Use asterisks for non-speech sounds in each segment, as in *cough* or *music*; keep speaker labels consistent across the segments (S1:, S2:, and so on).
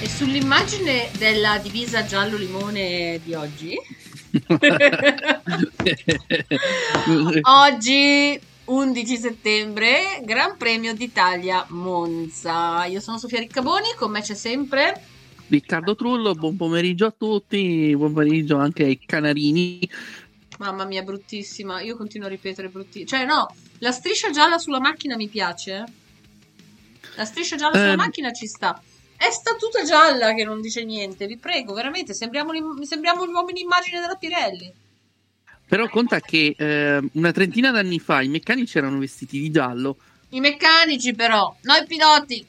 S1: E sull'immagine della divisa giallo-limone di oggi, oggi 11 settembre, Gran Premio d'Italia Monza. Io sono Sofia Riccaboni, con me c'è sempre
S2: Riccardo Trullo, buon pomeriggio a tutti, buon pomeriggio anche ai canarini.
S1: Mamma mia, bruttissima. Io continuo a ripetere bruttissima. Cioè, no, la striscia gialla sulla macchina mi piace. La striscia gialla sulla
S2: Ehm.
S1: macchina ci sta. È statuta gialla che non dice niente, vi prego, veramente. Sembriamo, l'im- sembriamo l'uomo in immagine della Pirelli.
S2: Però conta che eh, una trentina d'anni fa i meccanici erano vestiti di giallo.
S1: I meccanici, però, noi piloti.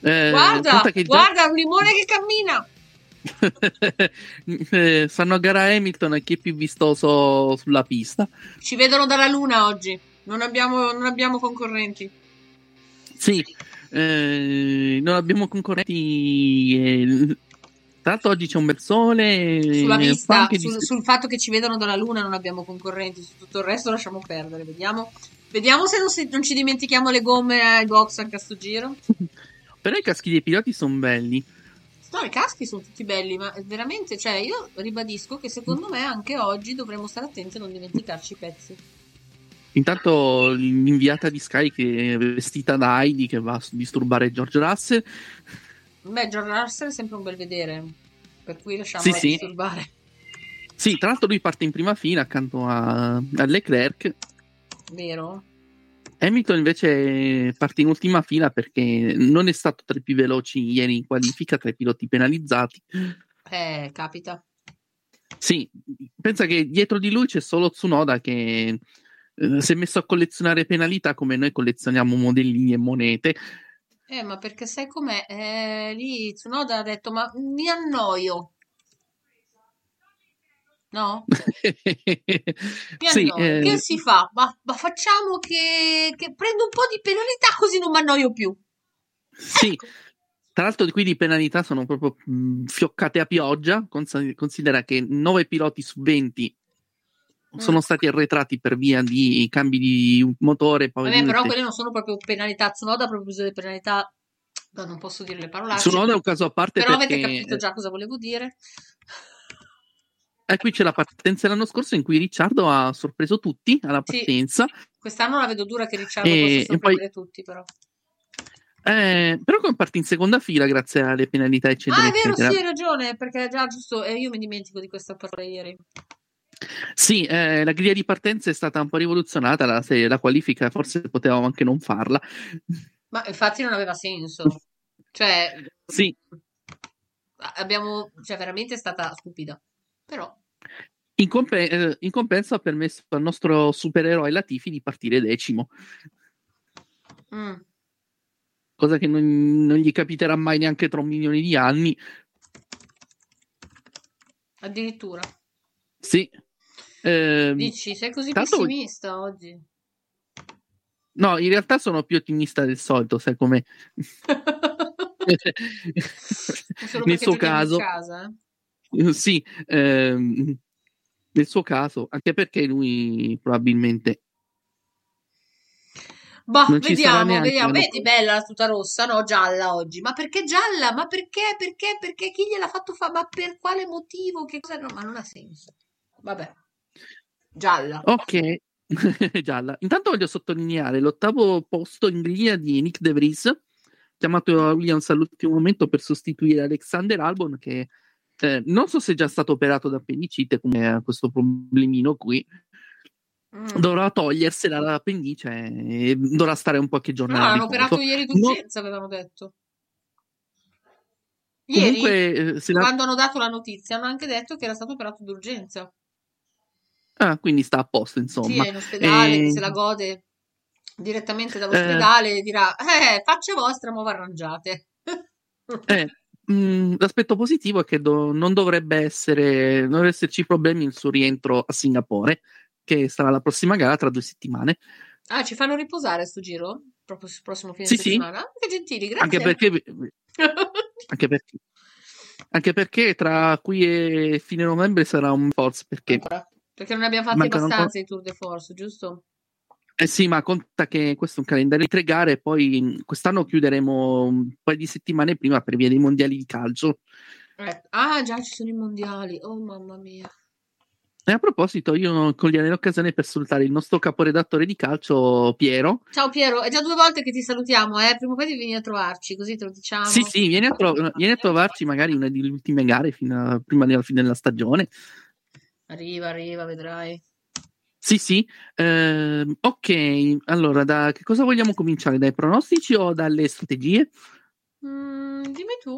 S2: Eh,
S1: Guarda,
S2: conta che il
S1: guarda, un limone che cammina.
S2: giallo- *laughs* Eh, stanno a gara Hamilton e chi è più vistoso sulla pista.
S1: Ci vedono dalla luna oggi. Non abbiamo, non abbiamo concorrenti.
S2: Sì, eh, non abbiamo concorrenti. eh, tra l'altro oggi c'è un bel sole.
S1: Sulla
S2: eh, fa
S1: vista,
S2: anche
S1: sul,
S2: dis-
S1: sul fatto che ci vedono dalla luna non abbiamo concorrenti. Su tutto il resto lasciamo perdere. Vediamo, vediamo se, non, si- non ci dimentichiamo le gomme ai box anche a sto giro.
S2: Però i caschi dei piloti sono belli.
S1: No, i caschi sono tutti belli, ma veramente, cioè, io ribadisco che secondo me anche oggi dovremmo stare attenti a non dimenticarci i pezzi.
S2: Intanto l'inviata di Sky che è vestita da Heidi che va a disturbare George Russell.
S1: Beh, Jordan Russell è sempre un bel vedere, per cui lasciamola
S2: Sì, sì.
S1: disturbare.
S2: Sì, tra l'altro lui parte in prima fila accanto a, a Leclerc.
S1: Vero?
S2: Hamilton invece parte in ultima fila perché non è stato tra i più veloci ieri in qualifica, tra i piloti penalizzati.
S1: Eh, capita.
S2: Sì, pensa che dietro di lui c'è solo Tsunoda che eh, si è messo a collezionare penalità come noi collezioniamo modellini e monete. *laughs*
S1: Eh, ma perché sai com'è? Eh, lì Tsunoda ha detto, ma mi annoio. No? Mi
S2: sì,
S1: annoio.
S2: eh,
S1: Che si fa? Ma, ma facciamo che, che prendo un po' di penalità così non mi annoio più.
S2: sì. Ecco. Tra l'altro qui di penalità sono proprio mh, fioccate a pioggia, Cons- considera che 9 piloti su 20
S1: Mm.
S2: sono stati arretrati per via di cambi di motore,
S1: Vabbè, però
S2: probabilmente
S1: quelle non sono proprio penalità. Tsunoda ha proprio bisogno di penalità. No, non posso dire le parolacce.
S2: Tsunoda è un caso a parte
S1: Però
S2: perché
S1: avete capito già cosa volevo dire.
S2: eh, qui c'è la partenza dell'anno scorso in cui Ricciardo ha sorpreso tutti alla
S1: Sì.
S2: partenza,
S1: Quest'anno la vedo dura che Ricciardo
S2: E-
S1: possa
S2: e
S1: sorprendere tutti, però.
S2: eh, però come parte in seconda fila grazie alle penalità eccetera
S1: Ah, è vero,
S2: eccetera.
S1: sì, hai ragione, perché già giusto, eh, io mi dimentico di questa parola ieri.
S2: Sì, eh, la griglia di partenza è stata un po' rivoluzionata, la, se- la qualifica forse potevamo anche non farla.
S1: Ma infatti non aveva senso. Cioè,
S2: Sì.
S1: abbiamo, cioè veramente è stata stupida. Però,
S2: In, compe- eh, in compenso ha permesso al nostro supereroe Latifi di partire decimo,
S1: mm,
S2: cosa che non, non gli capiterà mai neanche tra un milione di anni.
S1: addirittura.
S2: Mm. Sì. Ehm,
S1: Dici, sei così
S2: tanto-
S1: pessimista oggi. *laughs*
S2: no, in realtà sono più ottimista del solito, sai com'è.
S1: Solo
S2: Eh, Nel
S1: perché
S2: suo
S1: giochiamo in
S2: caso.
S1: casa, eh.
S2: sì, ehm, nel suo caso, anche perché lui probabilmente...
S1: Boh,
S2: Non ci sarà
S1: vediamo,
S2: neanche
S1: vediamo.
S2: l'anno
S1: Vedi, bella la tuta rossa, no? Gialla oggi. Ma perché gialla? Ma perché? Perché? Perché chi gliel'ha fatto fare? Ma per quale motivo? Che cosa? No, ma non ha senso. Vabbè. Gialla.
S2: Ok, *laughs* gialla. Intanto voglio sottolineare l'ottavo posto in griglia di Nick De Vries, chiamato a Williams all'ultimo momento per sostituire Alexander Albon, che eh, non so se è già stato operato da appendicite, come ha questo problemino qui,
S1: Mm.
S2: dovrà togliersela l'appendice e dovrà stare un qualche giorno
S1: No,
S2: a
S1: l'hanno
S2: riposo.
S1: Ah, operato ieri
S2: No.
S1: d'urgenza, avevano detto. Ieri,
S2: Comunque, eh, se la-
S1: quando hanno dato la notizia, hanno anche detto che era stato operato d'urgenza.
S2: Ah, quindi sta a posto, insomma.
S1: Sì, è in ospedale,
S2: Eh,
S1: se la gode direttamente dall'ospedale dirà, eh, faccia vostra, ma arrangiate. *laughs*
S2: Eh, mh, l'aspetto positivo è che do- non dovrebbe essere, non dovrebbe esserci problemi nel suo rientro a Singapore, che sarà la prossima gara tra due settimane.
S1: Ah, ci fanno riposare sto giro? Proprio sul prossimo fine
S2: Sì, sì.
S1: settimana? Che gentili, grazie.
S2: Anche perché, anche perché- anche perché tra qui e fine novembre sarà un force perché
S1: Ancora. *laughs* Perché non ne abbiamo fatti
S2: Mancano
S1: abbastanza i Tour de Force, giusto?
S2: eh sì, ma conta che questo è un calendario di tre gare, e poi mh, quest'anno chiuderemo un paio di settimane prima per via dei mondiali di calcio.
S1: Eh, Ah, già ci sono i mondiali. Oh, mamma mia.
S2: E a proposito, io coglierei l'occasione per salutare il nostro caporedattore di calcio, Piero,
S1: Ciao Piero, è già due volte che ti salutiamo, eh? Prima o poi devi venire a trovarci, così te lo diciamo.
S2: Sì, sì, vieni a, tro- vieni a trovarci magari una delle ultime gare fino a- prima della fine della stagione.
S1: Arriva, arriva, vedrai.
S2: Sì, sì. Ehm, ok, allora, da che cosa vogliamo cominciare? Dai pronostici o dalle strategie?
S1: Mm, dimmi tu.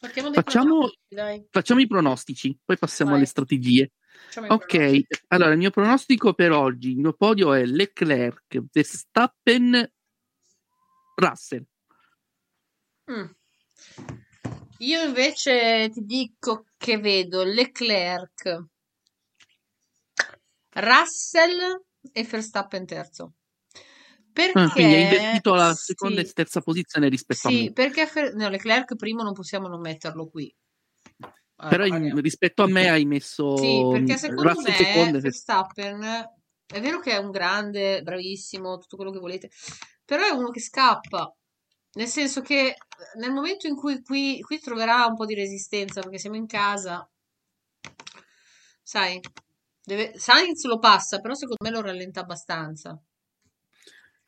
S1: Partiamo dai
S2: Facciamo-
S1: pronostici, dai.
S2: Facciamo i pronostici, poi passiamo
S1: Vai.
S2: alle strategie.
S1: Facciamo i
S2: Ok,
S1: pronostici.
S2: allora il mio pronostico per oggi, il mio podio è Leclerc, Verstappen, Russell.
S1: Mm. Io invece ti dico che vedo Leclerc, Russell e Verstappen terzo. Perché?
S2: Ah, quindi hai invertito la
S1: sì,
S2: seconda e terza posizione rispetto a
S1: sì,
S2: me.
S1: perché Fer- no, Leclerc primo non possiamo non metterlo qui. Ah,
S2: Però in-
S1: parliamo.
S2: rispetto a me hai messo
S1: Sì, perché
S2: mm,
S1: secondo
S2: Russell
S1: me
S2: secondo e Verstappen.
S1: Verstappen è vero che è un grande, bravissimo, tutto quello che volete, però è uno che scappa. Nel senso che eh, nel momento in cui qui, qui troverà un po' di resistenza, perché siamo in casa, sai, deve- Sainz lo passa, però secondo me lo rallenta abbastanza.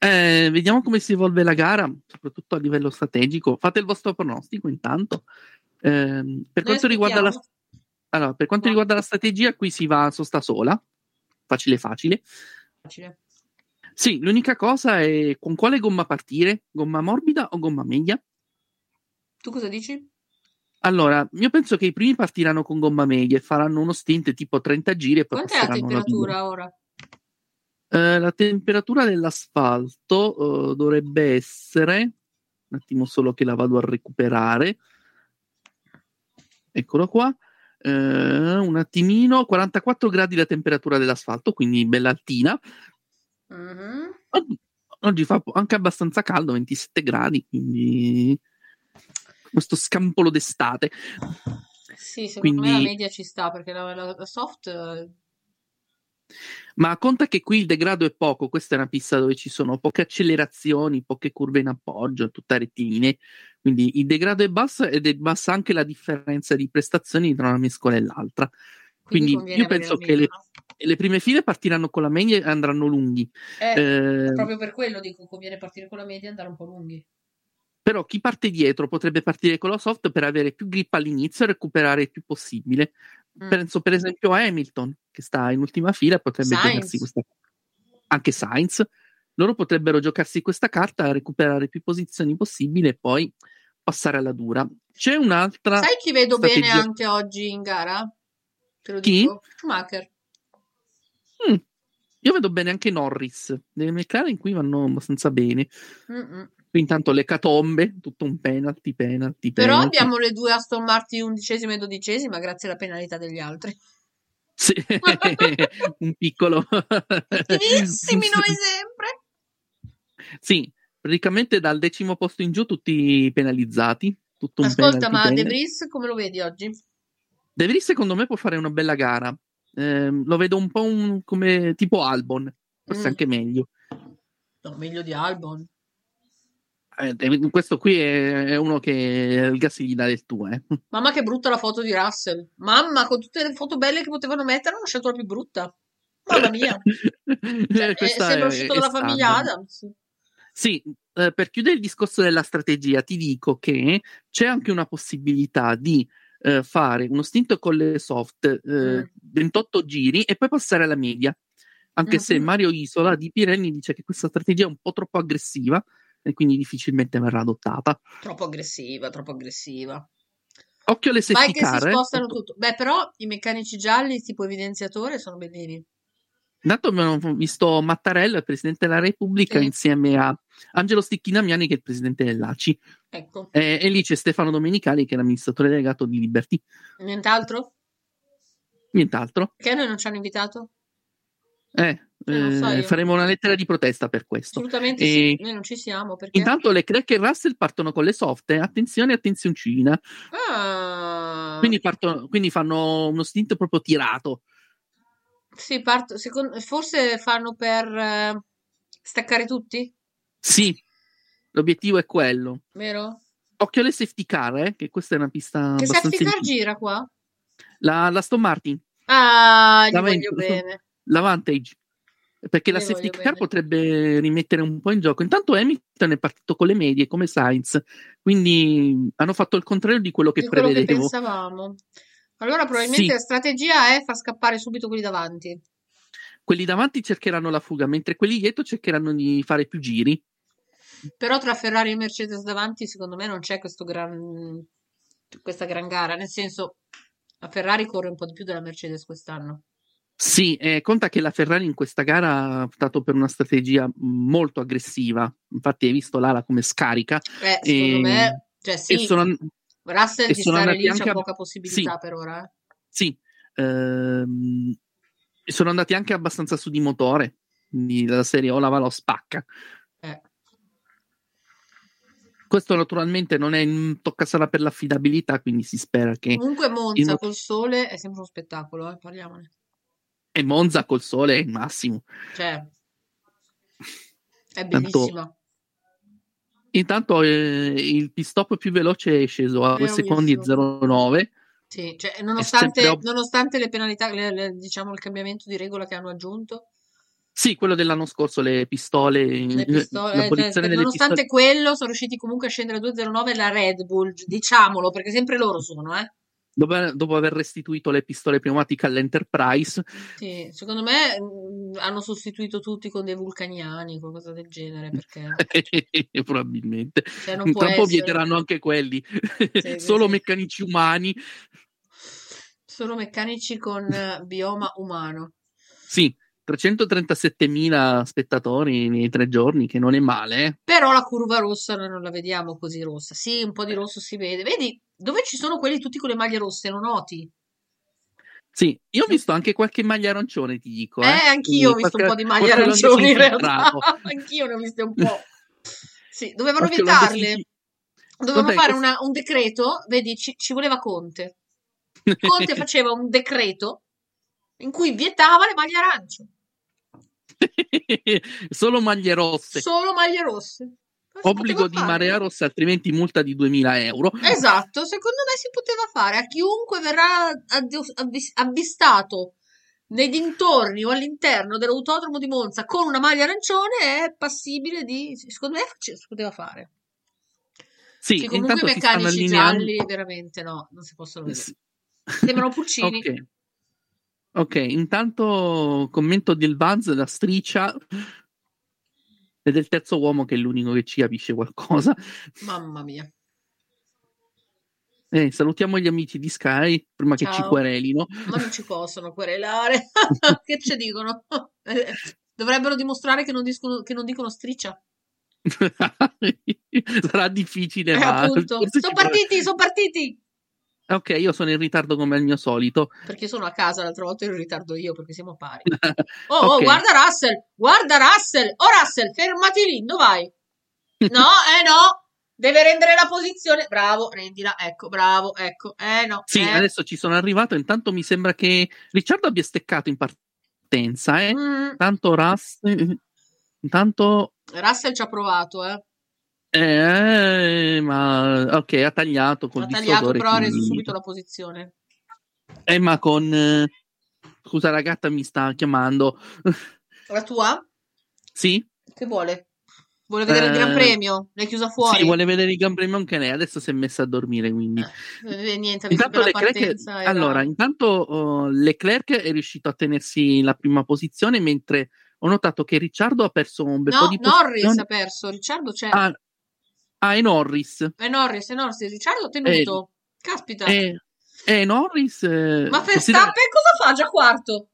S2: Eh, vediamo come si evolve la gara, soprattutto a livello strategico. Fate il vostro pronostico intanto. Ehm, per,
S1: Noi
S2: quanto riguarda la,
S1: aspettiamo.
S2: allora, per quanto
S1: Vai.
S2: riguarda la strategia, qui si va sosta sola, facile facile.
S1: Facile.
S2: Sì, l'unica cosa è con quale gomma partire, gomma morbida o gomma media?
S1: Tu cosa dici?
S2: Allora, io penso che i primi partiranno con gomma media e faranno uno stint tipo 30 giri e poi
S1: Quant'è la
S2: passeranno alla
S1: temperatura ora?
S2: Eh, la temperatura dell'asfalto eh, dovrebbe essere un attimo solo che la vado a recuperare eccolo qua Eh, un attimino 44 gradi la temperatura dell'asfalto quindi bella altina
S1: Mhm.
S2: oggi, oggi fa po- anche abbastanza caldo 27 gradi quindi questo scampolo d'estate
S1: Sì, secondo me la
S2: Quindi-
S1: media ci sta, perché la, la- la soft... eh,
S2: ma conta che qui il degrado è poco questa è una pista dove ci sono poche accelerazioni poche curve in appoggio tutta rettilinee quindi il degrado è basso ed è bassa anche la differenza di prestazioni tra una mescola e l'altra Quindi
S1: conviene
S2: io
S1: avere la
S2: penso che
S1: media,
S2: le-
S1: no?
S2: E le prime file partiranno con la media e andranno lunghi
S1: Eh,
S2: Eh,
S1: proprio per quello dico, conviene partire con la media e andare un po' lunghi.
S2: però chi parte dietro potrebbe partire con la soft per avere più grip all'inizio e recuperare il più possibile
S1: Mm.
S2: penso per esempio a Hamilton che sta in ultima fila e potrebbe
S1: Sainz.
S2: giocarsi questa anche Sainz loro potrebbero giocarsi questa carta recuperare più posizioni possibile e poi passare alla dura c'è un'altra
S1: Sai chi vedo bene
S2: strategia-
S1: anche oggi in gara? Te lo
S2: Chi?
S1: dico. Schumacher.
S2: Mm. io vedo bene anche Norris delle McLaren qui vanno abbastanza bene
S1: Mm-mm.
S2: Qui intanto le catombe, tutto un penalty, penalty, penalty.
S1: Però abbiamo le due Aston Martin undicesima e dodicesima grazie alla penalità degli
S2: *laughs*
S1: altri. *laughs*
S2: Sì, un piccolo...
S1: Attivissimi noi sempre.
S2: Sì, praticamente dal decimo posto in giù tutti penalizzati. Tutto un
S1: Ascolta,
S2: penalty,
S1: ma
S2: penalty.
S1: De Vries come lo vedi oggi?
S2: De Vries, secondo me può fare una bella gara. Ehm, lo vedo un po' un- come tipo Albon, forse
S1: Mm.
S2: anche meglio.
S1: No, meglio di Albon.
S2: Eh, De- questo qui è, è uno che il gas gli dà del tuo, eh. *laughs*
S1: Mamma che brutta la foto di Russell. Mamma, con tutte le foto belle che potevano mettere, hanno scelto la più brutta. Mamma
S2: *laughs*
S1: mia. Cioè,
S2: Eh,
S1: eh,
S2: questa
S1: sembra
S2: è-
S1: uscito
S2: è
S1: dalla famiglia
S2: standard.
S1: Adams.
S2: Sì, eh, per chiudere il discorso della strategia, ti dico che c'è anche una possibilità di eh, fare uno stint con le soft, eh,
S1: Mm.
S2: 28 giri e poi passare alla media. Anche se
S1: Mhm.
S2: Mario Isola di Pirelli dice che questa strategia è un po' troppo aggressiva e quindi difficilmente verrà adottata.
S1: Troppo aggressiva, troppo aggressiva.
S2: Occhio alle
S1: Vai
S2: safety
S1: che si
S2: car, eh.
S1: spostano tutto. Beh, però i meccanici gialli tipo evidenziatore sono bellini.
S2: Intanto abbiamo visto Mattarella, il presidente della Repubblica,
S1: Sì.
S2: insieme a Angelo Sticchinamiani, che è il presidente dell'ACI.
S1: Ecco.
S2: Eh, e lì c'è Stefano Domenicali, che è l'amministratore delegato di Liberty.
S1: Nient'altro?
S2: Nient'altro.
S1: Perché noi non ci hanno invitato?
S2: Eh,
S1: non so
S2: eh,
S1: io.
S2: faremo una lettera di protesta per questo.
S1: Assolutamente
S2: E-
S1: sì. Noi non ci siamo perché...
S2: Intanto le Crack e Russell partono con le soft. eh. Attenzione, attenzioncina.
S1: Ah,
S2: Quindi, partono- quindi fanno uno stint proprio tirato.
S1: sì, parto- secondo- forse fanno per eh, staccare tutti,
S2: Sì, l'obiettivo è quello.
S1: vero?
S2: Occhio alle safety car, eh, che questa è una pista
S1: Che
S2: abbastanza...
S1: safety car
S2: difficile.
S1: gira qua?
S2: La, la Aston Martin.
S1: Ah, gli
S2: Lamento.
S1: voglio bene.
S2: la vantage perché la
S1: Le
S2: safety
S1: voglio
S2: car
S1: bene.
S2: potrebbe rimettere un po' in gioco. Intanto Hamilton è partito con le medie come Sainz, quindi hanno fatto il contrario di quello che
S1: Di quello che
S2: prevedevo.
S1: pensavamo. Allora, probabilmente
S2: Sì.
S1: la strategia è far scappare subito quelli davanti.
S2: quelli davanti cercheranno la fuga, mentre quelli dietro cercheranno di fare più giri.
S1: Però tra Ferrari e Mercedes davanti, secondo me, non c'è questo gran- questa gran gara. Nel senso, la Ferrari corre un po' di più della Mercedes quest'anno.
S2: Sì, eh, conta che la Ferrari in questa gara ha optato per una strategia molto aggressiva. Infatti, hai visto l'ala come scarica.
S1: Eh, secondo
S2: E-
S1: me, cioè
S2: Ehm, E
S1: sì,
S2: sono,
S1: Russell
S2: e
S1: di
S2: sono
S1: stare
S2: andati
S1: lì c'ha
S2: anche a-
S1: poca possibilità per ora. eh.
S2: Sì, ehm, sono andati anche abbastanza su di motore. Quindi la serie o la va o spacca.
S1: Eh.
S2: Questo naturalmente non è in toccasana per l'affidabilità, quindi si spera che.
S1: Comunque Monza
S2: Il-
S1: col sole è sempre uno spettacolo, eh, parliamone.
S2: E Monza col sole è il massimo.
S1: Cioè, è
S2: Tanto-
S1: bellissima.
S2: Intanto eh, il pit stop più veloce è sceso a 2
S1: Abbiamo
S2: secondi e
S1: Eh, visto.
S2: 09.
S1: Sì, cioè, nonostante,
S2: sempre ob-
S1: nonostante le penalità, le- le- diciamo il cambiamento di regola che hanno aggiunto,
S2: Sì, quello dell'anno scorso, le pistole,
S1: le pistole- cioè,
S2: l'abolizione
S1: per-
S2: delle
S1: nonostante
S2: pistole.
S1: quello sono riusciti comunque a scendere a 2,09 la Red Bull, gi- diciamolo, perché sempre loro sono, eh.
S2: Dopo, dopo aver restituito le pistole pneumatiche all'Enterprise, *laughs*
S1: Sì, secondo me mm, hanno sostituito tutti con dei vulcaniani, qualcosa del genere, perché
S2: probabilmente.
S1: cioè, non può
S2: Tra un po'
S1: essere.
S2: vieteranno anche quelli,
S1: sì,
S2: *laughs* solo
S1: sì.
S2: meccanici umani.
S1: Sono meccanici con eh, bioma umano.
S2: Sì, 337.000 spettatori nei tre giorni, che non è male, eh.
S1: Però la curva rossa noi non la vediamo così rossa. Sì, un po' di rosso si vede. Vedi, dove ci sono quelli tutti con le maglie rosse, lo noti?
S2: Sì, io ho visto anche qualche maglia arancione, ti dico.
S1: Eh,
S2: Eh,
S1: anch'io ho visto un po' di maglie arancioni in realtà. *laughs* Anch'io ne ho viste un po'. Sì, dovevano vietarle. Dovevano fare una- un decreto, vedi, ci, ci voleva Conte.
S2: *laughs*
S1: Conte faceva un decreto in cui vietava le maglie arance,
S2: *laughs* Solo maglie rosse.
S1: solo maglie rosse. Ma si
S2: Obbligo
S1: poteva
S2: di
S1: fare.
S2: marea rossa, altrimenti multa di 2000 euro.
S1: Esatto, secondo me si poteva fare a chiunque verrà addio- avvis- avvistato nei dintorni o all'interno dell'autodromo di Monza con una maglia arancione è passibile di... Secondo me ci- si poteva fare.
S2: Sì,
S1: Sì, comunque
S2: intanto
S1: i
S2: si stanno
S1: meccanici
S2: allineando.
S1: gialli veramente no, non si possono vedere.
S2: Sì.
S1: Sembrano pulcini.
S2: *laughs* Ok. Ok, intanto commento del Buzz, la striscia e del terzo uomo che è l'unico che ci capisce qualcosa.
S1: Mamma mia.
S2: Eh, salutiamo gli amici di Sky prima che
S1: Ciao.
S2: ci querelino. *laughs*
S1: Ma non ci possono querelare. *laughs* che ci dicono? *laughs* Eh, Dovrebbero dimostrare che non, discono- che non dicono striccia.
S2: Sarà difficile,
S1: Eh,
S2: ma
S1: appunto.
S2: forse
S1: Sono
S2: ci provo-
S1: partiti, sono partiti.
S2: Ok, io sono in ritardo come al mio solito.
S1: Perché sono a casa l'altra volta ero in ritardo io perché siamo
S2: *laughs*
S1: pari. Oh, oh,
S2: Ok.
S1: guarda Russell, guarda Russell. Oh Russell, fermati lì, dove
S2: *laughs*
S1: vai? No, eh no, deve rendere la posizione. Bravo, rendila, ecco, bravo, ecco. Eh no,
S2: Sì,
S1: eh.
S2: adesso ci sono arrivato. Intanto mi sembra che Ricciardo abbia steccato in partenza. Eh?
S1: Mm,
S2: Intanto Russ. *laughs* Intanto.
S1: Russell ci ha provato, eh.
S2: Eh, ma ok, ha tagliato col
S1: Ha tagliato,
S2: distorsore,
S1: però ha reso
S2: quindi-
S1: subito la posizione.
S2: Eh, ma con. eh, Scusa, la gatta mi sta chiamando.
S1: La tua?
S2: Sì?
S1: Che vuole? Vuole vedere il Gran
S2: Eh,
S1: Premio? L'hai chiusa fuori?
S2: Sì, vuole vedere il Gran Premio anche lei. Adesso si è messa a dormire, quindi.
S1: Eh, niente, ha visto che
S2: Intanto
S1: la
S2: Leclerc,
S1: partenza era-
S2: allora, intanto oh, Leclerc è riuscito a tenersi la prima posizione, mentre ho notato che Ricciardo ha perso un bel po'
S1: No,
S2: di
S1: Norris
S2: posizione.
S1: ha perso, Ricciardo c'è.
S2: Ah, ah, e Norris.
S1: Eh. E Norris, e Norris, Ricciardo ha tenuto. Caspita.
S2: E, e Eh, Norris... eh,
S1: Ma
S2: considera-
S1: Verstappen cosa fa? Già quarto.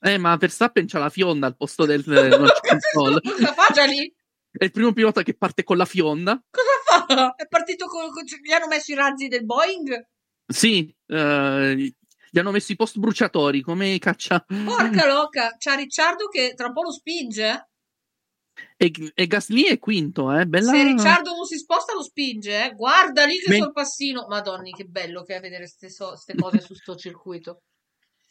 S2: Eh, ma Verstappen c'ha la fionda al posto del...
S1: Non
S2: Eh,
S1: *laughs*
S2: non c'è il
S1: capisco
S2: gol.
S1: cosa fa già lì.
S2: È il primo pilota che parte con la fionda.
S1: Cosa fa? È partito con, con- gli hanno messo i razzi del Boeing?
S2: Sì, eh, gli hanno messo i post bruciatori come caccia. Mm.
S1: Porca loca, c'ha Ricciardo che tra un po' lo spinge.
S2: E, e Gasly è quinto, eh? Bella...
S1: Se Ricciardo non si sposta lo spinge, eh. Guarda lì che
S2: Men-
S1: sorpassino. Madonna, che bello che è vedere queste cose su sto circuito.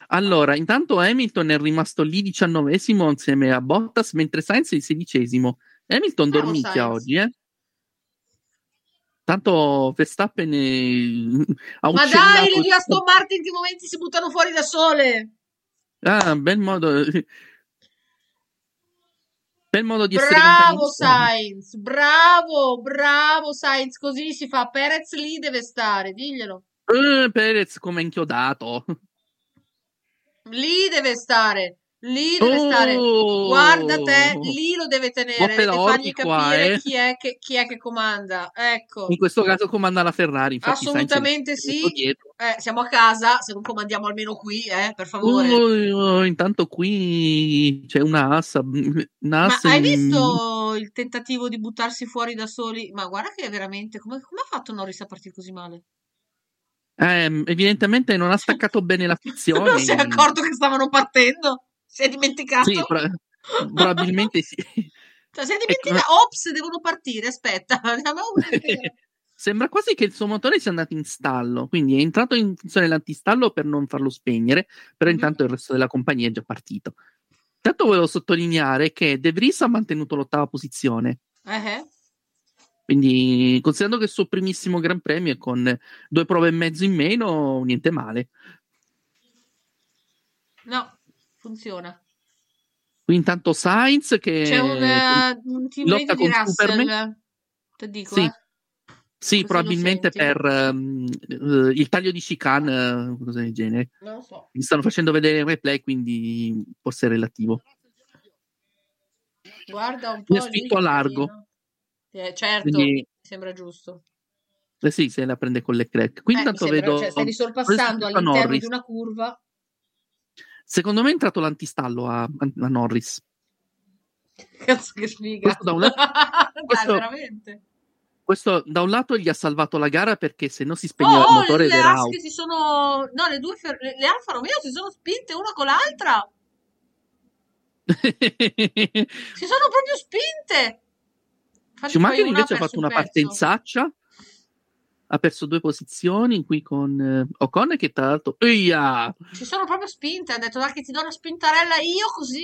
S2: Allora, intanto Hamilton è rimasto lì diciannovesimo insieme a Bottas, mentre Sainz è il sedicesimo. Hamilton
S1: Bravo,
S2: dormicchia
S1: Ah, Sainz.
S2: oggi, eh? Tanto Verstappen eh, ha
S1: Ma
S2: uccellato
S1: dai, gli
S2: tutto.
S1: Aston Martin che momenti si buttano fuori da sole.
S2: Ah, bel modo... Bel modo di essere
S1: Bravo
S2: lontanissimo.
S1: Sainz, bravo, bravo Sainz, così si fa. Perez lì deve stare, diglielo.
S2: Eh, Perez come è inchiodato.
S1: Lì deve stare, lì deve stare.
S2: Oh!
S1: Guarda te, lì lo deve tenere,
S2: Botte
S1: deve fargli
S2: d'orti qua,
S1: capire
S2: eh.
S1: chi è che, chi è che comanda. Ecco,
S2: In questo caso comanda la Ferrari. infatti
S1: assolutamente
S2: Sainz è
S1: sì.
S2: tutto dietro.
S1: Eh, siamo a casa, se non comandiamo almeno qui, eh, per favore.
S2: Ui, ui, Oh, intanto qui c'è una assa. Una
S1: Ma
S2: assa
S1: hai
S2: in-
S1: visto il tentativo di buttarsi fuori da soli? Ma guarda che veramente, come, come ha fatto Norris a partire così male?
S2: Ehm, evidentemente non ha staccato bene la frizione.
S1: *laughs* Non si è accorto che stavano partendo? Si è dimenticato?
S2: Sì, pra- probabilmente
S1: *laughs*
S2: sì.
S1: Cioè, si è
S2: Ecco.
S1: dimenticato? Ops, devono partire, aspetta. *laughs* Andiamo
S2: *laughs*
S1: avanti.
S2: Sembra quasi che il suo motore sia andato in stallo, quindi è entrato in funzione l'antistallo per non farlo spegnere, però
S1: Mhm.
S2: intanto il resto della compagnia è già partito. Intanto volevo sottolineare che De Vries ha mantenuto l'ottava posizione,
S1: Eh, eh.
S2: quindi considerando che il suo primissimo Gran Premio è con due prove e mezzo in meno, niente male.
S1: No, funziona.
S2: Qui intanto Sainz che...
S1: C'è un, eh, un teammate
S2: lotta
S1: di
S2: con
S1: Russell.
S2: Superman?
S1: Te dico,
S2: Sì.
S1: eh.
S2: Sì,
S1: Così
S2: probabilmente
S1: lo senti.
S2: per ehm, eh, il taglio di chicane, eh, cosa del genere.
S1: Non lo so.
S2: Mi stanno facendo vedere il replay, quindi forse è relativo.
S1: Guarda un po'
S2: Mi ha
S1: lì,
S2: spinto a largo.
S1: carino. Eh, certo, mi
S2: Quindi,
S1: sembra giusto.
S2: eh sì, se la prende con le crack. Qui
S1: Eh, mi
S2: intanto
S1: sembra-
S2: vedo...
S1: cioè, stavi sorpassando
S2: Norris.
S1: all'interno di una curva.
S2: Secondo me è entrato l'antistallo a, a Norris.
S1: Cazzo che sfiga.
S2: Questo da un lato-
S1: *laughs* Dai,
S2: questo-
S1: veramente.
S2: Questo da un lato gli ha salvato la gara perché se no si
S1: Oh,
S2: spegneva il
S1: oh,
S2: motore ed
S1: le
S2: era
S1: Asche
S2: out.
S1: si sono... No, le due Fer- le Alfa Romeo si sono spinte una con l'altra. *laughs* Si sono proprio spinte. Infatti
S2: Schumacher
S1: poi una
S2: invece ha
S1: perso
S2: fatto
S1: un
S2: una
S1: pezzo.
S2: partenzaccia, ha perso due posizioni qui con eh, Ocon che tra l'altro... Uia!
S1: Si sono proprio spinte. Ha detto, dai che ti do una spintarella io così.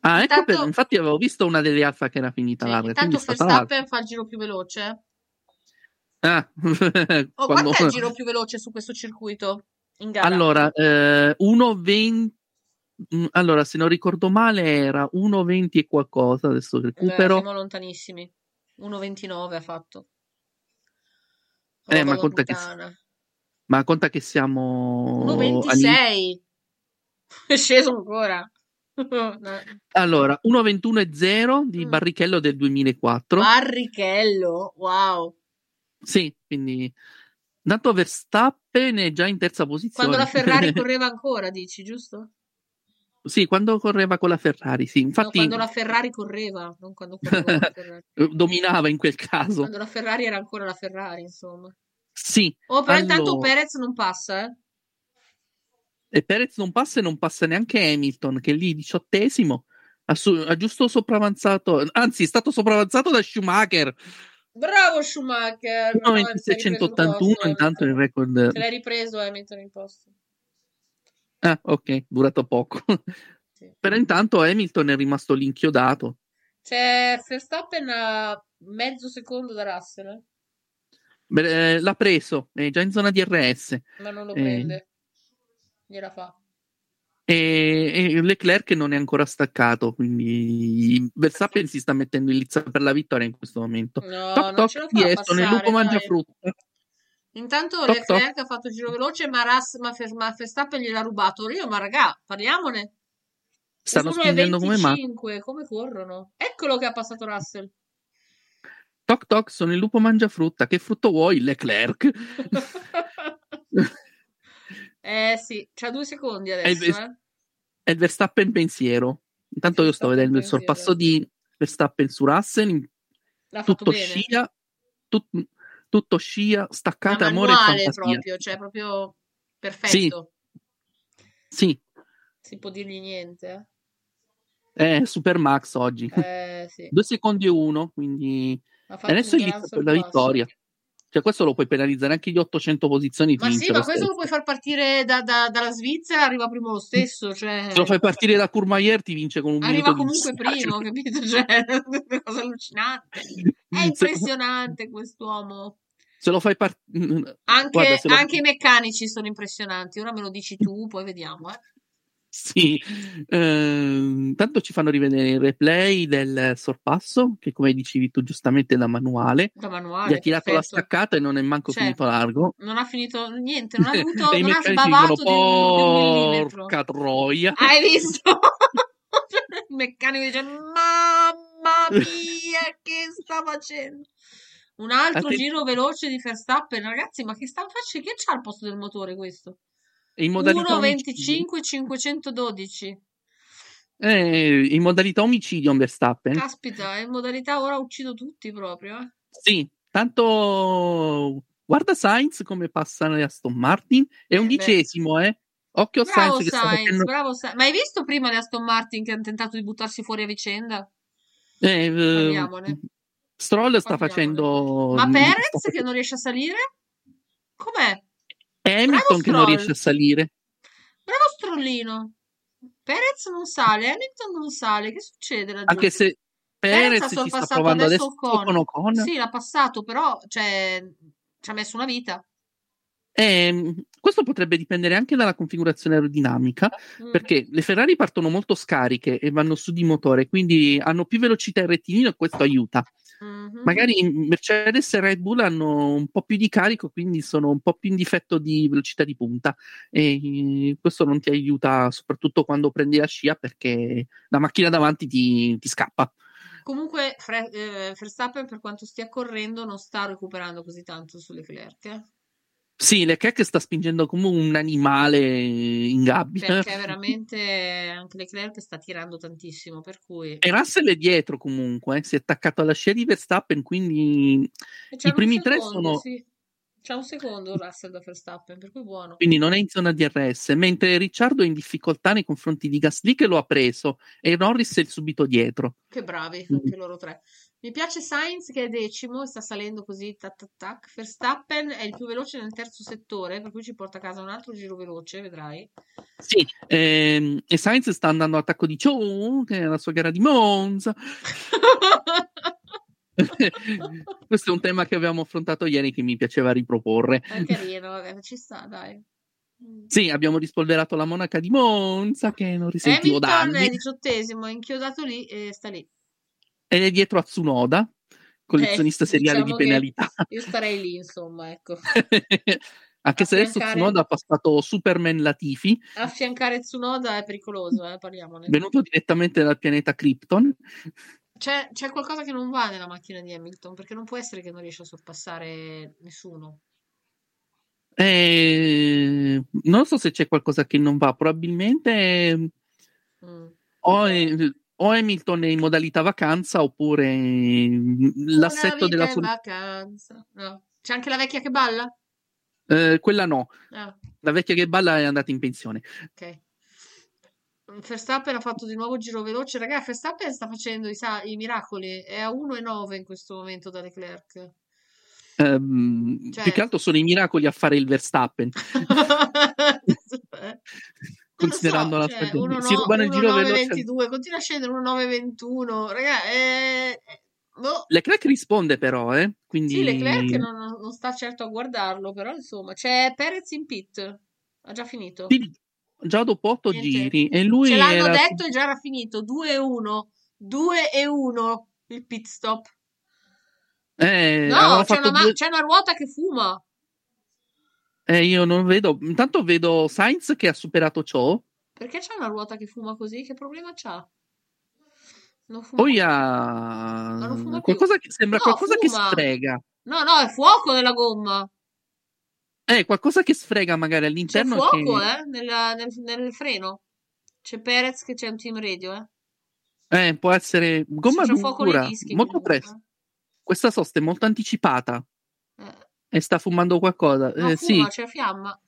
S2: Ah, ecco, per-
S1: Intanto-
S2: infatti avevo visto una delle alfa che era finita
S1: Sì,
S2: larga, quindi
S1: intanto
S2: è stata larga.
S1: Verstappen fa il giro più veloce. eh.
S2: Ah, *laughs*
S1: Oh,
S2: quando-
S1: quanto è il giro più veloce su questo circuito in gara?
S2: Allora, eh, 1,20... mm, Allora, se non ricordo male era 1,20 e qualcosa, adesso
S1: Eh,
S2: recupero.
S1: siamo lontanissimi. 1,29 ha fatto.
S2: Eh,
S1: Roba
S2: ma
S1: da
S2: conta che-
S1: puttana.
S2: Ma conta che siamo... all'in-
S1: 1,26. *laughs* È sceso ancora. *laughs* No.
S2: Allora, 1,21,0 di
S1: Mm.
S2: Barrichello del 2004.
S1: Barrichello, wow.
S2: Sì, quindi... Dato Verstappen è già in terza posizione.
S1: Quando la Ferrari correva ancora, dici, giusto?
S2: *laughs* Sì, quando correva con la Ferrari, sì.
S1: No,
S2: Infatti
S1: quando la Ferrari correva, non quando correva la
S2: *laughs*
S1: Ferrari.
S2: eh, dominava in quel caso.
S1: Quando la Ferrari era ancora la Ferrari, insomma.
S2: Sì,
S1: Oh, però intanto
S2: Allora.
S1: Perez non passa, eh.
S2: e Perez non passa e non passa neanche Hamilton, che è lì diciottesimo ha, su- ha giusto sopravanzato, anzi è stato sopravanzato da Schumacher,
S1: Bravo Schumacher. no, se l'è ripreso il
S2: 1.2681
S1: posto,
S2: intanto il
S1: Hamilton.
S2: record...
S1: Se eh. l'hai ripreso Hamilton in posto.
S2: Ah, ok, durato poco. *laughs*
S1: Sì.
S2: Però intanto Hamilton è rimasto lì inchiodato.
S1: C'è Verstappen a mezzo secondo da Russell, eh,
S2: Beh, eh, l'ha preso, è già in zona DRS. E,
S1: ma non lo
S2: Eh.
S1: prende. Gliela fa.
S2: e Leclerc non è ancora staccato, quindi Verstappen si sta mettendo in lizza per la vittoria in questo momento.
S1: No,
S2: toc
S1: non ce
S2: toc,
S1: la
S2: chi
S1: fa a
S2: è? Sono il
S1: passare,
S2: lupo mangia
S1: dai.
S2: frutta.
S1: Intanto
S2: Toc,
S1: Leclerc ha fatto il giro veloce, ma, Ras- ma Fer- ma Verstappen gliel'ha rubato. Io, ma raga, parliamone.
S2: Stanno
S1: Uno e
S2: spingendo come matti. *laughs*
S1: 25, come corrono? Eccolo che ha passato Russell.
S2: Toc toc, sono il lupo mangiafrutta. Che frutto
S1: *laughs*
S2: vuoi? Leclerc.
S1: eh sì, c'ha due secondi adesso.
S2: È il-
S1: eh.
S2: È il Verstappen pensiero. Intanto io sto
S1: Verstappen
S2: vedendo il
S1: pensiero.
S2: sorpasso di Verstappen su Russell. in-
S1: L'ha fatto
S2: Tutto
S1: bene.
S2: scia, tut- tutto scia,
S1: Ma
S2: staccata, amore e
S1: manuale
S2: fantasia.
S1: proprio, cioè proprio perfetto.
S2: Sì,
S1: Si può dirgli niente.
S2: è Super Max oggi.
S1: eh. Eh sì.
S2: Due secondi e uno, quindi
S1: Ha fatto
S2: adesso
S1: un
S2: gli
S1: gran
S2: sta per la
S1: sorpasso.
S2: vittoria. Cioè questo lo puoi penalizzare anche gli 800 posizioni. ti
S1: Ma sì,
S2: vince
S1: ma
S2: lo
S1: questo
S2: stesso.
S1: lo puoi far partire da- da- dalla Svizzera, arriva primo lo stesso, cioè...
S2: Se lo fai partire da Courmayeur ti vince con un
S1: Arriva
S2: minuto di
S1: comunque
S2: *laughs* distacco.
S1: primo, capito? Cioè, *laughs* è una cosa allucinante. È
S2: Mm, se,
S1: impressionante quest'uomo.
S2: se lo fai part-
S1: Anche,
S2: Guarda, se lo-
S1: anche i meccanici sono impressionanti. Ora me lo dici tu, poi vediamo. eh.
S2: Sì, Ehm, tanto ci fanno rivedere il replay del sorpasso, che come dicevi tu giustamente da manuale,
S1: Da
S2: gli
S1: manuale.
S2: ha tirato la
S1: Ah, perfetto.
S2: staccata e non è manco
S1: Cioè,
S2: finito largo.
S1: Non ha finito niente, non ha avuto,
S2: *laughs* e i
S1: non ha
S2: meccanici dicono,
S1: sbavato di un, di un millimetro.
S2: porca troia.
S1: Hai visto? *laughs* Il meccanico dice: Mamma mia, che sta facendo? Un altro
S2: Atten-
S1: giro veloce di Verstappen, ragazzi, ma che sta facendo? Che c'ha al posto del motore questo?
S2: In modalità omicidio,
S1: 1.25 512.
S2: eh, in modalità omicidio Verstappen.
S1: Caspita, è in modalità ora uccido tutti proprio. eh.
S2: Sì, tanto guarda Sainz come passa a Aston Martin, è
S1: Eh,
S2: undicesimo, eh. Occhio a
S1: Bravo
S2: Sainz che
S1: Sainz,
S2: sta facendo
S1: bravo Sainz. Ma hai visto prima le Aston Martin che hanno tentato di buttarsi fuori a vicenda?
S2: Eh, eh,
S1: Parliamone.
S2: Stroll sta
S1: Parliamone.
S2: facendo.
S1: Ma
S2: sta
S1: Perez
S2: fac-
S1: che non riesce a salire? Com'è?
S2: È Hamilton che
S1: Stroll.
S2: non riesce a salire.
S1: Bravo Strollino. Perez non sale, Hamilton non sale. Che succede laggiù?
S2: Anche se Perez,
S1: ha
S2: ci sta
S1: sorpassato
S2: provando
S1: adesso
S2: adesso
S1: Ocon.
S2: con Ocon.
S1: Sì, l'ha passato, però cioè, ci ha messo una vita.
S2: Ehm, questo potrebbe dipendere anche dalla configurazione aerodinamica,
S1: Mm.
S2: perché le Ferrari partono molto scariche e vanno su di motore, quindi hanno più velocità in rettilineo e questo aiuta.
S1: Mhm.
S2: Magari Mercedes e Red Bull hanno un po' più di carico, quindi sono un po' più in difetto di velocità di punta e eh, questo non ti aiuta soprattutto quando prendi la scia perché la macchina davanti ti, ti scappa.
S1: Comunque, Fre- eh, Verstappen, per quanto stia correndo, non sta recuperando così tanto sulle Leclerc. eh.
S2: Sì, Leclerc sta spingendo come un animale in gabbia.
S1: Perché
S2: *laughs*
S1: veramente anche Leclerc sta tirando tantissimo, per cui...
S2: E Russell è dietro comunque, eh, si è attaccato alla scia di Verstappen, quindi,
S1: E c'hanno un
S2: primi tre
S1: secondo,
S2: sono-
S1: sì. C'è un secondo Russell da Verstappen, per cui buono.
S2: quindi non è in zona DRS, mentre Ricciardo è in difficoltà nei confronti di Gasly che lo ha preso e Norris è subito dietro.
S1: Che bravi,
S2: Mm.
S1: anche loro tre. Mi piace Sainz che è decimo e sta salendo così, tac tac tac. Verstappen è il più veloce nel terzo settore, per cui ci porta a casa un altro giro veloce,
S2: *laughs*
S1: vedrai.
S2: Sì, ehm, e Sainz sta andando all'attacco di Chou, che è la sua gara
S1: *laughs*
S2: di Monza. Questo è un tema che avevamo affrontato ieri che mi piaceva riproporre.
S1: È carino, vabbè, ci sta, dai. Mm.
S2: Sì, abbiamo rispolverato la monaca di Monza che non risentivo da
S1: Hamilton è
S2: anni.
S1: diciottesimo, è inchiodato lì e sta lì.
S2: Ed è dietro a Tsunoda, collezionista
S1: Eh,
S2: seriale
S1: diciamo
S2: di
S1: che-
S2: penalità.
S1: Io starei lì, insomma, ecco.
S2: *laughs* Anche se adesso
S1: Affiancare-
S2: Tsunoda ha passato Superman Latifi,
S1: Mm. Affiancare Tsunoda è pericoloso, eh, parliamone.
S2: venuto direttamente dal pianeta Krypton.
S1: C'è, c'è qualcosa che non va nella macchina di Hamilton, perché non può essere che non riesca a sorpassare nessuno.
S2: E... Non so se c'è qualcosa che non va, probabilmente eh,
S1: Mm.
S2: o, eh, o Hamilton è in modalità vacanza oppure eh,
S1: Una
S2: l'assetto
S1: vita
S2: della
S1: in
S2: sua...
S1: vacanza. No. C'è anche la vecchia che balla?
S2: eh, quella no,
S1: Ah,
S2: la vecchia che balla è andata in pensione.
S1: ok. Verstappen ha fatto di nuovo giro veloce. Ragazzi, Verstappen sta facendo i, sa- i miracoli. È a 1,9 in questo momento da Leclerc.
S2: Ehm,
S1: Cioè-
S2: Più che altro sono i miracoli a fare il
S1: *laughs*
S2: Verstappen,
S1: Non lo so,
S2: *laughs* *laughs* considerando la
S1: cioè,
S2: stagione.
S1: 1,9
S2: si rubano il giro veloce.
S1: 1,922, continua a scendere 1,921, raga, eh, eh, boh.
S2: Leclerc risponde però, eh? quindi
S1: Sì, Leclerc non, non- non sta certo a guardarlo, però insomma, c'è Perez in pit, ha già finito.
S2: Sì, già dopo otto
S1: Niente.
S2: giri e lui
S1: Ce l'hanno
S2: era-
S1: detto e già era finito, 2-1, 2-1 il pit stop.
S2: eh,
S1: No, cioè,
S2: avevano
S1: c'è
S2: fatto
S1: una, ma-
S2: due-
S1: c'è una ruota che fuma.
S2: eh, io non vedo, intanto vedo Sainz che ha superato ciò,
S1: Perché c'è una ruota che fuma così? Che problema c'ha? Non fuma.
S2: Poi ha
S1: Ma non fuma più.
S2: qualcosa che sembra
S1: No,
S2: qualcosa che
S1: fuma.
S2: sfrega.
S1: No, no, è fuoco nella gomma.
S2: Eh, qualcosa che sfrega magari
S1: C'è
S2: all'interno.
S1: fuoco,
S2: che...
S1: eh, nella- nel, nel freno. C'è Perez che c'è un team radio, eh.
S2: eh, può essere gomma
S1: C'è fuoco nei
S2: dura,
S1: dischi.
S2: molto
S1: comunque.
S2: presto. Questa sosta è molto anticipata
S1: Eh,
S2: e sta fumando qualcosa.
S1: No,
S2: Eh, sì,
S1: fuma, Ah. c'è fiamma.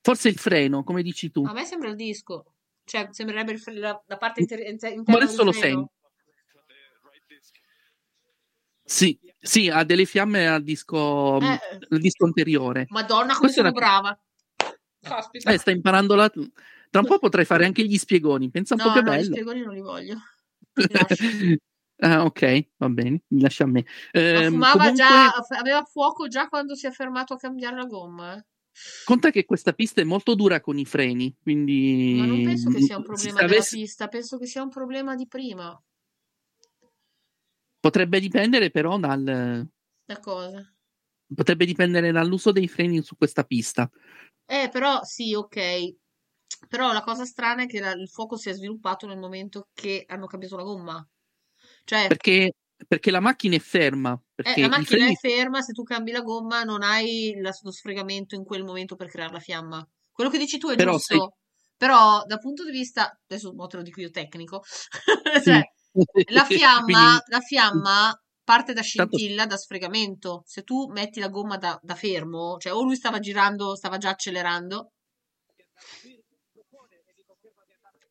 S2: forse il freno, come dici tu.
S1: A me sembra il disco. Cioè, sembrerebbe il fre- la, la parte inter- inter-
S2: Ma
S1: interna
S2: adesso
S1: del
S2: lo
S1: freno.
S2: sento. Sì, sì, ha delle fiamme al disco,
S1: Eh.
S2: al disco anteriore.
S1: Madonna, come
S2: Questa è
S1: sono
S2: una-
S1: brava. Caspita.
S2: Eh, sta imparando la... Tra un po' potrei fare anche gli spiegoni. Pensa un
S1: no,
S2: po' che
S1: no, gli
S2: bello.
S1: spiegoni non li
S2: *laughs*
S1: voglio. Mi lasci.
S2: Ah, ok, va bene, mi lascia a me.
S1: Ma
S2: Ehm,
S1: fumava
S2: comunque,
S1: già, aveva fuoco già quando si è fermato a cambiare la gomma. eh.
S2: conta che questa pista è molto dura con i freni, quindi...
S1: Ma non penso che sia un
S2: Mm, se
S1: problema della
S2: avesse-
S1: pista, penso che sia un problema di prima.
S2: Potrebbe dipendere però dal...
S1: Da cosa?
S2: Potrebbe dipendere dall'uso dei freni su questa pista.
S1: Eh, però sì, ok. Però la cosa strana è che la- il fuoco si è sviluppato nel momento che hanno cambiato la gomma. Cioè,
S2: Perché, perché la macchina è ferma.
S1: eh,
S2: Perché
S1: la
S2: i
S1: macchina
S2: *laughs* freni-
S1: è ferma, se tu cambi la gomma non hai la- lo sfregamento in quel momento per creare la fiamma. Quello che dici tu è
S2: Però se-
S1: giusto, però dal punto di vista, adesso mo te lo dico io tecnico, *laughs* cioè, La fiamma,
S2: *laughs* Quindi-
S1: la fiamma parte da
S2: Tanto-
S1: scintilla, da sfregamento. Se tu metti la gomma da, da fermo, cioè o lui stava girando, stava già accelerando,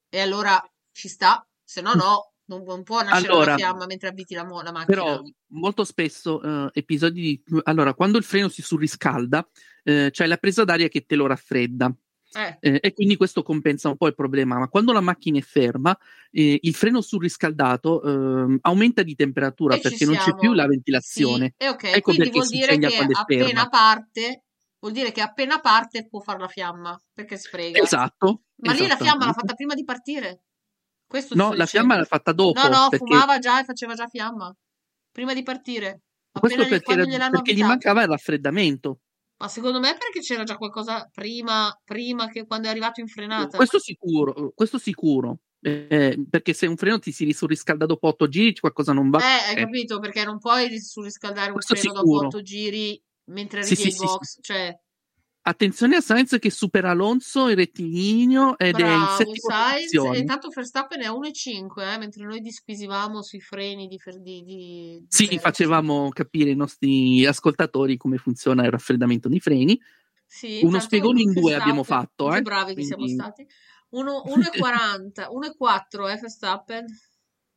S1: e allora ci sta, se no no, non, non può nascere
S2: Allora,
S1: una fiamma mentre abiti la, mo- la macchina.
S2: Però molto spesso eh, episodi di... Allora, quando il freno si surriscalda, eh, c'è la presa d'aria che te lo raffredda.
S1: Eh,
S2: Eh, e quindi questo compensa un po' il problema. Ma quando la macchina è ferma, eh, il freno surriscaldato ehm, aumenta di temperatura
S1: e ci
S2: perché non c'è
S1: siamo.
S2: più la ventilazione.
S1: Sì, eh, ok,
S2: Ecco
S1: quindi
S2: perché
S1: vuol
S2: si
S1: dire
S2: incendia
S1: che
S2: quando è
S1: appena
S2: ferma.
S1: parte, vuol dire che appena parte può fare la fiamma, perché sfrega.
S2: Esatto.
S1: Ma lì la fiamma l'ha
S2: esattamente.
S1: fatta prima di partire. Questo ti
S2: No,
S1: sto
S2: la
S1: dicendo.
S2: fiamma l'ha fatta dopo.
S1: No, no,
S2: perché...
S1: fumava già e faceva già fiamma prima di partire.
S2: Questo
S1: Appena gli-
S2: perché,
S1: quando
S2: era-
S1: gliel'hanno
S2: perché gli
S1: avvisato.
S2: mancava il raffreddamento.
S1: Ma secondo me è perché c'era già qualcosa prima, prima che quando è arrivato in frenata.
S2: Questo sicuro, questo sicuro. Eh, perché se un freno ti si surriscalda dopo 8 giri, qualcosa non va.
S1: Eh, hai
S2: Eh,
S1: capito? Perché non puoi surriscaldare un
S2: Questo
S1: freno dopo
S2: sicuro.
S1: 8 giri mentre
S2: Sì,
S1: arrivi
S2: sì,
S1: ai
S2: sì,
S1: box. Cioè,
S2: Attenzione a Sainz che supera Alonso in rettilineo ed è in
S1: bravo,
S2: settima
S1: Sainz. E
S2: posizione.
S1: intanto Verstappen è a 1,5, eh, mentre noi disquisivamo sui freni di, Fer- di, di, di
S2: Sì,
S1: Perez.
S2: facevamo capire ai nostri ascoltatori come funziona il raffreddamento dei freni.
S1: Sì,
S2: Uno
S1: tanto
S2: spiegone in due
S1: Verstappen-
S2: abbiamo fatto,
S1: Che
S2: eh,
S1: bravi che siamo
S2: quindi-
S1: stati. Uno- 1,40, 1,4 eh, Verstappen.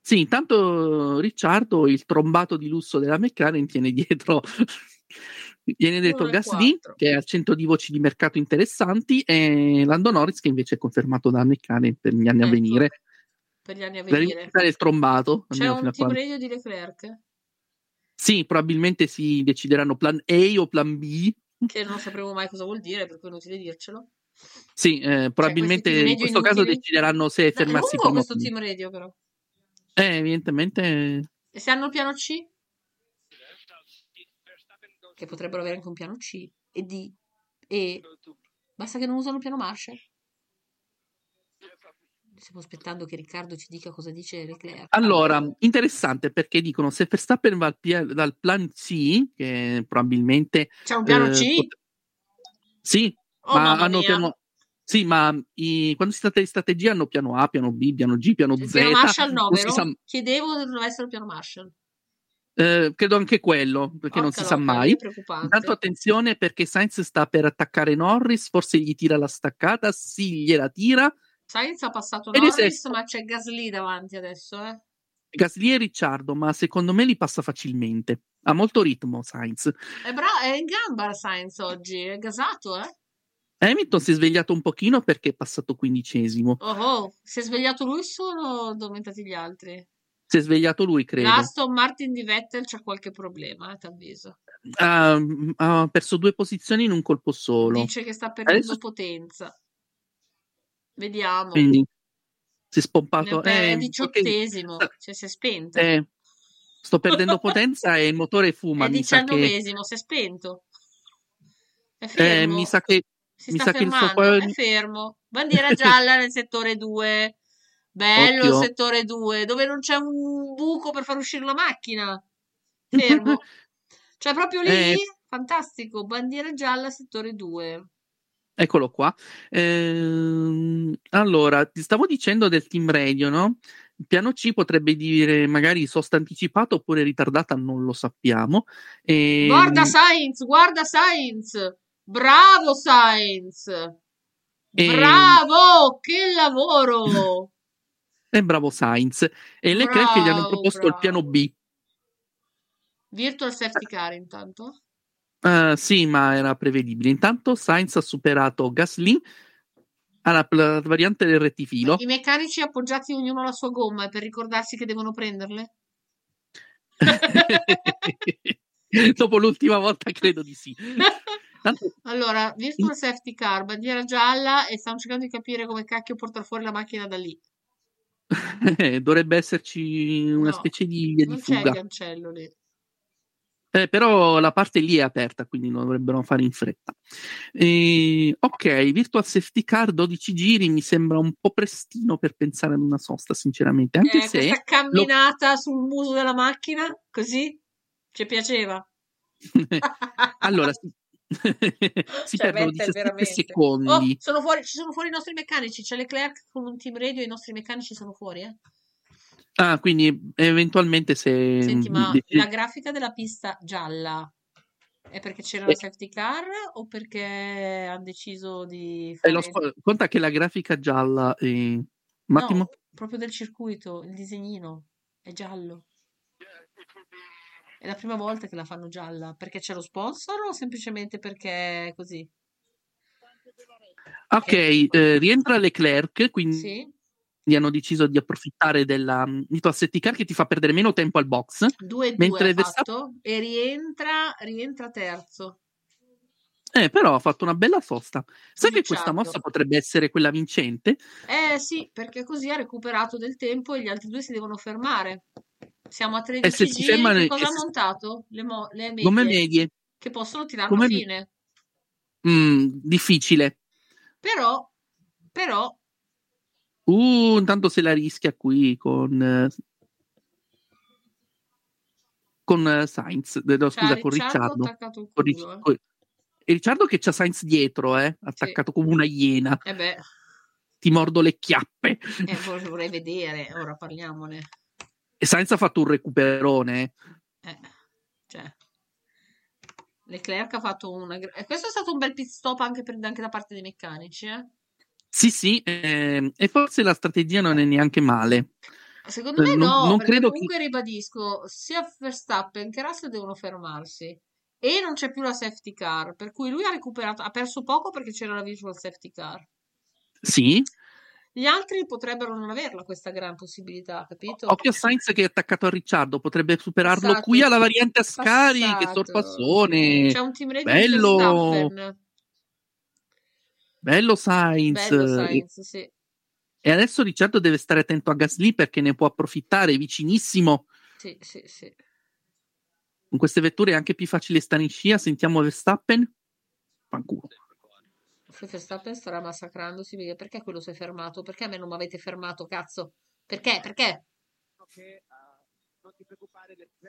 S2: Sì, intanto Ricciardo, il trombato di lusso della McLaren, tiene dietro, *laughs* tiene dietro
S1: Uno e
S2: Gasly,
S1: quattro.
S2: che ha 100 di voci di mercato interessanti, e Lando Norris, che invece è confermato da McLaren per gli anni a
S1: Ecco,
S2: venire.
S1: Per gli anni a
S2: La
S1: venire.
S2: rimonta del trombato.
S1: C'è
S2: almeno fino
S1: un
S2: a
S1: team
S2: quando-
S1: radio di Leclerc
S2: Sì, probabilmente si decideranno plan A o plan B.
S1: che non sapremo mai cosa vuol dire, per cui è inutile dircelo.
S2: Sì,
S1: Cioè,
S2: eh, probabilmente
S1: team
S2: in
S1: radio
S2: questo caso
S1: inutili.
S2: decideranno se
S1: No, è
S2: fermarsi
S1: lungo
S2: con
S1: Eh, oh, questo team radio però.
S2: Eh, evidentemente
S1: E se hanno il piano C? Che potrebbero avere anche un piano C e D e basta che non usano il piano Marshall. Stiamo aspettando che Riccardo ci dica cosa dice Leclerc.
S2: Allora, interessante perché dicono se Verstappen va al pia- dal plan C, che probabilmente...
S1: C'è un piano
S2: eh,
S1: C?
S2: pot- Sì,
S1: Oh,
S2: ma
S1: mamma
S2: hanno
S1: mia.
S2: piano... Sì, ma i- quando si tratta di strategia hanno piano A, piano B, piano G, piano
S1: Il
S2: Z.
S1: piano Marshall no,
S2: non si
S1: vero?
S2: sa-
S1: Chiedevo se doveva essere il piano Marshall.
S2: eh, credo anche quello, perché non
S1: Porca esatto.
S2: si sa
S1: locca,
S2: mai.
S1: È preoccupante.
S2: Intanto attenzione perché Sainz sta per attaccare Norris, forse gli tira la staccata, sì, gliela tira.
S1: Sainz ha passato
S2: Ed è
S1: Norris,
S2: sesto.
S1: ma c'è Gasly davanti adesso, eh.
S2: Gasly e Ricciardo, ma secondo me li passa facilmente. Ha molto ritmo Sainz.
S1: È, bra- è in gamba Sainz oggi, è gasato, eh.
S2: Hamilton si è svegliato un pochino perché è passato quindicesimo.
S1: Oh, oh, si è svegliato lui solo sono aumentati gli altri?
S2: Si è svegliato lui, credo.
S1: L'Aston Martin di Vettel c'ha qualche problema, eh, t'avviso.
S2: Ha, Ah, mm, ha perso due posizioni in un colpo solo.
S1: Dice che sta perdendo
S2: Adesso-
S1: potenza. Vediamo.
S2: Quindi si
S1: Ne
S2: è spompato.
S1: ha- è
S2: Eh, ok,
S1: diciottesimo, cioè si è spento.
S2: eh, sto perdendo potenza e il motore fuma.
S1: è
S2: Mi sa che,
S1: diciannovesimo, si è spento. È
S2: eh,
S1: fermo.
S2: mi sa che
S1: si
S2: mi
S1: sta
S2: sa che il suo
S1: fermando,
S2: qua- *laughs*
S1: è fermo. Bandiera gialla nel settore 2. Bello
S2: Occhio.
S1: settore 2, dove non c'è un buco per far uscire la macchina. Fermo.
S2: *laughs*
S1: cioè, proprio lì,
S2: Eh.
S1: fantastico, bandiera gialla, settore 2.
S2: Eccolo qua. Ehm, allora, ti stavo dicendo del team radio, no? Il piano C potrebbe dire magari sosta anticipata oppure ritardata, non lo sappiamo. Ehm,
S1: Guarda Sainz, guarda Sainz. Bravo Sainz.
S2: Ehm.
S1: Bravo, che lavoro.
S2: E eh, bravo Sainz. E le che gli hanno
S1: Bravo,
S2: proposto il
S1: bravo.
S2: piano B.
S1: Virtual safety car intanto.
S2: Eh, sì, ma era prevedibile. Intanto Sainz ha superato Gasly alla alla variante del rettifilo. *laughs*
S1: I meccanici appoggiati ognuno alla sua gomma è per ricordarsi che devono
S2: *laughs*
S1: prenderle.
S2: Dopo l'ultima volta credo di sì. Tanto-
S1: Allora, virtual safety car, bandiera gialla e stiamo cercando di capire come cacchio portare fuori la macchina da lì.
S2: Eh, dovrebbe esserci una
S1: No,
S2: specie di via di
S1: Non c'è il
S2: fuga.
S1: cancello lì.
S2: Eh, però la parte lì è aperta, quindi lo dovrebbero fare in fretta. Eh, ok, Virtual Safety Car 12 giri mi sembra un po' prestino per pensare ad una sosta, sinceramente. Anche
S1: Eh,
S2: se
S1: questa camminata sul muso della macchina, così ci piaceva.
S2: *laughs*
S1: *laughs*
S2: allora *laughs* si, si
S1: Cioè, Vettel
S2: perdono 17
S1: veramente.
S2: secondi.
S1: Oh, sono fuori, ci sono fuori i nostri meccanici. C'è Leclerc con un team radio e i nostri meccanici sono fuori. Eh?
S2: Ah, quindi eventualmente se
S1: Senti, ma
S2: de-
S1: la grafica della pista gialla è perché c'era la
S2: Eh.
S1: safety car o perché hanno deciso di
S2: eh, lo
S1: fare-
S2: squa- conta che la grafica gialla eh, è un attimo.
S1: No, eh, proprio del circuito, il disegnino è giallo. È la prima volta che la fanno gialla, perché c'è lo sponsor o semplicemente perché è così?
S2: Ok, eh, rientra Leclerc, quindi
S1: Sì.
S2: hanno deciso di approfittare della mm, di tua safety car che ti fa perdere meno tempo al box.
S1: 2-2
S2: Mentre
S1: ha
S2: Verstappen-
S1: fatto e rientra, rientra terzo.
S2: Eh, però ha fatto una bella sosta. Sai che
S1: Vinciato.
S2: questa mossa potrebbe essere quella vincente?
S1: Eh sì, perché così ha recuperato del tempo e gli altri due si devono fermare. Siamo a 13
S2: E Eh, se si
S1: giri,
S2: fermano-
S1: che
S2: e
S1: cosa ha
S2: se-
S1: montato? Le, mo- le medie,
S2: Come medie,
S1: che possono tirarlo
S2: come
S1: a
S2: me-
S1: fine.
S2: Mm, difficile.
S1: Però, però,
S2: Oh, Uh, intanto se la rischia qui con, eh, con eh, Sainz, eh, no,
S1: c'ha
S2: scusa, con
S1: Ricciardo
S2: Ricciardo.
S1: attaccato il
S2: Con
S1: culo.
S2: Ric-
S1: eh.
S2: con- e Ricciardo che c'ha Sainz dietro, eh, attaccato come una iena,
S1: Eh beh,
S2: ti mordo le chiappe.
S1: eh, vor- vorrei vedere, ora parliamone.
S2: E Sainz ha fatto un recuperone. eh.
S1: Eh, cioè. Leclerc ha fatto una... gra- eh, Questo è stato un bel pit stop anche, per- anche da parte dei meccanici, eh.
S2: Sì, sì, ehm, e forse la strategia non è neanche male.
S1: Secondo
S2: Eh,
S1: me
S2: non-
S1: no,
S2: non
S1: perché
S2: credo che-
S1: comunque ribadisco, sia Verstappen che Russell devono fermarsi e non c'è più la safety car, per cui lui ha recuperato, ha perso poco perché c'era la virtual safety car.
S2: Sì,
S1: Gli altri potrebbero non averla questa gran possibilità, capito?
S2: occhio a Sainz che è attaccato a Ricciardo, potrebbe superarlo
S1: Passato.
S2: qui alla variante Ascari, che
S1: Passato.
S2: sorpassone.
S1: C'è un team radio di
S2: Bello.
S1: Verstappen.
S2: Bello Sainz.
S1: Bello Sainz, sì.
S2: E adesso Ricciardo deve stare attento a Gasly perché ne può approfittare è vicinissimo.
S1: Sì, sì, sì.
S2: Con queste vetture è anche più facile stare in scia. Sentiamo Verstappen. Fanculo.
S1: Poi Verstappen starà massacrandosi perché, perché quello si è fermato? Perché a me non mi avete fermato, cazzo? Perché? Perché?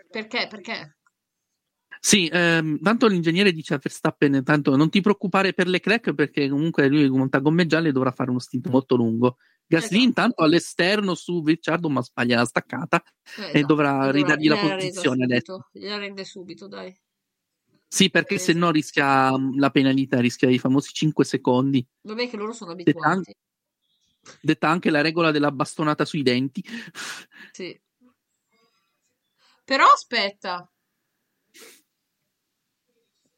S1: Perché? Perché?
S2: Sì, ehm, tanto l'ingegnere dice a Verstappen: tanto non ti preoccupare per le crack perché comunque lui monta gomme gialle e dovrà fare uno stint molto lungo. Gasly
S1: Esatto.
S2: intanto all'esterno su Ricciardo ma sbaglia la staccata
S1: Eh,
S2: e
S1: esatto.
S2: dovrà ridargli la
S1: gliela resa
S2: posizione adesso.
S1: subito, gliela rende subito, dai.
S2: Sì, perché se no
S1: Esatto.
S2: rischia mh, la penalità, rischia i famosi 5 secondi.
S1: Vabbè che loro sono
S2: Detta an-
S1: abituati.
S2: detta anche la regola della bastonata sui denti.
S1: Sì. Però aspetta.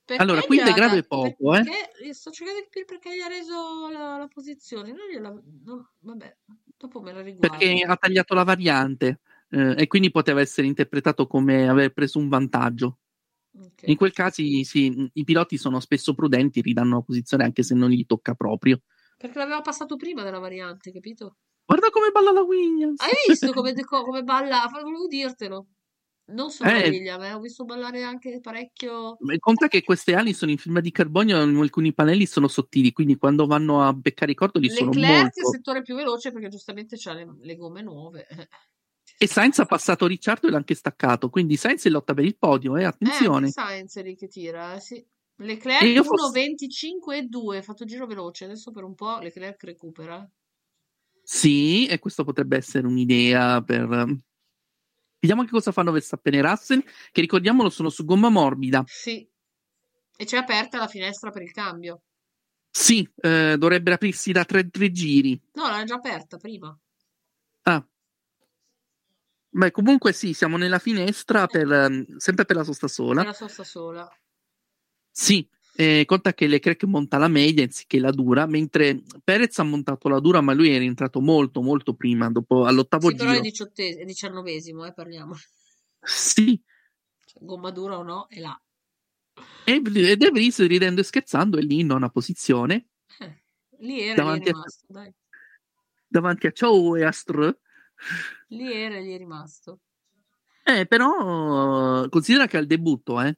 S1: Perché
S2: Allora, qui il
S1: gli ha
S2: degrado è
S1: da-
S2: poco, eh.
S1: perché- io Sto cercando di capire perché gli ha reso la, la posizione. Non gliela... non- Vabbè, dopo me la riguardo.
S2: perché ha tagliato la variante eh, e quindi poteva essere interpretato come aver preso un vantaggio.
S1: Ok.
S2: In quel caso i- sì, i piloti sono spesso prudenti, ridanno la posizione anche se non gli tocca proprio.
S1: Perché l'aveva passato prima della variante, capito?
S2: Guarda come balla la Williams! *laughs*
S1: Hai visto come, deco- come balla? Volevo dirtelo. Non solo
S2: Eh.
S1: William, eh, ho visto ballare anche parecchio.
S2: Ma Conta che queste ali sono in fibre di carbonio, in alcuni pannelli sono sottili, quindi quando vanno a beccare i cordoli sono
S1: Leclerc è il
S2: molto...
S1: settore più veloce perché giustamente ha le, le gomme nuove. Eh,
S2: E Sainz ha passato Ricciardo e l'ha anche staccato, quindi Sainz è in lotta per il podio, eh, attenzione.
S1: Eh, anche Sainz è lì che tira, eh, sì. Leclerc
S2: E io
S1: 1,
S2: fossi-
S1: 25 e 2, ha fatto giro veloce, adesso per un po' Leclerc recupera.
S2: Sì, e questo potrebbe essere un'idea per... ehm, Vediamo anche cosa fanno Verstappen e Russell, che ricordiamolo sono su gomma morbida.
S1: Sì. E c'è aperta la finestra per il cambio.
S2: Sì, eh, dovrebbe aprirsi da tre, tre giri.
S1: No, l'era già aperta prima.
S2: Ah. Beh, comunque sì, siamo nella finestra per, ehm, sempre per la sosta sola.
S1: Era sosta sola.
S2: Sì, eh, conta che Leclerc monta la media anziché la dura, mentre Perez ha montato la dura, ma lui è rientrato molto, molto prima, dopo all'ottavo
S1: Sì, però è
S2: giro.
S1: diciottes- è diciannovesimo, eh, parliamo.
S2: Sì,
S1: Cioè, gomma dura o no, è là.
S2: e e De Vries, ridendo e scherzando, è lì in nona posizione,
S1: Eh, Lì era,
S2: Davanti
S1: lì è
S2: a-
S1: rimasto, dai.
S2: davanti a Chou e a Str.
S1: Lì era, lì è rimasto.
S2: Eh, però considera che al debutto, eh,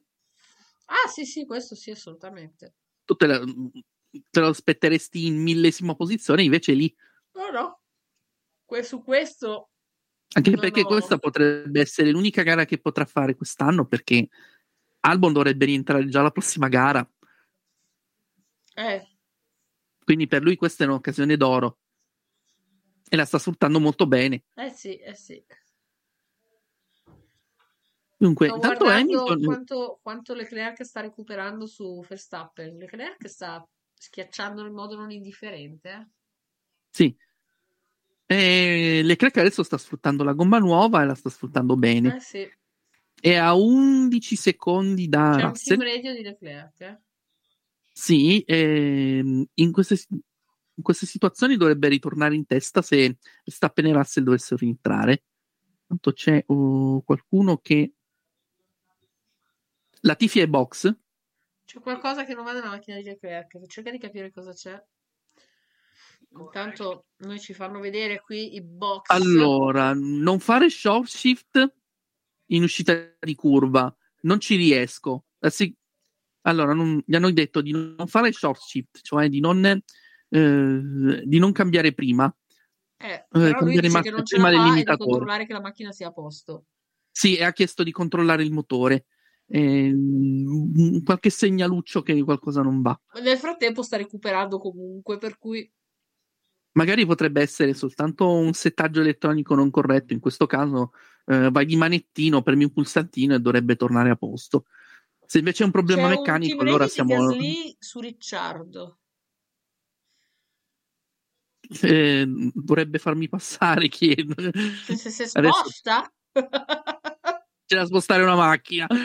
S1: Ah, sì, sì, questo sì, assolutamente.
S2: tu te, la- mm, te lo aspetteresti in millesima posizione, invece è lì,
S1: No, no. Que- su questo
S2: anche
S1: No,
S2: perché
S1: no.
S2: questa potrebbe essere l'unica gara che potrà fare quest'anno, perché Albon dovrebbe rientrare già la prossima gara.
S1: eh,
S2: Quindi per lui questa è un'occasione d'oro e la sta sfruttando molto bene.
S1: eh sì, eh sì.
S2: Dunque,
S1: Sto
S2: intanto
S1: guardando
S2: Hamilton
S1: quanto, quanto Leclerc sta recuperando su Verstappen. Leclerc sta schiacciando in modo non indifferente. eh.
S2: sì. Eh, Leclerc adesso sta sfruttando la gomma nuova e la sta sfruttando bene.
S1: Eh sì, c'è
S2: È a 11 secondi da
S1: un
S2: Russell.
S1: team radio di Leclerc. eh.
S2: Sì, ehm, in queste, in queste situazioni dovrebbe ritornare in testa se Stappen e Russell dovessero rientrare. Tanto c'è oh, qualcuno che... La Tifi è box.
S1: C'è qualcosa che non va nella macchina di Leclerc. Cerca di capire cosa c'è. Intanto noi ci fanno vedere qui i box.
S2: Allora, non fare short shift in uscita di curva, non ci riesco. Eh, sì. Allora, non- gli hanno detto di non fare short shift, cioè di non, eh, di non cambiare prima.
S1: Eh, però lui
S2: cambiare
S1: dice che
S2: marcia
S1: non ce
S2: prima
S1: la fa e di
S2: dell'imitatore.
S1: controllare che la macchina sia a posto.
S2: Sì, e ha chiesto di controllare il motore. Ehm, qualche segnaluccio che qualcosa non va.
S1: Ma nel frattempo sta recuperando comunque, per cui
S2: Magari potrebbe essere soltanto un settaggio elettronico non corretto. In questo caso, eh, vai di manettino, premi un pulsantino e dovrebbe tornare a posto. Se invece è un problema
S1: c'è un team
S2: meccanico, allora
S1: rating di
S2: siamo.
S1: Gasly su
S2: *laughs*
S1: Ricciardo.
S2: eh, dovrebbe farmi passare. *laughs* Chi
S1: Se, se, se
S2: Adesso-
S1: sposta, *laughs*
S2: c'è da spostare una macchina. *laughs*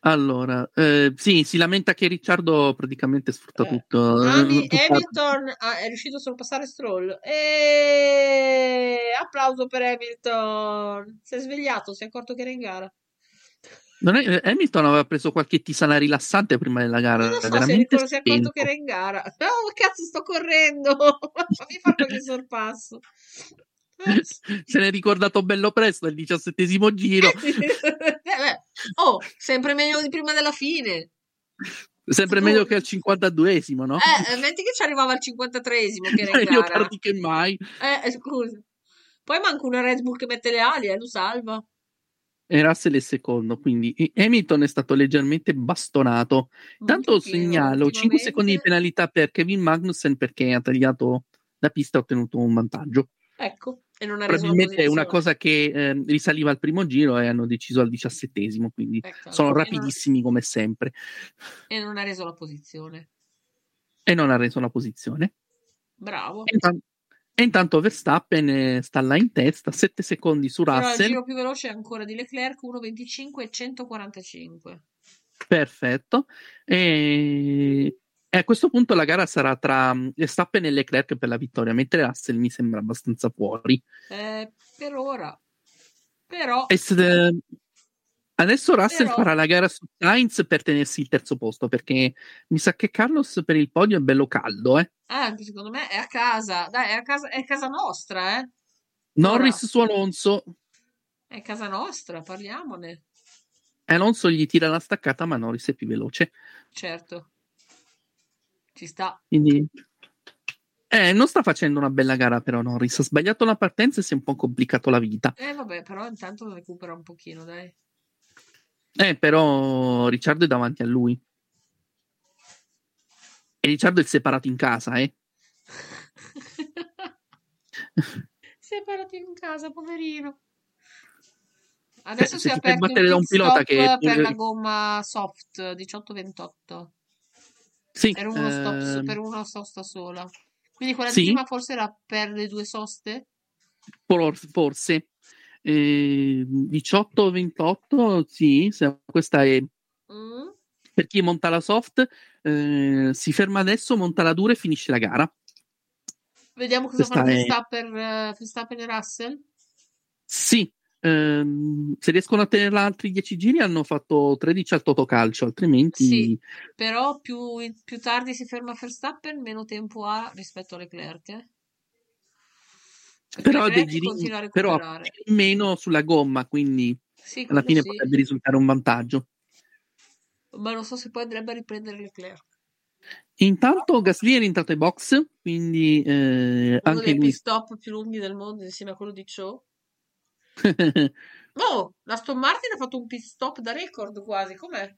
S2: Allora, eh, sì, si lamenta che Ricciardo praticamente sfrutta
S1: Eh.
S2: tutto. eh,
S1: Ami-
S2: tutta-
S1: Hamilton ah, è riuscito a sorpassare Stroll. E applauso per Hamilton. Si è svegliato, si è accorto che era in gara.
S2: Non è- eh, Hamilton aveva preso qualche tisana rilassante prima della gara.
S1: Non lo so se
S2: veramente
S1: ricordo- si è accorto
S2: spento. *laughs*
S1: che era in gara. *laughs* Oh, cazzo, sto correndo. *laughs* Fammi fare qualche sorpasso. Eh, sì. *laughs*
S2: Se n'è ricordato bello presto, il diciassettesimo giro.
S1: Eh, beh, oh, sempre meglio di prima della fine.
S2: Sempre
S1: Eh, Tu-
S2: meglio che al 52esimo, no?
S1: Eh, eh, metti che ci arrivava al 53esimo
S2: *laughs*
S1: che era in
S2: Meglio
S1: gara.
S2: tardi che mai.
S1: Eh, eh, scusa. Poi manca una Red Bull che mette le ali, eh, lo salva.
S2: E Russell è secondo, quindi e- Hamilton è stato leggermente bastonato. Tanto
S1: Pochino,
S2: segnalo 5 secondi di
S1: ultimamente.
S2: penalità per Kevin Magnussen perché ha tagliato la pista e ha ottenuto un vantaggio.
S1: Ecco, e non ha reso la
S2: Probabilmente è una
S1: posizione.
S2: cosa che ehm, risaliva al primo giro e hanno deciso al diciassettesimo, quindi
S1: Peccato.
S2: sono
S1: E non-
S2: rapidissimi come sempre.
S1: Ecco, E non ha reso la posizione.
S2: E non ha reso la posizione.
S1: Bravo.
S2: E intan- e intanto Verstappen eh, sta là in testa, 7 secondi su
S1: Però il
S2: Russell.
S1: giro più veloce è ancora di Leclerc, 1.25 e 145.
S2: Perfetto. E... e a questo punto la gara sarà tra mm, Verstappen e Leclerc per la vittoria, mentre Russell mi sembra abbastanza fuori.
S1: Eh, per ora. Però...
S2: E se- Adesso Russell
S1: Però-
S2: farà la gara su Sainz per tenersi il terzo posto, perché mi sa che Carlos per il podio è bello caldo. Eh?
S1: Ah, anche secondo me è a casa, dai, è a casa, è a casa nostra, eh. Ora.
S2: Norris su Alonso,
S1: È casa nostra, parliamone.
S2: Alonso gli tira la staccata, ma Norris è più veloce.
S1: Certo. Ci sta.
S2: Quindi... Eh, non sta facendo una bella gara però Norris. Ha sbagliato la partenza e si è un po' complicato la vita.
S1: Eh vabbè, però intanto recupera un pochino, dai.
S2: Eh, però Ricciardo è davanti a lui. E Ricciardo è separato in casa, eh. *laughs*
S1: Separati in casa, poverino. Adesso
S2: Eh,
S1: si
S2: se
S1: è
S2: ti fai
S1: aperto un
S2: battere da un
S1: pit
S2: pilota
S1: stop
S2: che-
S1: per la gomma soft 18-28.
S2: Sì,
S1: Era uno stop su-
S2: ehm,
S1: per una sosta sola. Quindi quella
S2: sì.
S1: prima forse era per le due soste?
S2: por- forse. Eh, 18-28, sì, se- questa è
S1: Mm?
S2: per chi monta la soft, eh, si ferma adesso, monta la dura e finisce la gara.
S1: Vediamo cosa
S2: Questa
S1: fanno
S2: è-
S1: Verstappen, eh, Verstappen e Russell.
S2: Sì, ehm, se riescono a tenerla altri 10 giri hanno fatto 13 al totocalcio, altrimenti
S1: Sì. Però più, più tardi si ferma Verstappen, meno tempo ha rispetto a Leclerc. eh. Perché
S2: però ha dei
S1: Leclerc
S2: giri
S1: continua a
S2: però ha
S1: recuperare.
S2: in meno sulla gomma, quindi
S1: Sì,
S2: alla
S1: quello
S2: fine
S1: sì.
S2: potrebbe risultare un vantaggio.
S1: ma non so se poi andrebbe a riprendere Leclerc.
S2: Intanto Gasly è rientrato ai box, quindi eh,
S1: Uno
S2: anche
S1: dei
S2: lui
S1: pit stop più lunghi del mondo insieme a quello di Cho.
S2: *laughs*
S1: Oh, la Aston Martin ha fatto un pit stop da record quasi. Com'è?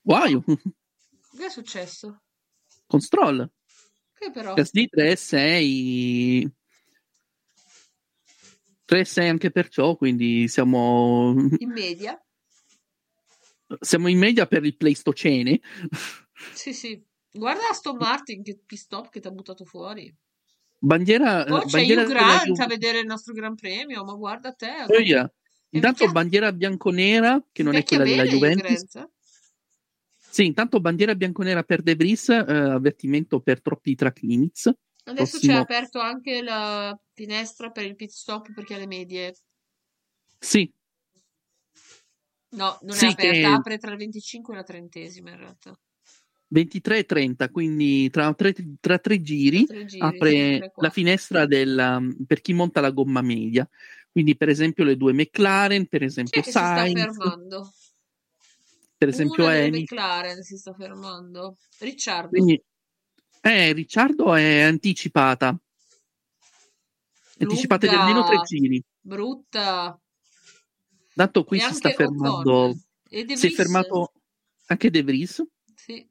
S2: guai
S1: Che è successo?
S2: con Stroll.
S1: Che però?
S2: Gasly 3 6 3 6 anche perciò, quindi siamo
S1: In media?
S2: siamo in media per il Pleistocene.
S1: Sì, sì. Guarda Aston Martin, che pit stop che ti ha buttato fuori.
S2: Bandiera
S1: Oh,
S2: eh,
S1: c'è
S2: bandiera
S1: Hugh
S2: della
S1: Grant
S2: Juve.
S1: a vedere il nostro Gran Premio, ma guarda te.
S2: Oh, yeah. Intanto
S1: minchia-
S2: bandiera bianconera, che non è
S1: Invecchia
S2: quella della
S1: bene Hugh
S2: Juventus.
S1: Grant, eh?
S2: Sì, intanto bandiera bianconera per De Vries, eh, avvertimento per troppi track limits.
S1: Adesso c'è
S2: Prossimo.
S1: aperto anche la finestra per il pit stop perché ha le medie.
S2: Sì,
S1: No, non
S2: Sì,
S1: è aperta,
S2: che-
S1: apre tra il 25 e la trentesima in realtà.
S2: 23.30, quindi tra tre, tra tre giri
S1: Tre giri, sì,
S2: apre
S1: tre,
S2: la
S1: quattro.
S2: finestra della- per chi monta la gomma media. Quindi per esempio le due McLaren, per
S1: Chi
S2: esempio
S1: è che si sta
S2: Sainz,
S1: fermando?
S2: per esempio
S1: Una delle
S2: Hamilton.
S1: McLaren si sta fermando. Ricciardo.
S2: Quindi, eh, Ricciardo è anticipata. Anticipate di almeno tre
S1: Lunga.
S2: giri.
S1: brutta.
S2: Tanto qui
S1: e
S2: si
S1: anche
S2: sta
S1: Ocon.
S2: fermando.
S1: E De
S2: Si è
S1: Vries.
S2: fermato anche De Vries.
S1: Sì.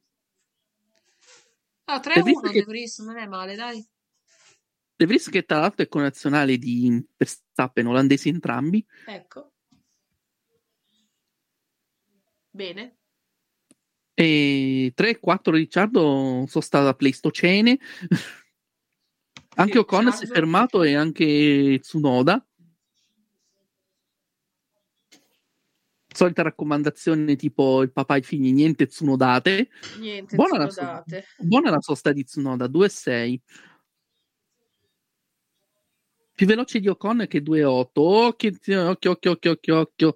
S1: Ah,
S2: De Vries
S1: 3-1
S2: che-
S1: De Vries, non è male, dai.
S2: De Vries che tra l'altro è connazionale di Verstappen, olandesi entrambi.
S1: Ecco. Bene.
S2: E 3-4 Ricciardo sono stata Pleistocene. anche Ocon si è
S1: Ricciardo.
S2: fermato e anche Tsunoda. Solita raccomandazione tipo il papà ai figli, niente Tsunodate.
S1: Niente,
S2: Buona la
S1: Tsunodate.
S2: Buona la sosta di Tsunoda, 2-6. Più veloce di Ocon che 2-8. Occhio, occhio, occhio, occhio, occhio, occhio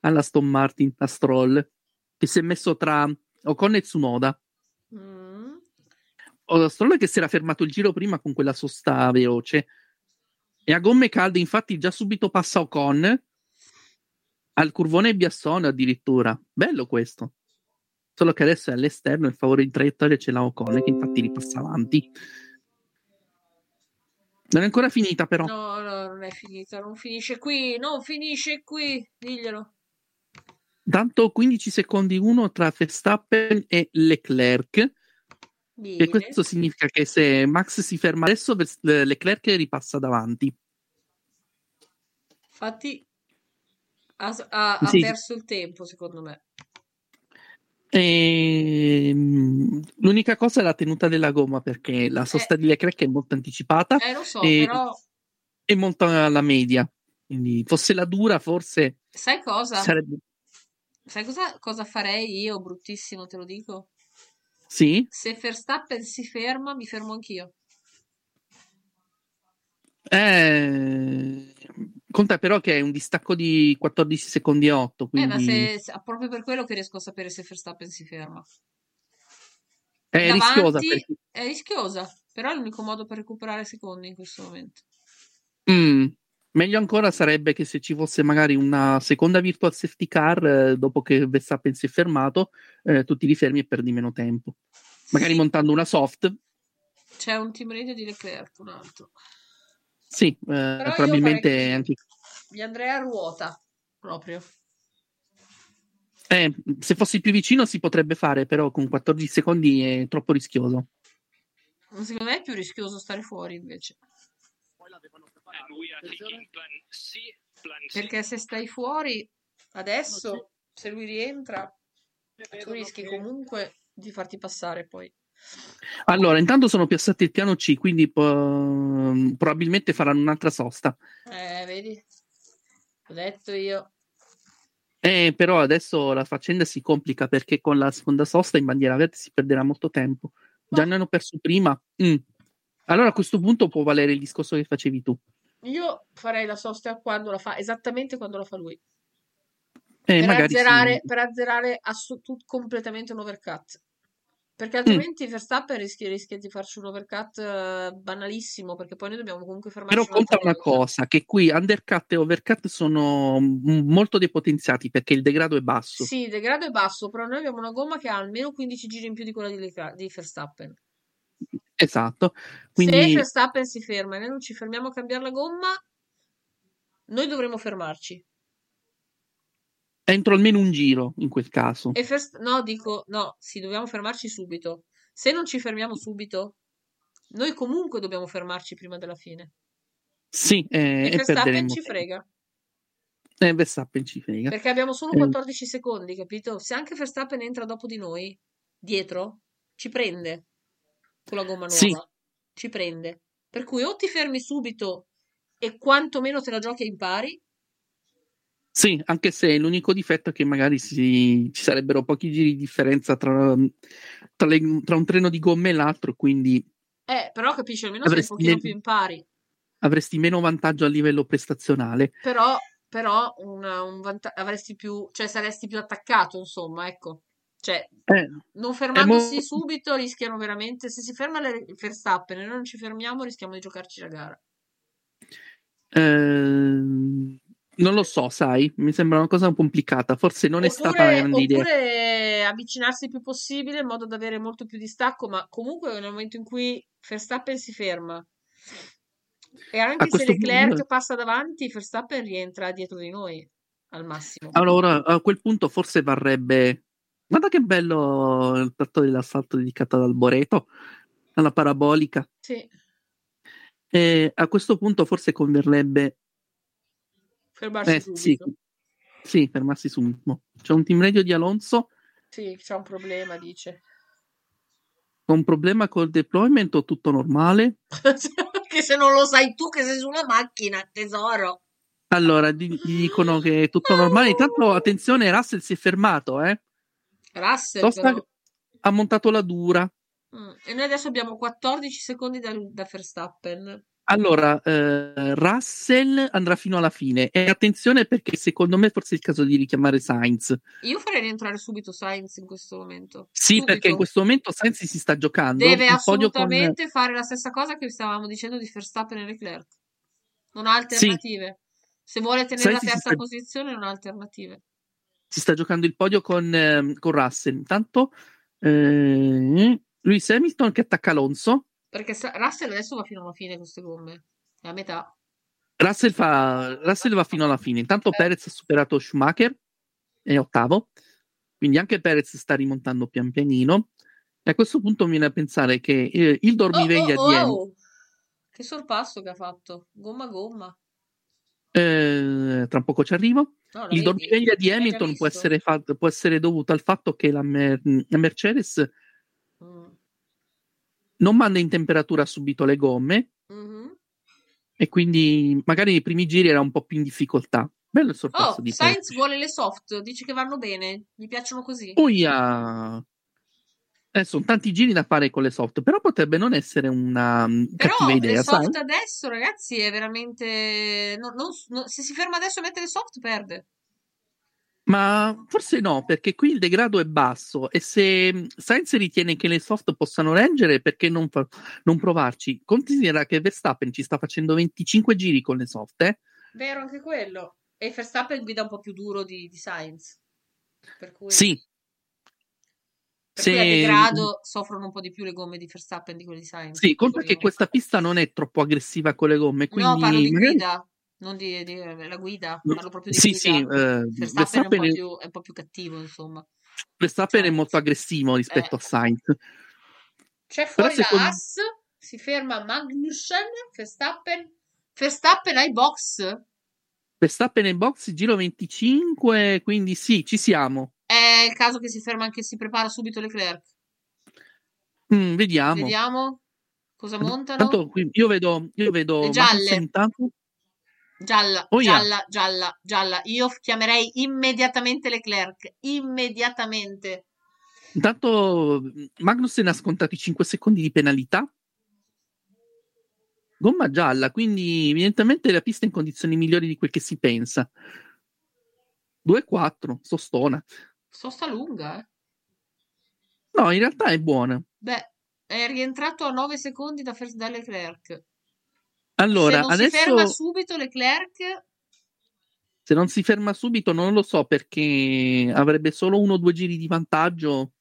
S2: alla Aston Martin, a Stroll, che si è messo tra Ocon e Tsunoda.
S1: Mm.
S2: O Stroll che si era fermato il giro prima con quella sosta veloce. E a gomme calde, infatti, già subito passa Ocon al curvone Biasson addirittura. Bello questo. Solo che adesso è all'esterno, il favore in traiettoria ce l'ha Ocon, che infatti li passa avanti. Non è ancora finita, però.
S1: No, no, non è finita, non finisce qui, non finisce qui, diglielo.
S2: Tanto 15 secondi uno tra Verstappen e Leclerc.
S1: Bene.
S2: E questo significa che se Max si ferma adesso, Vers- Leclerc ripassa davanti.
S1: Infatti ha, ha- ha
S2: Sì.
S1: perso il tempo, secondo me.
S2: Ehm, l'unica cosa è la tenuta della gomma perché la sosta di Leclerc è molto anticipata
S1: Eh, lo so,
S2: e,
S1: però
S2: e monta alla media. Quindi fosse la dura, forse
S1: sai cosa?
S2: sarebbe
S1: Sai cosa, cosa farei io, bruttissimo, te lo dico?
S2: sì.
S1: Se Verstappen si ferma, mi fermo anch'io.
S2: Eh, conta però che è un distacco di 14 secondi e 8,
S1: Eh, ma
S2: quindi
S1: se, se- proprio per quello che riesco a sapere se Verstappen si ferma.
S2: è
S1: Davanti
S2: rischiosa. perché-
S1: è rischiosa, però è l'unico modo per recuperare secondi in questo momento.
S2: Mm. Meglio ancora sarebbe che se ci fosse magari una seconda virtual safety car eh, dopo che Verstappen si è fermato, eh, tu ti rifermi e perdi meno tempo. Magari
S1: Sì.
S2: montando una soft,
S1: C'è un team radio di Leclerc, un altro.
S2: sì, eh,
S1: Però io farei
S2: probabilmente
S1: così.
S2: anche.
S1: Gli andrei a ruota, proprio.
S2: eh, se fossi più vicino si potrebbe fare, però con 14 secondi è troppo rischioso.
S1: Secondo me è più rischioso stare fuori, invece. Perché se stai fuori adesso, se lui rientra, tu rischi comunque di farti passare poi.
S2: Allora, intanto sono piazzati il piano C, quindi po- probabilmente faranno un'altra sosta.
S1: Eh, vedi? L'ho detto io.
S2: Eh, però adesso la faccenda si complica perché con la seconda sosta in bandiera verde si perderà molto tempo. Già ne hanno perso prima. Mm. Allora a questo punto può valere il discorso che facevi tu.
S1: Io farei la sosta quando la fa, esattamente quando la fa lui.
S2: Eh,
S1: per,
S2: magari sì.
S1: azzerare, per azzerare assu- tu- completamente un overcut.
S2: Mm.
S1: Perché altrimenti Verstappen rischia, rischia di farci un overcut eh, banalissimo, perché poi noi dobbiamo comunque fermarci.
S2: Però conta
S1: un'altra
S2: una
S1: volta.
S2: cosa, che qui undercut e overcut sono m- molto depotenziati perché il degrado è basso.
S1: Sì, il degrado è basso, però noi abbiamo una gomma che ha almeno 15 giri in più di quella di, Leclerc- di Verstappen.
S2: Esatto.
S1: Se
S2: Quindi
S1: Verstappen si ferma e noi non ci fermiamo a cambiare la gomma, noi dovremo fermarci.
S2: entro almeno un giro in quel caso.
S1: E Verst- no, dico, no, sì, dobbiamo fermarci subito. Se non ci fermiamo subito, noi comunque dobbiamo fermarci prima della fine.
S2: Sì, eh,
S1: E
S2: e
S1: Verstappen
S2: perderemo.
S1: ci frega.
S2: tempo. Eh, Verstappen ci frega.
S1: Perché abbiamo solo
S2: Eh.
S1: 14 secondi, capito? Se anche Verstappen entra dopo di noi, dietro, ci prende con la gomma nuova.
S2: Sì.
S1: Ci prende. Per cui o ti fermi subito e quantomeno te la giochi e impari,
S2: Sì, anche se l'unico difetto è che magari si- ci sarebbero pochi giri di differenza tra, tra le- tra un treno di gomme e l'altro, quindi
S1: eh, però capisci, almeno sei un
S2: Avresti
S1: pochino
S2: nel-
S1: più impari.
S2: avresti meno vantaggio a livello prestazionale.
S1: Però, però una- un vanta- avresti più, cioè saresti più attaccato, insomma, ecco. Cioè,
S2: Eh,
S1: non fermandosi
S2: mo-
S1: subito rischiano veramente, se si ferma le- Verstappen e noi non ci fermiamo, rischiamo di giocarci la gara.
S2: ehm, non lo so, sai, mi sembra una cosa complicata. Forse non è stata la
S1: Oppure,
S2: grande idea.
S1: oppure avvicinarsi il più possibile in modo da avere molto più distacco, ma comunque nel momento in cui Verstappen si ferma e anche se
S2: questo
S1: Leclerc
S2: punto-
S1: passa davanti, Verstappen rientra dietro di noi al massimo.
S2: Allora, a quel punto forse varrebbe. Guarda che bello il tratto dell'assalto dedicato ad Alboreto, alla parabolica.
S1: Sì,
S2: Eh, a questo punto forse converrebbe
S1: fermarsi
S2: Eh, sì,
S1: subito.
S2: sì, fermarsi su C'è un team radio di Alonso
S1: Sì, c'è un problema, dice. *laughs*
S2: con un problema col deployment o tutto normale?
S1: che se non lo sai tu che sei sulla macchina, tesoro.
S2: Allora, di- gli dicono che è tutto normale. Intanto, attenzione, Russell si è fermato, eh.
S1: Russell,
S2: Tosta
S1: però.
S2: ha montato la dura.
S1: Mm, E noi adesso abbiamo 14 secondi da, da Verstappen.
S2: Allora, eh, Russell andrà fino alla fine. E attenzione perché secondo me forse è il caso di richiamare Sainz.
S1: Io farei rientrare subito Sainz in questo momento.
S2: Sì,
S1: Subito.
S2: perché in questo momento Sainz si sta giocando.
S1: deve
S2: il podio con-
S1: assolutamente fare la stessa cosa che stavamo dicendo di Verstappen e Leclerc. Non ha alternative. Se vuole tenere
S2: Sainz
S1: la
S2: si
S1: terza
S2: sta-
S1: posizione, non ha alternative.
S2: si sta giocando il podio con, ehm, con Russell. Intanto eh, Lewis Hamilton che attacca Alonso.
S1: Perché sa- Russell adesso va fino alla fine con queste gomme. È a metà.
S2: Russell, fa- Russell va fino alla fine. Intanto
S1: Eh.
S2: Perez ha superato Schumacher, è ottavo. Quindi anche Perez sta rimontando pian pianino. E a questo punto mi viene a pensare che eh, il
S1: Oh,
S2: dormiveglia
S1: oh,
S2: di
S1: oh,
S2: Hamilton.
S1: oh! Che sorpasso che ha fatto. Gomma gomma.
S2: Eh, tra poco ci arrivo.
S1: No, la
S2: Il
S1: vedi?
S2: dormiveglia di
S1: L'hai già
S2: Hamilton può
S1: visto?
S2: essere, fa- può essere dovuto al fatto che la, Mer- la Mercedes
S1: Mm.
S2: non manda in temperatura subito le gomme
S1: Mhm.
S2: e quindi magari nei primi giri era un po' più in difficoltà. Bello il
S1: Oh,
S2: sorpasso di Perez.
S1: Sainz vuole le soft. Dice che vanno bene. Gli piacciono così.
S2: Oia! Eh, sono tanti giri da fare con le soft, però potrebbe non essere una mm,
S1: Però
S2: cattiva
S1: le
S2: idea, sai?
S1: soft adesso, ragazzi, è veramente. no- non s- no- se si ferma adesso e mette le soft, perde.
S2: Ma forse no, perché qui il degrado è basso e se mm, Sainz ritiene che le soft possano reggere, perché non, fa- non provarci? Considera che Verstappen ci sta facendo 25 giri con le soft, eh?
S1: Vero anche quello. E Verstappen guida un po' più duro di, di Sainz. Per cui,
S2: Sì,
S1: per
S2: se-
S1: cui a degrado soffrono un po' di più le gomme di Verstappen di quelle di Sainz.
S2: sì, conta
S1: Secondo
S2: che
S1: me.
S2: questa pista non è troppo aggressiva con le gomme, quindi
S1: No, parlo di
S2: magari-
S1: guida, non di, di- eh, la guida,
S2: No,
S1: parlo proprio di
S2: Sì,
S1: guida.
S2: sì, eh,
S1: Verstappen è un,
S2: Verstappen,
S1: po
S2: è-
S1: più, è un po' più cattivo, insomma.
S2: Verstappen è
S1: cioè,
S2: molto aggressivo rispetto
S1: eh.
S2: a Sainz.
S1: C'è fuori la
S2: secondo-
S1: Haas, si ferma Magnussen, Verstappen, Verstappen ai box.
S2: Verstappen in box, giro 25, quindi sì, ci siamo.
S1: È il caso che si ferma anche, si prepara subito Leclerc.
S2: Mm, vediamo.
S1: Vediamo cosa montano.
S2: Tanto qui- io vedo, io vedo
S1: Le gialle.
S2: Magnussen intanto.
S1: Gialla,
S2: Oh, yeah.
S1: gialla, gialla, gialla. Io f- chiamerei immediatamente Leclerc, immediatamente.
S2: Intanto Magnussen ha scontato i 5 secondi di penalità. Gomma gialla, quindi evidentemente la pista è in condizioni migliori di quel che si pensa. 2-4, sostona.
S1: Sosta lunga, eh.
S2: No, in realtà è buona.
S1: Beh, è rientrato a 9 secondi da, Fer- da Leclerc. Se
S2: Allora,
S1: non si ferma
S2: adesso
S1: subito Leclerc,
S2: se non si ferma subito non lo so perché avrebbe solo uno o due giri di vantaggio.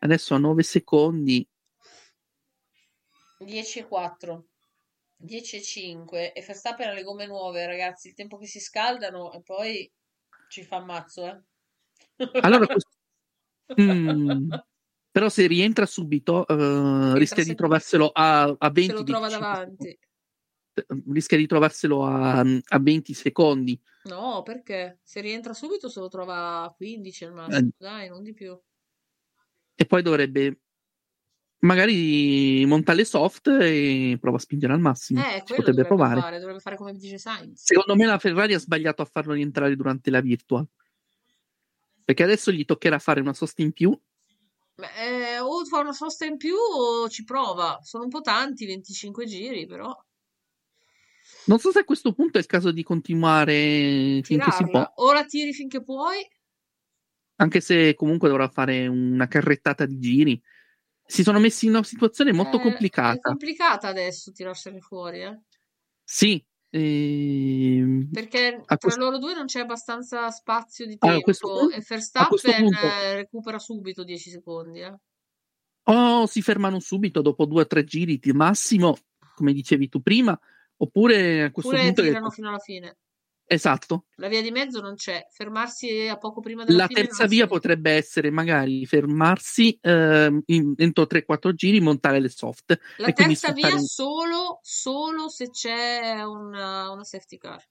S2: Adesso a 9 secondi.
S1: 10 e 4. 10 e 5 e Verstappen ha le gomme nuove, ragazzi, il tempo che si scaldano e poi ci fa ammazzo, eh. *laughs*
S2: Allora, questo- Mm. Però se rientra subito eh,
S1: sempre.
S2: rischia di trovarselo a, a 20
S1: Se lo trova
S2: 25
S1: davanti.
S2: secondi. eh, rischia di trovarselo a, a 20 secondi.
S1: No, perché se rientra subito se lo trova a 15 al
S2: Eh.
S1: massimo, dai, non di più.
S2: Mm, E poi dovrebbe magari montare le soft e prova a spingere al massimo.
S1: Eh, quello
S2: Ci potrebbe
S1: dovrebbe
S2: provare.
S1: fare, dovrebbe fare come dice Sainz.
S2: Secondo me la Ferrari ha sbagliato a farlo rientrare durante la virtual. Perché adesso gli toccherà fare una sosta in più.
S1: Ma, eh, o fa una sosta in più o ci prova. Sono un po' tanti, 25 giri, però
S2: Non so se a questo punto è il caso di continuare finché si può,
S1: tirarla. O la tiri finché puoi,
S2: anche se comunque dovrà fare una carrettata di giri. Si sono messi in una situazione molto
S1: Eh, È
S2: complicata.
S1: complicata adesso tirarsene fuori, eh?
S2: Sì, ehm,
S1: Perché tra
S2: questo-
S1: loro due non c'è abbastanza spazio di
S2: Ah, a questo
S1: tempo
S2: punto-
S1: e
S2: a questo
S1: Verstappen
S2: punto-
S1: eh, recupera subito 10 secondi, eh?
S2: o si fermano subito dopo due o tre giri di massimo, come dicevi tu prima, oppure a questo
S1: Oppure
S2: punto... ecco.
S1: tirano fino alla fine.
S2: Esatto,
S1: La via di mezzo non c'è, fermarsi a poco prima della
S2: La
S1: fine non
S2: terza
S1: ha
S2: via
S1: senso.
S2: potrebbe essere magari fermarsi ehm, in- entro 3-4 giri, montare le soft.
S1: La
S2: e quindi
S1: terza via
S2: sfruttare-
S1: solo, solo se c'è una, una safety car.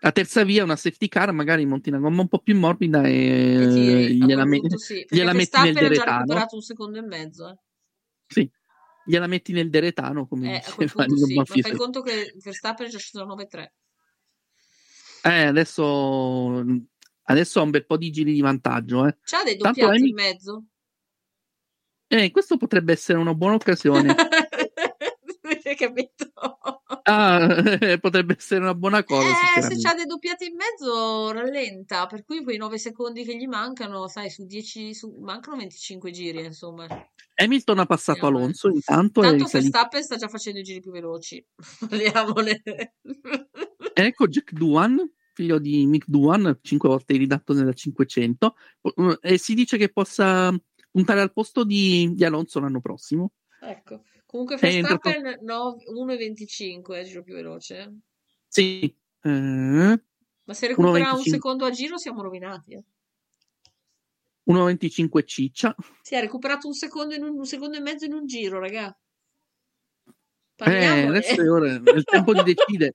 S2: La terza via è una safety car, magari monti una gomma un po' più morbida e,
S1: E tiri, a
S2: Eh, gliela,
S1: quel
S2: me-
S1: punto sì, perché
S2: gliela metti nel
S1: Verstappen ha già
S2: deretano.
S1: recuperato un secondo e mezzo, eh.
S2: Sì, gliela metti nel deretano, come *laughs*
S1: Eh, a quel
S2: diceva
S1: punto
S2: il
S1: sì, ma
S2: Bonfim.
S1: fai conto che Verstappen è già sceso da 9-3.
S2: Eh, adesso, adesso ha un bel po' di giri di vantaggio. Eh.
S1: C'ha dei
S2: Tanto
S1: doppiati
S2: Emi-
S1: in mezzo?
S2: Eh, questo potrebbe essere una buona
S1: *laughs* Non
S2: occasione.
S1: *laughs* hai capito?
S2: Ah, *laughs* potrebbe essere una buona cosa,
S1: Eh, se
S2: sinceramente.
S1: c'ha dei doppiati in mezzo rallenta, per cui quei 9 secondi che gli mancano, sai, su 10, su- mancano 25 giri, insomma.
S2: Hamilton ha passato
S1: Andiamo, eh.
S2: Alonso intanto è
S1: Tanto
S2: risalito.
S1: Verstappen sta già facendo i giri più veloci. *laughs* Parliamone. *laughs*
S2: Ecco Jack Duan, figlio di Mick Duan, 5 volte ridatto nella 500, po- e si dice che possa puntare al posto di, di Alonso l'anno prossimo.
S1: Ecco. Comunque
S2: È entrato-
S1: Verstappen 9 1.25 è il giro più veloce. eh.
S2: Sì, eh,
S1: Ma se recupera un
S2: 1.25.
S1: secondo a giro siamo rovinati. eh.
S2: 1.25 ciccia.
S1: Si è recuperato un secondo, in un, un secondo e mezzo in un giro, raga.
S2: Eh,
S1: Parliamone.
S2: adesso è, ora- è il tempo di decidere.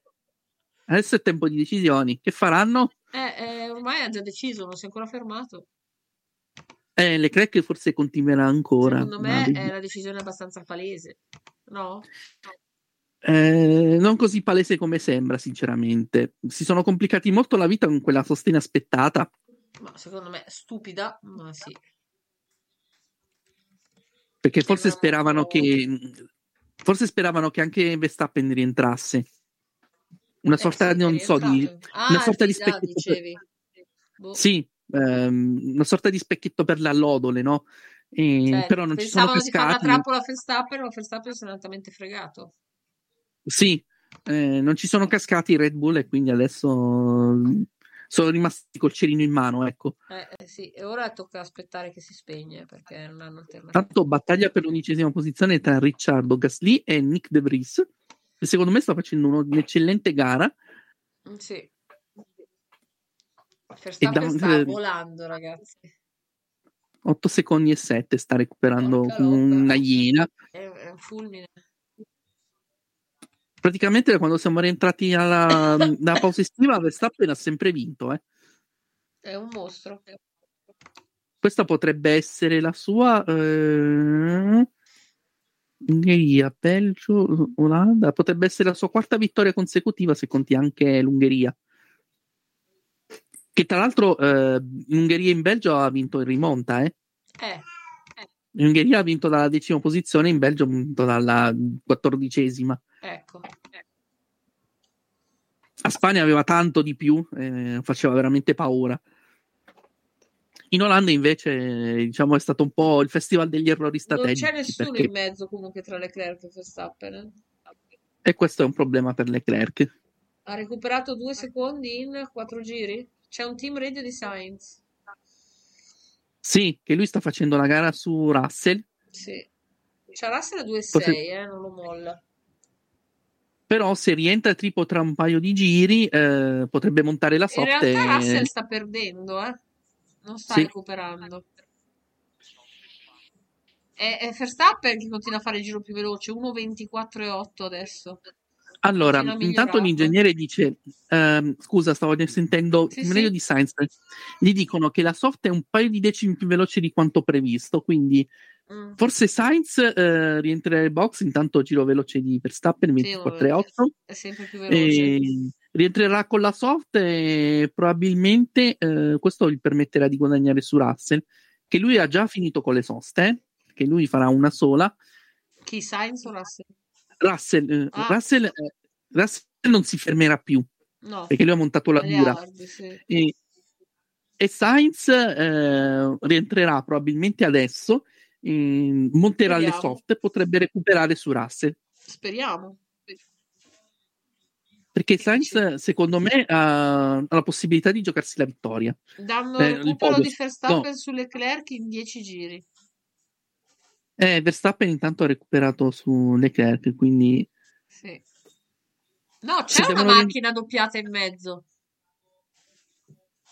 S2: Adesso è tempo di decisioni. Che faranno?
S1: *laughs* Eh, eh, ormai ha già deciso, non si è ancora fermato.
S2: Eh, Leclerc forse continuerà ancora.
S1: Secondo
S2: ma
S1: me
S2: vedi-
S1: è una decisione abbastanza palese. No?
S2: Eh, non così palese come sembra, sinceramente. Si sono complicati molto la vita con quella sosta inaspettata.
S1: Ma secondo me stupida, ma sì. Cioè,
S2: Perché forse
S1: Sembra
S2: speravano
S1: molto-
S2: che forse speravano che anche Verstappen rientrasse. Una
S1: Eh,
S2: sorta
S1: sì,
S2: di
S1: è
S2: non so di
S1: rientrato. Ah,
S2: una sorta di
S1: sì, già,
S2: specchietto per-
S1: dicevi. Boh.
S2: sì, ehm, una sorta di specchietto per l'allodole, no? E-
S1: Cioè,
S2: però non ci sono
S1: pensavano di fare una
S2: pescati.
S1: trappola a Verstappen, ma Verstappen si è altamente fregato.
S2: Sì, eh, non ci sono cascati i Red Bull e quindi adesso mm, sono rimasti col cerino in mano, ecco.
S1: Eh, sì, e ora tocca aspettare che si spegne perché non hanno alternativa.
S2: Tanto battaglia per l'undicesima posizione tra Ricciardo Gasly e Nick De Vries, che secondo me sta facendo uno- un'eccellente gara.
S1: Mm, Sì. Verstappen
S2: da-
S1: sta volando, ragazzi.
S2: 8 secondi e 7 sta recuperando
S1: Porca
S2: come
S1: loca.
S2: una iena.
S1: È, è un fulmine.
S2: Praticamente da quando siamo rientrati alla, dalla pausa estiva, Verstappen ha sempre vinto. eh.
S1: È un mostro. Eh,
S2: Questa potrebbe essere la sua... eh, Ungheria, Belgio, Olanda. Potrebbe essere la sua quarta vittoria consecutiva se conti anche l'Ungheria. Che tra l'altro eh, in Ungheria e in Belgio ha vinto in rimonta, eh.
S1: Eh,
S2: In Ungheria ha vinto dalla decima posizione, in Belgio ha vinto dalla quattordicesima.
S1: ecco.
S2: A Spagna aveva tanto di più, eh, faceva veramente paura. In Olanda invece, eh, diciamo, è stato un po' il festival degli errori
S1: Non
S2: strategici.
S1: c'è nessuno
S2: perché-
S1: in mezzo comunque tra Leclerc e Verstappen. eh.
S2: E questo è un problema per Leclerc.
S1: Ha recuperato due secondi in quattro giri. C'è un team radio di Sainz.
S2: Sì, che lui sta facendo la gara su Russell,
S1: Sì. C'ha Russell a 2,6, eh, non lo molla.
S2: però se rientra tipo tra un paio di giri eh, potrebbe montare la
S1: In
S2: sorte.
S1: realtà Russell sta perdendo, eh. Non sta
S2: Sì.
S1: recuperando. È, è Verstappen che continua a fare il giro più veloce, 1.24,8 adesso.
S2: Allora,
S1: Fino a migliorare.
S2: intanto l'ingegnere dice: ehm, Scusa, stavo sentendo
S1: Sì,
S2: il meglio
S1: sì.
S2: di Sainz. Gli dicono che la soft è un paio di decimi più veloce di quanto previsto. Quindi
S1: Mm.
S2: forse Sainz eh, rientrerà nel box. Intanto giro veloce di Verstappen
S1: Sì,
S2: 24,8.
S1: È sempre più veloce.
S2: E rientrerà con la soft e probabilmente eh, questo gli permetterà di guadagnare su Russell, che lui ha già finito con le soste, eh, che lui farà una sola.
S1: Chi Sainz o Russell?
S2: Russell, eh,
S1: Ah.
S2: Russell, eh, Russell non si fermerà più
S1: No,
S2: perché lui ha montato la
S1: le
S2: dura
S1: hard, sì.
S2: e, e Sainz eh, rientrerà probabilmente adesso ehm, monterà le
S1: Vediamo.
S2: soft e potrebbe recuperare su Russell
S1: Speriamo.
S2: perché
S1: Difficile.
S2: Sainz secondo me ha, ha la possibilità di giocarsi la vittoria
S1: Danno
S2: Eh, il
S1: recupero di
S2: podio,
S1: Verstappen su Leclerc in 10 giri.
S2: Eh, Verstappen intanto ha recuperato su Leclerc quindi
S1: Sì. No,
S2: Sì,
S1: c'è una
S2: devono vin-
S1: macchina doppiata in mezzo.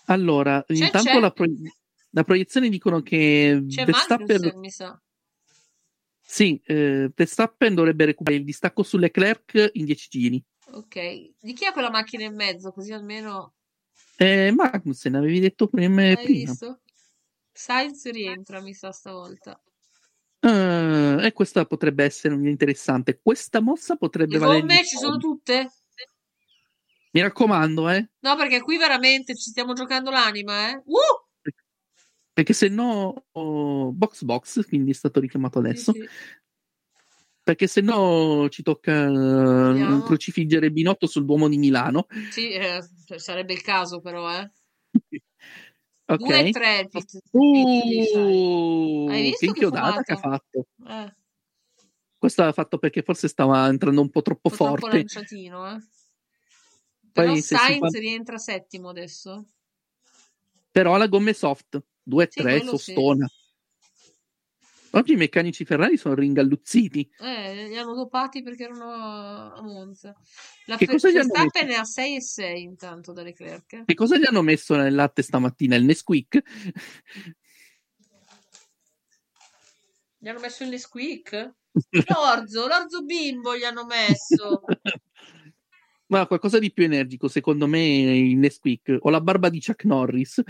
S2: allora intanto
S1: c'è.
S2: La, pro- la proiezione dicono che
S1: C'è
S2: Verstappen
S1: Magnussen, mi sa.
S2: sì, eh, Verstappen dovrebbe recuperare il distacco su Leclerc in 10 giri
S1: Ok. Di chi è quella macchina in mezzo? Così almeno
S2: Eh, Magnussen, avevi detto prima.
S1: hai
S2: Eh, prima.
S1: visto. Sainz rientra, mi sa, stavolta.
S2: Eh, e questa potrebbe essere interessante. Questa mossa potrebbe
S1: Le
S2: valere.
S1: gomme
S2: gli
S1: ci sono
S2: soldi.
S1: tutte?
S2: Mi raccomando, eh,
S1: No, perché qui veramente ci stiamo giocando l'anima, eh. Uh!
S2: perché se no, oh, box box, quindi è stato richiamato
S1: Sì,
S2: adesso.
S1: sì.
S2: Perché se no ci tocca eh,
S1: Vediamo.
S2: crocifiggere Binotto sul Duomo di Milano.
S1: Sì, eh, sarebbe il caso però, eh.
S2: Ok.
S1: 2 e 3 il pit. pit di Sainz.
S2: Uh,
S1: Hai visto
S2: che
S1: che
S2: inchiodata che ha
S1: fumata?
S2: fatto.
S1: Eh,
S2: Questo l'ha fatto perché forse stava entrando un po' troppo
S1: un po' troppo
S2: forte.
S1: lanciatino, eh. Però
S2: Poi se si
S1: Sainz
S2: fa-
S1: rientra settimo adesso.
S2: però la gomma è soft 2-3
S1: Sì, quello sì.
S2: sostona oggi i meccanici Ferrari sono ringalluzziti
S1: Eh, li hanno dopati perché erano a- a Monza. La
S2: Che
S1: Fe-
S2: cosa gli hanno
S1: Verstappen è a 6 e 6 intanto da Leclerc. eh.
S2: che cosa gli hanno messo nel latte stamattina il Nesquik
S1: Gli hanno messo il
S2: *laughs*
S1: Nesquik? L'orzo, l'orzo bimbo gli hanno messo.
S2: *laughs* ma qualcosa di più energico secondo me il Nesquik o la barba di Chuck Norris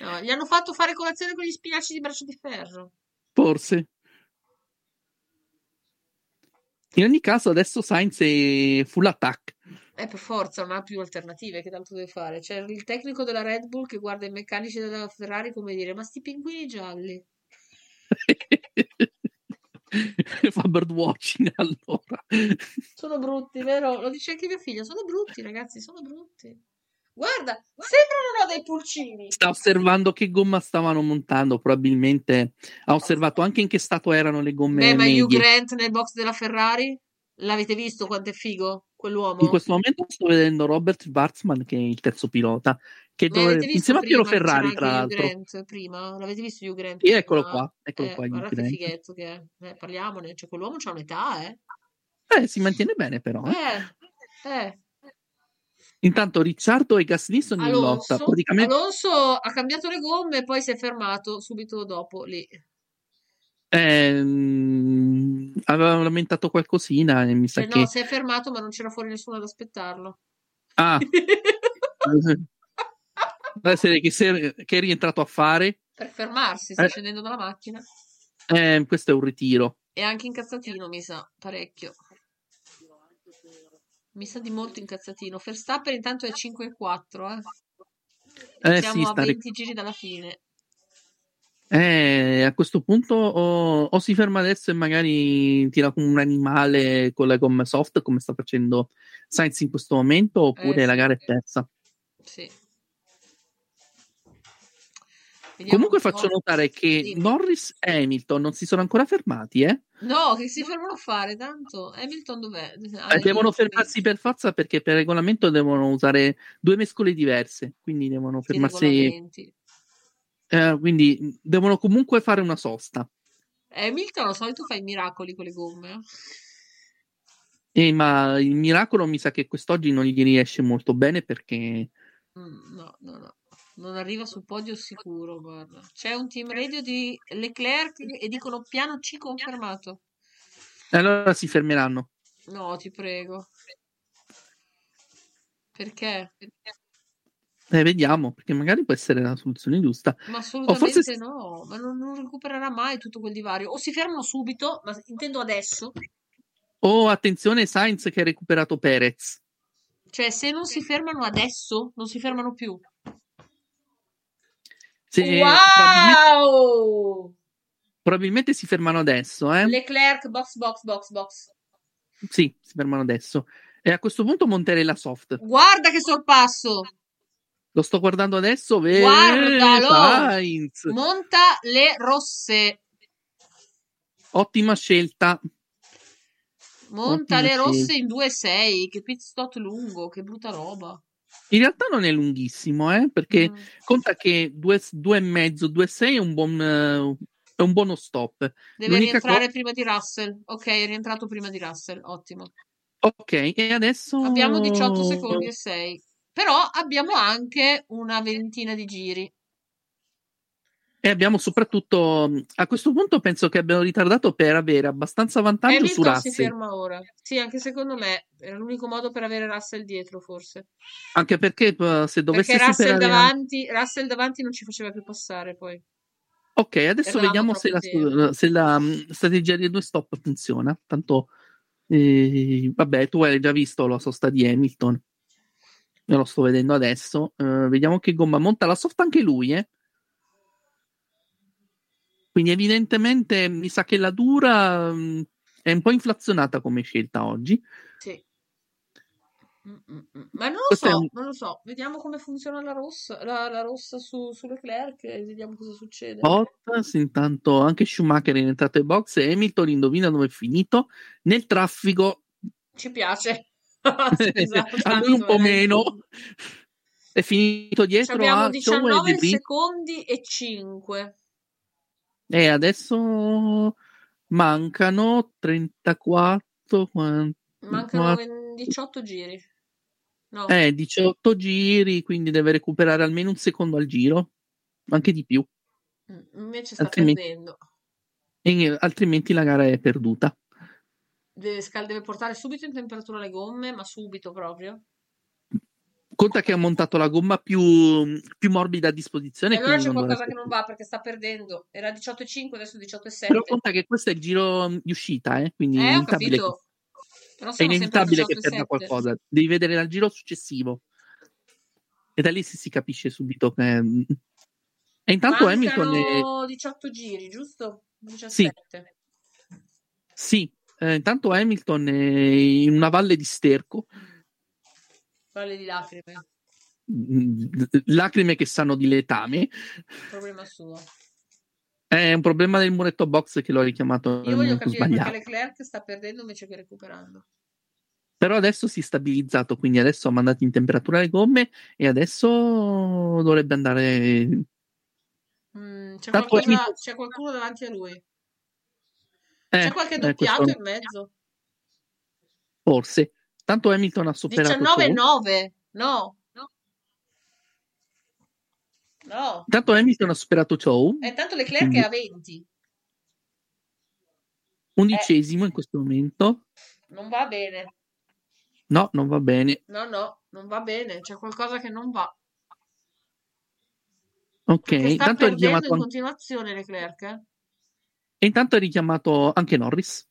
S1: No, gli hanno fatto fare colazione con gli spinaci di braccio di ferro.
S2: forse in ogni caso adesso Sainz è full attack *laughs*
S1: Eh, per forza, non ha più alternative, che tanto deve fare? C'è il tecnico della Red Bull che guarda i meccanici della Ferrari come dire, ma sti pinguini gialli.
S2: fa birdwatching allora
S1: Sono brutti, vero? Lo dice anche mia figlia. Sono brutti, ragazzi, sono brutti. Guarda, sembrano no, dei pulcini.
S2: sta osservando che gomma stavano montando, probabilmente ha osservato anche in che stato erano le
S1: Beh,
S2: gomme
S1: ma Hugh
S2: medie.
S1: Grant nel box della Ferrari? L'avete visto quanto è figo quell'uomo?
S2: In questo momento sto vedendo Robert Schwarzman, che è il terzo pilota, che
S1: Ne avete
S2: dovrebbe-
S1: visto
S2: insieme a
S1: prima,
S2: Piero Ferrari,
S1: c'era
S2: tra
S1: anche Hugh
S2: l'altro.
S1: Grant prima? L'avete visto Hugh Grant?
S2: Sì, eccolo
S1: prima?
S2: qua, eccolo
S1: Eh,
S2: qua, Hugh
S1: guarda che
S2: Grant.
S1: fighetto che è. Eh, parliamone, cioè quell'uomo c'ha un'età, eh?
S2: Eh, si mantiene bene però. eh.
S1: Eh, eh.
S2: Intanto Ricciardo e Gasly sono in
S1: Alonso,
S2: lotta. Praticamente,
S1: Alonso ha cambiato le gomme e poi si è fermato subito dopo lì.
S2: ehm, avevano lamentato qualcosina e mi sa
S1: Cioè,
S2: che...
S1: no, si è fermato, ma non c'era fuori nessuno ad aspettarlo.
S2: *laughs* Ah, la serie che, se- che è rientrato a fare,
S1: per fermarsi, sta
S2: Eh.
S1: scendendo dalla macchina.
S2: eh, questo è un ritiro.
S1: È anche incazzatino, mi sa, parecchio. Mi sa di molto incazzatino. Verstappen intanto è 5 e 4, eh.
S2: Eh,
S1: Siamo
S2: sì,
S1: a
S2: sta
S1: 20 giri dalla fine.
S2: Eh, a questo punto o, o si ferma adesso e magari tira come un animale con la gomma soft come sta facendo Sainz in questo momento oppure
S1: Eh,
S2: la
S1: sì.
S2: gara è persa.
S1: Sì. Vediamo
S2: Comunque
S1: un po'.
S2: faccio notare che
S1: Dimmi.
S2: Norris e Hamilton non si sono ancora fermati, eh?
S1: No, che si fermano a fare tanto. Hamilton dov'è? Ah,
S2: Eh, devono
S1: lì, qui.
S2: fermarsi per forza perché per regolamento devono usare due mescole diverse, quindi devono
S1: Che
S2: fermarsi,
S1: regolamenti.
S2: eh, quindi devono comunque fare una sosta.
S1: Hamilton al Eh, solito fa i miracoli con le gomme. eh.
S2: Eh, ma il miracolo mi sa che quest'oggi non gli riesce molto bene perché
S1: Mm, No, no, no. Non arriva sul podio sicuro, guarda. C'è un team radio di Leclerc e dicono piano C confermato.
S2: allora si fermeranno.
S1: No, ti prego. Perché?
S2: Eh, vediamo, perché magari può essere la soluzione giusta.
S1: Ma
S2: O
S1: assolutamente
S2: forse,
S1: no, ma non, non recupererà mai tutto quel divario. O si fermano subito, ma intendo adesso.
S2: oh, attenzione, Sainz che ha recuperato Perez.
S1: Cioè, se non si fermano adesso, non si fermano più.
S2: Se- probabilmente,
S1: Wow!
S2: probabilmente si fermano adesso, eh?
S1: Leclerc, box, box, box, box.
S2: Sì, si fermano adesso. E a questo punto monterei la soft.
S1: Guarda che sorpasso!
S2: Lo sto guardando adesso. ve-
S1: Guardalo!
S2: Sainz,
S1: Monta le rosse.
S2: ottima scelta.
S1: Monta
S2: Ottima
S1: le rosse
S2: scelta.
S1: in 2-6. Che pit stop lungo, che brutta roba.
S2: In realtà non è lunghissimo, eh? Perché
S1: Mm.
S2: conta che 2,5, 2,6 è un buon, eh, è un buono stop.
S1: Deve
S2: l'unica
S1: rientrare
S2: cosa-
S1: prima di Russell. Ok, è rientrato prima di Russell. Ottimo.
S2: Ok, e adesso
S1: Abbiamo 18 secondi e 6. Però abbiamo anche una ventina di giri.
S2: E abbiamo soprattutto a questo punto penso che abbiano ritardato per avere abbastanza vantaggio su
S1: Hamilton si
S2: Russell,
S1: ferma ora. Sì, anche secondo me era l'unico modo per avere Russell dietro, forse.
S2: anche perché eh, se dovesse
S1: Perché Russell
S2: superare
S1: davanti, Russell davanti non ci faceva più passare poi.
S2: Ok, adesso
S1: Perdevamo
S2: vediamo se la,
S1: troppo tempo.
S2: se la, mh, strategia dei due stop funziona. Tanto eh, vabbè, tu hai già visto la sosta di Hamilton. Io lo sto vedendo adesso. Eh, vediamo che gomma monta la soft anche lui, eh. Quindi evidentemente mi sa che la dura mh, è un po' inflazionata come scelta oggi.
S1: Sì. Mm, mm, mm. Ma non lo
S2: Questo è
S1: so,
S2: un-
S1: non lo so. Vediamo come funziona la rossa, la, la rossa su, su Leclerc e vediamo cosa succede.
S2: Oh. Bottas, intanto anche Schumacher è entrato in box e Hamilton indovina dove è finito nel traffico
S1: Ci piace.
S2: *laughs*
S1: *laughs* Scusa,
S2: a lui un
S1: Esatto, tanto,
S2: po'
S1: dai.
S2: meno è finito
S1: Ci
S2: dietro
S1: abbiamo
S2: a Zhou e
S1: 19
S2: De Vries.
S1: secondi e 5.
S2: e Eh, adesso mancano 34 quan-
S1: Mancano
S2: quatt-
S1: 18 giri. No,
S2: eh, 18 giri quindi deve recuperare almeno un secondo al giro anche di più
S1: mm, invece sta
S2: altrimenti-
S1: perdendo.
S2: e altrimenti la gara è perduta
S1: Deve, scal- deve portare subito in temperatura le gomme, ma subito proprio.
S2: conta che ha montato la gomma più, più morbida a disposizione
S1: E allora
S2: quindi
S1: c'è
S2: non dovrà
S1: qualcosa che non
S2: soffrire.
S1: va perché sta perdendo. Era 18,5, adesso 18,7.
S2: Però conta che questo è il giro mh, di uscita, eh, quindi è
S1: Eh, ho
S2: inevitabile, che,
S1: capito. Però
S2: è
S1: sono sempre
S2: inevitabile che perda
S1: 18,7.
S2: qualcosa. Devi vedere dal giro successivo. E da lì si, si capisce subito che... mh. E intanto Hamilton è...
S1: Mancano 18 giri, giusto? 17.
S2: Sì, eh, intanto Hamilton è in una valle di sterco,
S1: Valle di lacrime,
S2: mm, mh, lacrime che sanno di letame,
S1: problema suo.
S2: È un problema del muretto box che l'ho richiamato.
S1: Io voglio
S2: eh,
S1: capire
S2: sbagliato.
S1: perché Leclerc sta perdendo invece che recuperando.
S2: Però adesso si è stabilizzato, quindi adesso ha mandato in temperatura le gomme e adesso dovrebbe andare. eh,
S1: Mm, c'è,
S2: Tanto
S1: qualcuno,
S2: è finito-
S1: c'è qualcuno davanti a lui.
S2: Eh,
S1: C'è qualche
S2: eh,
S1: doppiato
S2: questo-
S1: in mezzo.
S2: forse. Tanto Hamilton ha superato. Zhou.
S1: 19-9. No. No. No.
S2: Tanto Hamilton ha superato Chow,
S1: E tanto Leclerc è a 20.
S2: undicesimo in questo momento.
S1: Non va bene.
S2: No, non va bene.
S1: No, no, non va bene. C'è qualcosa che non va. Perché
S2: Ok,
S1: sta
S2: tanto ha
S1: perdendo
S2: richiamato
S1: in
S2: an-
S1: continuazione Leclerc. eh.
S2: e intanto ha richiamato anche Norris.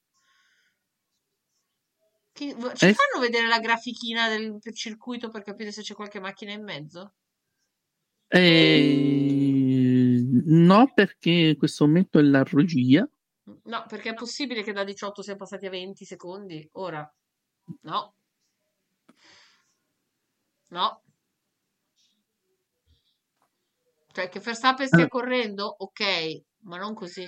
S1: Chi- vo- Ci
S2: Eh.
S1: fanno vedere la grafichina del del circuito per capire se c'è qualche macchina in mezzo?
S2: Eh,
S1: Mm.
S2: No, perché in questo momento è la regia.
S1: No, perché è possibile che da 18 siamo passati a 20 secondi. Ora, no. No. Cioè, che Verstappen stia
S2: Allora.
S1: correndo, ok, ma non così.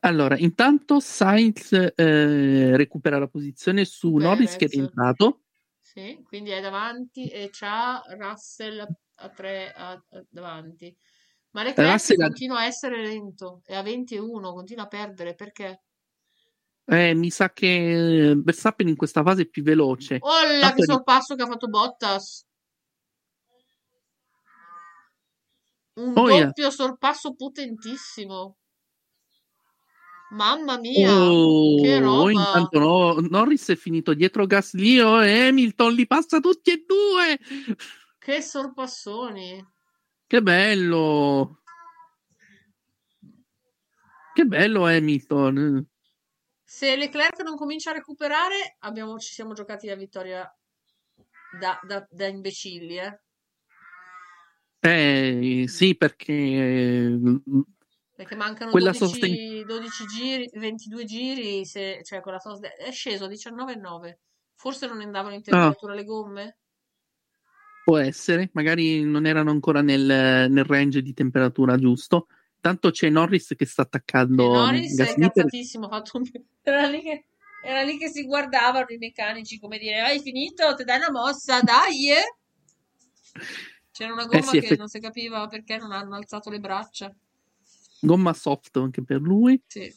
S2: Allora, intanto Sainz eh, recupera la posizione su
S1: Perez.
S2: Norris che è rientrato.
S1: Sì, quindi è davanti e c'ha Russell a- a 3 davanti. Ma Leclerc
S2: Russell ha-
S1: continua a essere lento, è a 21, continua a perdere perché...
S2: Eh, mi sa che eh, Verstappen in questa fase è più veloce.
S1: Olla,
S2: Tanto
S1: che
S2: è-
S1: sorpasso che ha fatto Bottas! Un
S2: Oh, yeah.
S1: doppio sorpasso potentissimo. Mamma mia, che
S2: Oh,
S1: roba!
S2: intanto no- Norris è finito dietro Gasly oh, e Hamilton li passa tutti e due.
S1: che sorpassoni!
S2: Che bello! Che bello Hamilton.
S1: Se Leclerc non comincia a recuperare, abbiamo- ci siamo giocati la vittoria da, da- da imbecilli, eh.
S2: Eh, sì, perché eh,
S1: Perché mancano
S2: Quella
S1: 12,
S2: sosten-
S1: 12 giri, 22 giri, se, cioè con la sost- è sceso a 19,9. Forse non andavano
S2: Ah.
S1: in temperatura le gomme? Eh,
S2: può essere, magari non erano ancora nel, nel range di temperatura giusto. Tanto c'è Norris che sta attaccando
S1: E Norris eh, è
S2: Gasly. per-
S1: incazzatissimo, ha fatto un- *laughs* era, lì che, era lì che si guardavano i meccanici come dire hai finito, ti dai una mossa, dai! eh!" C'era una gomma
S2: Eh sì,
S1: che
S2: effe-
S1: non si capiva perché non hanno alzato le braccia.
S2: Gomma soft anche per lui.
S1: Sì.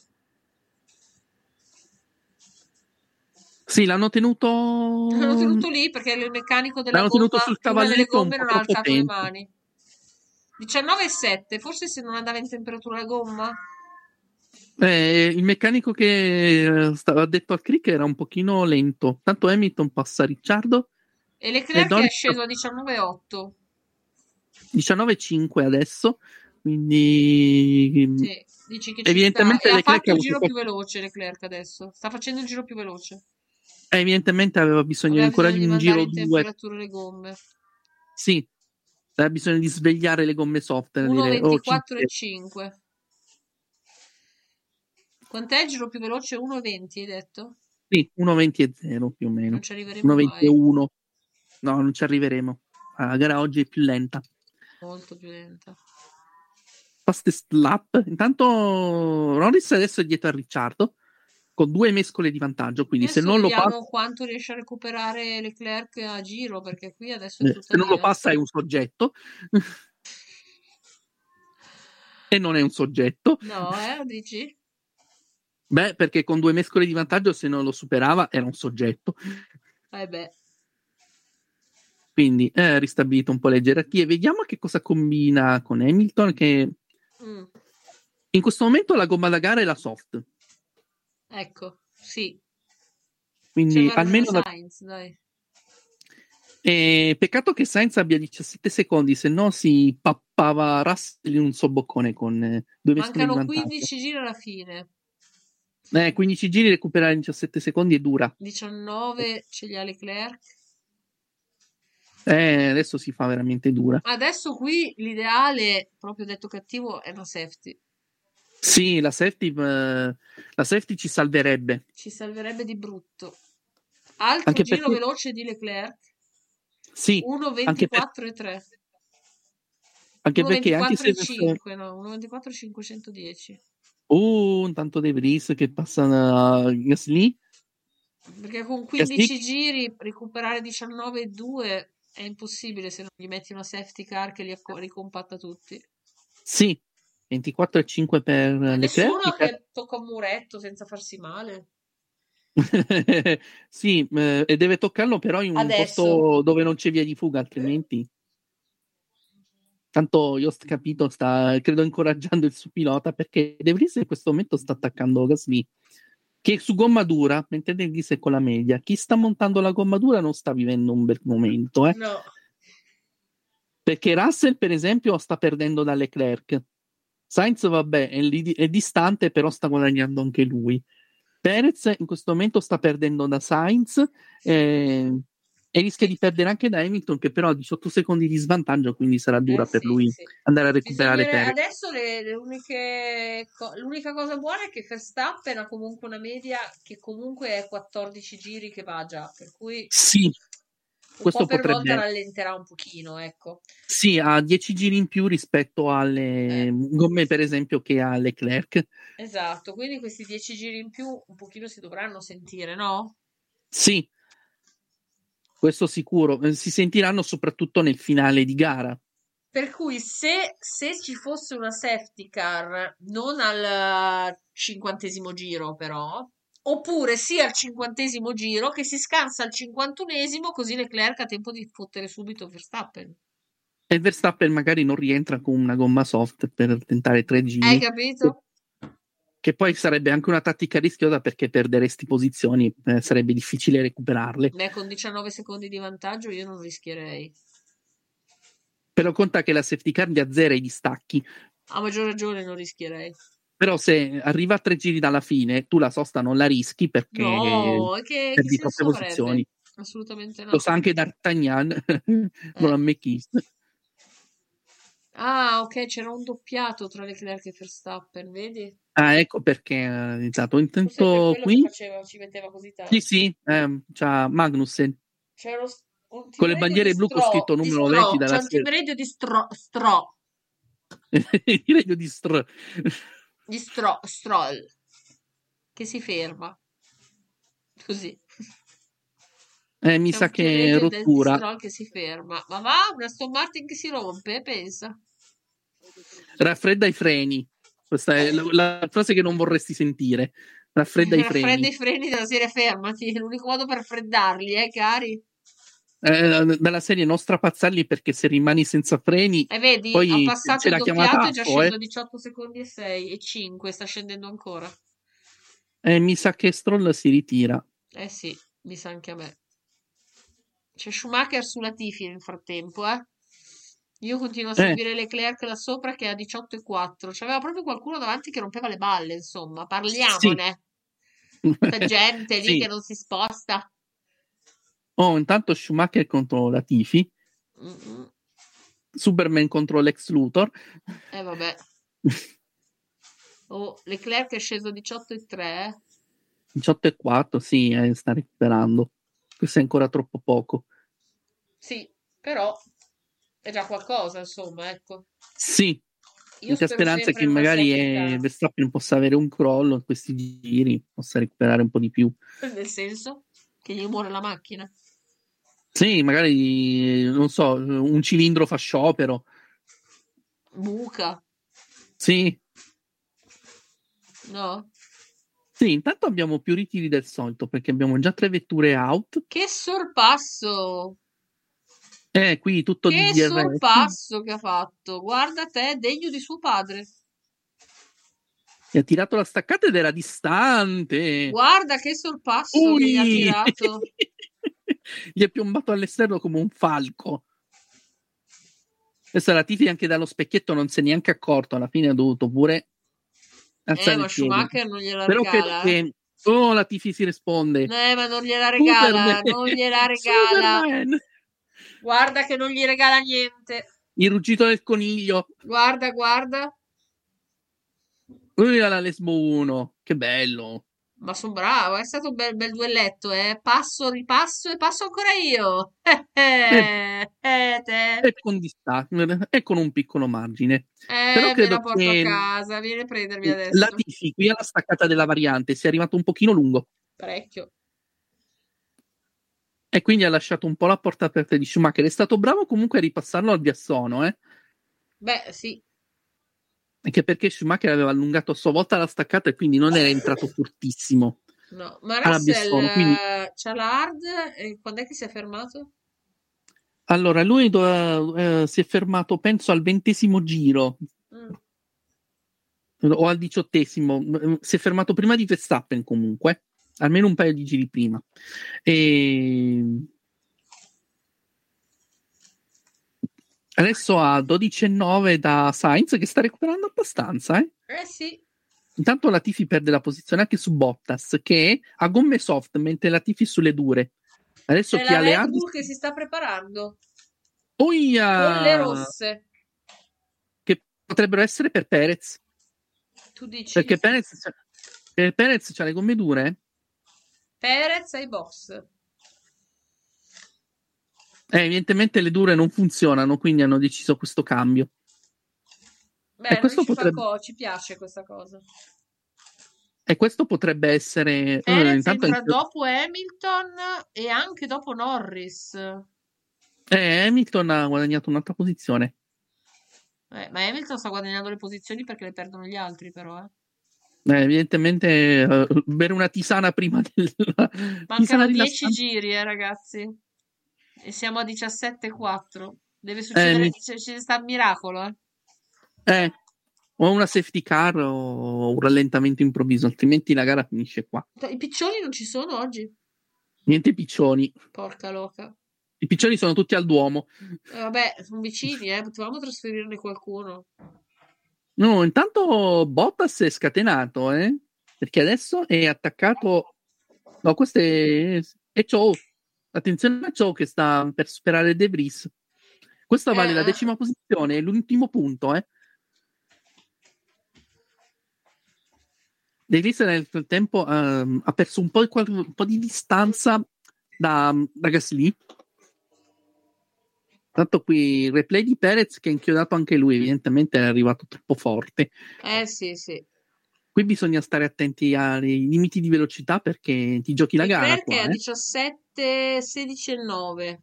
S2: Sì, l'hanno tenuto. L'hanno
S1: *laughs* L'hanno tenuto lì perché il meccanico della
S2: Mm. L'hanno
S1: gomma,
S2: tenuto sul
S1: una delle
S2: cavalletto un
S1: gomme
S2: po'
S1: non ha
S2: troppo
S1: alzato le
S2: tempo.
S1: mani. 19,7, forse se non andava in temperatura la gomma?
S2: Eh, il meccanico che eh, stava detto al crick era un pochino lento. Tanto Hamilton passa a Ricciardo
S1: E Leclerc è
S2: Norris-
S1: sceso a 19,8.
S2: 19-5 adesso, quindi mm,
S1: Sì, dici che ci sta.
S2: Evidentemente
S1: E ha
S2: Leclerc
S1: fatto
S2: ha
S1: il
S2: avuto
S1: giro
S2: po-
S1: più veloce Leclerc adesso. Sta facendo il giro più veloce.
S2: eh, evidentemente aveva bisogno
S1: Aveva
S2: ancora
S1: bisogno
S2: di un
S1: mandare
S2: giro
S1: in
S2: due.
S1: temperatura le gomme.
S2: Sì, aveva bisogno di svegliare le gomme soft. era dire, oh,
S1: 1,24 e
S2: cinque.
S1: 5. Quant'è il giro più veloce? 1,20 hai detto?
S2: Sì, 1,20 e 0 più o meno.
S1: Non ci arriveremo mai.
S2: 1,21. No, non ci arriveremo. La gara oggi è più lenta.
S1: Molto più lenta.
S2: fastest lap. Intanto Norris adesso è dietro a Ricciardo con due mescole di vantaggio, quindi se
S1: Adesso
S2: non, lo
S1: vediamo
S2: passa,
S1: quanto riesce a recuperare Leclerc a giro, perché qui adesso è
S2: eh,
S1: tutto
S2: se non lo
S1: lì, eh.
S2: passa è un soggetto e non è un soggetto.
S1: No, eh, dici?
S2: Beh, perché con due mescole di vantaggio se non lo superava era un soggetto.
S1: Eh beh.
S2: Quindi eh, ristabilito un po' le gerarchie. Vediamo che cosa combina con Hamilton che
S1: Mm,
S2: in questo momento la gomma da gara è la soft.
S1: ecco, sì. C'è
S2: Quindi
S1: la
S2: almeno da-
S1: Sainz, dai.
S2: eh, peccato che Sainz abbia 17 secondi, se no si pappava Russell in un sobboccone con eh, due mescole di
S1: Mancano
S2: vantaggio.
S1: 15 giri alla fine.
S2: Eh, 15 giri, recuperare in 17 secondi è dura.
S1: 19 ce li ha Leclerc.
S2: Eh, adesso si fa veramente dura.
S1: Adesso qui l'ideale, proprio detto cattivo, è una safety.
S2: Sì, la safety, eh, la safety ci salverebbe.
S1: Ci salverebbe di brutto. Altro
S2: Anche
S1: giro
S2: perché-
S1: veloce di Leclerc.
S2: Sì,
S1: 1,24
S2: anche
S1: e 3.
S2: Anche perché anche se...
S1: 1.24,5, no, 1.24,510.
S2: Oh, intanto De Vries che passa a Gasly.
S1: Perché con 15 giri recuperare 19,2 è impossibile se non gli metti una safety car che li acco- ricompatta tutti.
S2: Sì, 24 e 5 per
S1: Nessuno
S2: Leclerc.
S1: che tocca un muretto senza farsi male.
S2: *laughs* sì, eh, e deve toccarlo però in un
S1: Adesso.
S2: posto dove non c'è via di fuga, altrimenti. Tanto io ho capito, sta credo incoraggiando il suo pilota perché De Vries in questo momento sta attaccando Gasly che è su gomma dura, mentre De Vries è con la media. Chi sta montando la gomma dura non sta vivendo un bel momento, eh.
S1: No,
S2: Perché Russell, per esempio, sta perdendo da Leclerc. Sainz, vabbè, è, lì- è distante, però sta guadagnando anche lui. Perez in questo momento sta perdendo da Sainz eh, e rischia di perdere anche da Hamilton, che però ha 18 secondi di svantaggio, quindi sarà dura
S1: Eh,
S2: per
S1: sì,
S2: lui
S1: sì.
S2: andare a recuperare
S1: Bisognerà-
S2: Perez.
S1: Adesso le- le uniche co- l'unica cosa buona è che Verstappen ha comunque una media che comunque è 14 giri che va già, per cui
S2: Sì,
S1: un
S2: questo
S1: po' per
S2: potrebbe-
S1: volta rallenterà un pochino, ecco.
S2: sì, ha 10 giri in più rispetto alle
S1: Eh.
S2: gomme, per esempio, che ha Leclerc.
S1: Esatto, quindi questi 10 giri in più un pochino si dovranno sentire, no?
S2: Sì, questo sicuro. Eh, Si sentiranno soprattutto nel finale di gara.
S1: Per cui se, se ci fosse una safety car, non al cinquantesimo giro però, oppure sì al cinquantesimo giro, che si scansa al cinquantunesimo, così Leclerc ha tempo di fottere subito Verstappen.
S2: Mm. E Verstappen magari non rientra con una gomma soft per tentare tre
S1: Hai
S2: giri,
S1: capito?
S2: che poi sarebbe anche una tattica rischiosa perché perderesti posizioni, eh, sarebbe difficile recuperarle.
S1: Beh, con 19 secondi di vantaggio io non rischierei.
S2: Però conta che la safety car li azzera i distacchi,
S1: A maggior ragione non rischierei.
S2: però se arriva a tre giri dalla fine, tu la sosta non la rischi perché
S1: No, e che, che
S2: perdi troppe
S1: senso avrebbe?
S2: posizioni.
S1: Assolutamente no. Eh.
S2: Lo sa anche D'Artagnan, non a me chi.
S1: Ah, ok, c'era un doppiato tra Leclerc e Verstappen, vedi?
S2: Ah, ecco perché ha iniziato.
S1: Forse per
S2: Intanto
S1: quello
S2: qui,
S1: che faceva, ci metteva così tanto.
S2: sì, sì, ehm, c'ha Magnussen. *laughs*
S1: C'era uno s- un
S2: Con le
S1: Tiberio
S2: bandiere
S1: di
S2: blu con
S1: Stro-
S2: scritto
S1: di
S2: numero
S1: Stro,
S2: 20 dalla
S1: C'è un
S2: sera.
S1: Tiberio di Stro, Stro,
S2: Direi di str.
S1: di Stro, Stroll, che si ferma. Così.
S2: Eh, mi
S1: C'è
S2: sa
S1: un
S2: che è
S1: Tiberio de- di
S2: rottura.
S1: Stroll che si ferma. Ma va, una Aston Martin che si rompe, pensa.
S2: Raffredda i freni. Questa è la, la frase che non vorresti sentire. Raffredda
S1: *laughs*
S2: i
S1: Raffredda
S2: freni.
S1: i freni della serie fermati, è l'unico modo per freddarli, eh, cari.
S2: Eh, dalla serie non strapazzarli perché se rimani senza freni.
S1: E vedi,
S2: Poi
S1: ha passato
S2: c'è
S1: il
S2: la chiamata
S1: doppiato e già
S2: Atto, eh.
S1: sceso a 18 secondi e 6 e 5, sta scendendo ancora.
S2: Eh, mi sa che Stroll si ritira.
S1: Eh sì, mi sa anche a me. C'è Schumacher sulla Tifi nel frattempo, eh. Io continuo a
S2: Eh.
S1: seguire Leclerc là sopra che è a 18 e 4. C'aveva proprio qualcuno davanti che rompeva le balle, insomma. Parliamone. Sta gente lì
S2: Sì.
S1: che non si sposta.
S2: *laughs* Oh, intanto Schumacher contro Latifi.
S1: Mm, mm.
S2: Superman contro Lex Luthor.
S1: Eh vabbè. *laughs* Oh, Leclerc è sceso a 18 e 3. eh.
S2: 18 e 4, sì, eh, sta recuperando. Questo è ancora troppo poco.
S1: Sì, però è già qualcosa, insomma, ecco.
S2: Sì,
S1: Io
S2: l'unica
S1: spero
S2: speranza è
S1: sempre
S2: che
S1: in una
S2: magari
S1: safety
S2: eh,
S1: car.
S2: Verstappen possa avere un crollo in questi giri, possa recuperare un po' di più.
S1: Nel senso che gli muore la macchina.
S2: Sì, magari, eh, non so, un cilindro fa sciopero.
S1: Buca,
S2: Sì,
S1: no?
S2: sì, intanto abbiamo più ritiri del solito perché abbiamo già tre vetture out.
S1: Che sorpasso!
S2: Eh, qui tutto di
S1: Che
S2: DRS.
S1: sorpasso che ha fatto! Guarda te, degno di suo padre.
S2: E ha tirato la staccata ed era distante.
S1: Guarda che sorpasso che gli ha
S2: Ui! *laughs*
S1: tirato.
S2: Gli è piombato all'esterno come un falco. Adesso la Tifi anche dallo specchietto non si è neanche accorto. Alla fine ha dovuto pure alzare
S1: Eh, ma
S2: il piede.
S1: Schumacher non gliela
S2: Però
S1: regala.
S2: credo
S1: eh.
S2: che... Oh, la Tifi si risponde.
S1: Eh, ma non gliela regala,
S2: Superman.
S1: non
S2: *laughs*
S1: gliela regala.
S2: Superman.
S1: Guarda che non gli regala niente.
S2: Il ruggito del coniglio.
S1: Guarda, guarda.
S2: Lui era la Lesbo 1. Che bello.
S1: Ma sono bravo, è stato un bel, bel duelletto, eh. Passo, ripasso e passo ancora io. *laughs* Eh, eh, eh, te.
S2: e con, dista- e con un piccolo margine.
S1: Eh,
S2: però
S1: me
S2: credo
S1: la porto
S2: che-
S1: a casa, vieni a prendermi adesso.
S2: La Tifi qui alla staccata della variante si è arrivato un pochino lungo
S1: Parecchio.
S2: e quindi ha lasciato un po' la porta aperta di Schumacher. È stato bravo comunque a ripassarlo al Biassono, eh?
S1: Beh, sì.
S2: anche perché Schumacher aveva allungato a sua volta la staccata e quindi non era entrato fortissimo.
S1: No, ma
S2: Alla
S1: Russell
S2: Bissono, Ah, quindi-
S1: eh, c'ha la hard e quando è che si è fermato?
S2: Allora, lui do- eh, si è fermato, penso, al ventesimo giro
S1: Mm.
S2: o al diciottesimo. mm, Si è fermato prima di Verstappen comunque, almeno un paio di giri prima. E... Adesso ha 12,9 da Sainz che sta recuperando abbastanza. Eh?
S1: Eh sì,
S2: Intanto la Tifi perde la posizione anche su Bottas che ha gomme soft mentre la Tifi sulle dure. Adesso
S1: c'è
S2: chi
S1: la
S2: ha le
S1: Red
S2: hard...
S1: Bull che si sta preparando con le
S2: Oia!
S1: rosse.
S2: Che potrebbero essere per Perez.
S1: Tu dici
S2: Perché Perez, c'ha- per Perez c'ha le gomme dure?
S1: Perez ai box.
S2: Eh, evidentemente le dure non funzionano, quindi hanno deciso questo cambio.
S1: Beh,
S2: E
S1: noi
S2: questo
S1: ci, fa
S2: potrebbe-
S1: co- ci piace questa cosa.
S2: E questo potrebbe essere... eh,
S1: Perez
S2: intanto-
S1: entra dopo Hamilton e anche dopo Norris. Eh,
S2: eh, Hamilton ha guadagnato un'altra posizione.
S1: ma Hamilton sta guadagnando le posizioni perché le perdono gli altri, però. Eh.
S2: Eh, evidentemente eh, bere una tisana prima della...
S1: Mancano 10
S2: rilassante.
S1: giri, eh, ragazzi. E siamo a 17-4. Deve succedere,
S2: mi-
S1: ci, ci sta un miracolo, eh.
S2: Eh, o una safety car o un rallentamento improvviso, altrimenti la gara finisce qua.
S1: Cioè, I piccioni non ci sono oggi.
S2: Niente piccioni.
S1: Porca loca.
S2: I piccioni sono tutti al Duomo.
S1: Eh, vabbè, sono vicini, eh. Potevamo trasferirne qualcuno.
S2: No, intanto Bottas è scatenato, eh? Perché adesso è attaccato. No, questo è, è Ciò. Attenzione a Ciò che sta per superare De Vries. Questa vale
S1: Eh.
S2: la decima posizione, è l'ultimo punto, eh? De Vries nel frattempo ehm, ha perso un po', di qual- un po' di distanza da, da Gasly. Tanto qui il replay di Perez che ha inchiodato anche lui, evidentemente è arrivato troppo forte.
S1: Eh sì, sì.
S2: Qui bisogna stare attenti ai limiti di velocità perché ti giochi la gara.
S1: Leclerc
S2: Qua,
S1: è a
S2: eh.
S1: 17, 16 e 9.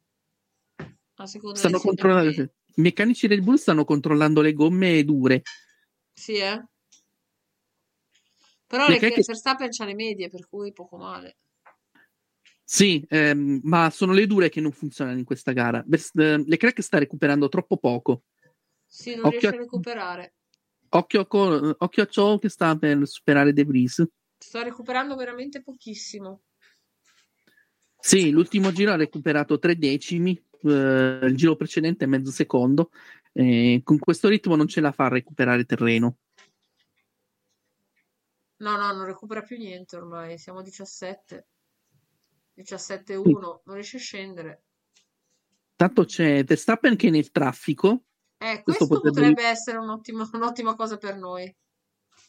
S1: A seconda
S2: Stanno
S1: dei
S2: controllando-
S1: segmenti.
S2: I meccanici Red Bull stanno controllando le gomme dure.
S1: Sì, eh. Però
S2: Leclerc
S1: Leclerc
S2: che-
S1: Verstappen c'ha le medie, per cui poco male.
S2: Sì, ehm, ma sono le dure che non funzionano in questa gara. Vers- eh, Leclerc sta recuperando troppo poco.
S1: Sì, non
S2: Occhio
S1: riesce a
S2: a-
S1: recuperare.
S2: Occhio, co- occhio a ciò che sta per superare De Vries.
S1: Sto recuperando veramente pochissimo.
S2: Sì, l'ultimo giro ha recuperato tre decimi, eh, il giro precedente è mezzo secondo. eh, con questo ritmo non ce la fa a recuperare terreno.
S1: No, no, non recupera più niente ormai. Siamo a 17. 17 1. Non riesce a scendere.
S2: Tanto c'è Verstappen che è nel traffico,
S1: Eh, questo,
S2: Questo potrebbe-
S1: potrebbe essere un ottimo- un'ottima *laughs* cosa per noi.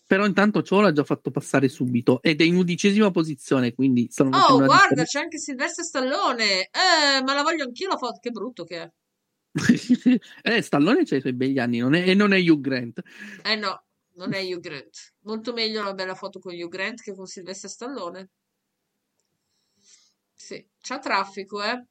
S2: però intanto ciò l'ha già fatto passare subito ed è in undicesima posizione, quindi stanno
S1: Oh,
S2: facendo una
S1: guarda, c'è anche Silvestre Stallone. Eh, ma la voglio anch'io la foto. Che brutto che è.
S2: differenza. *laughs* eh, Stallone c'ha i suoi begli anni non è- e non è Hugh Grant.
S1: Eh no, non è Hugh Grant. Molto meglio una bella foto con Hugh Grant che con Silvestre Stallone. Sì, c'ha traffico, eh.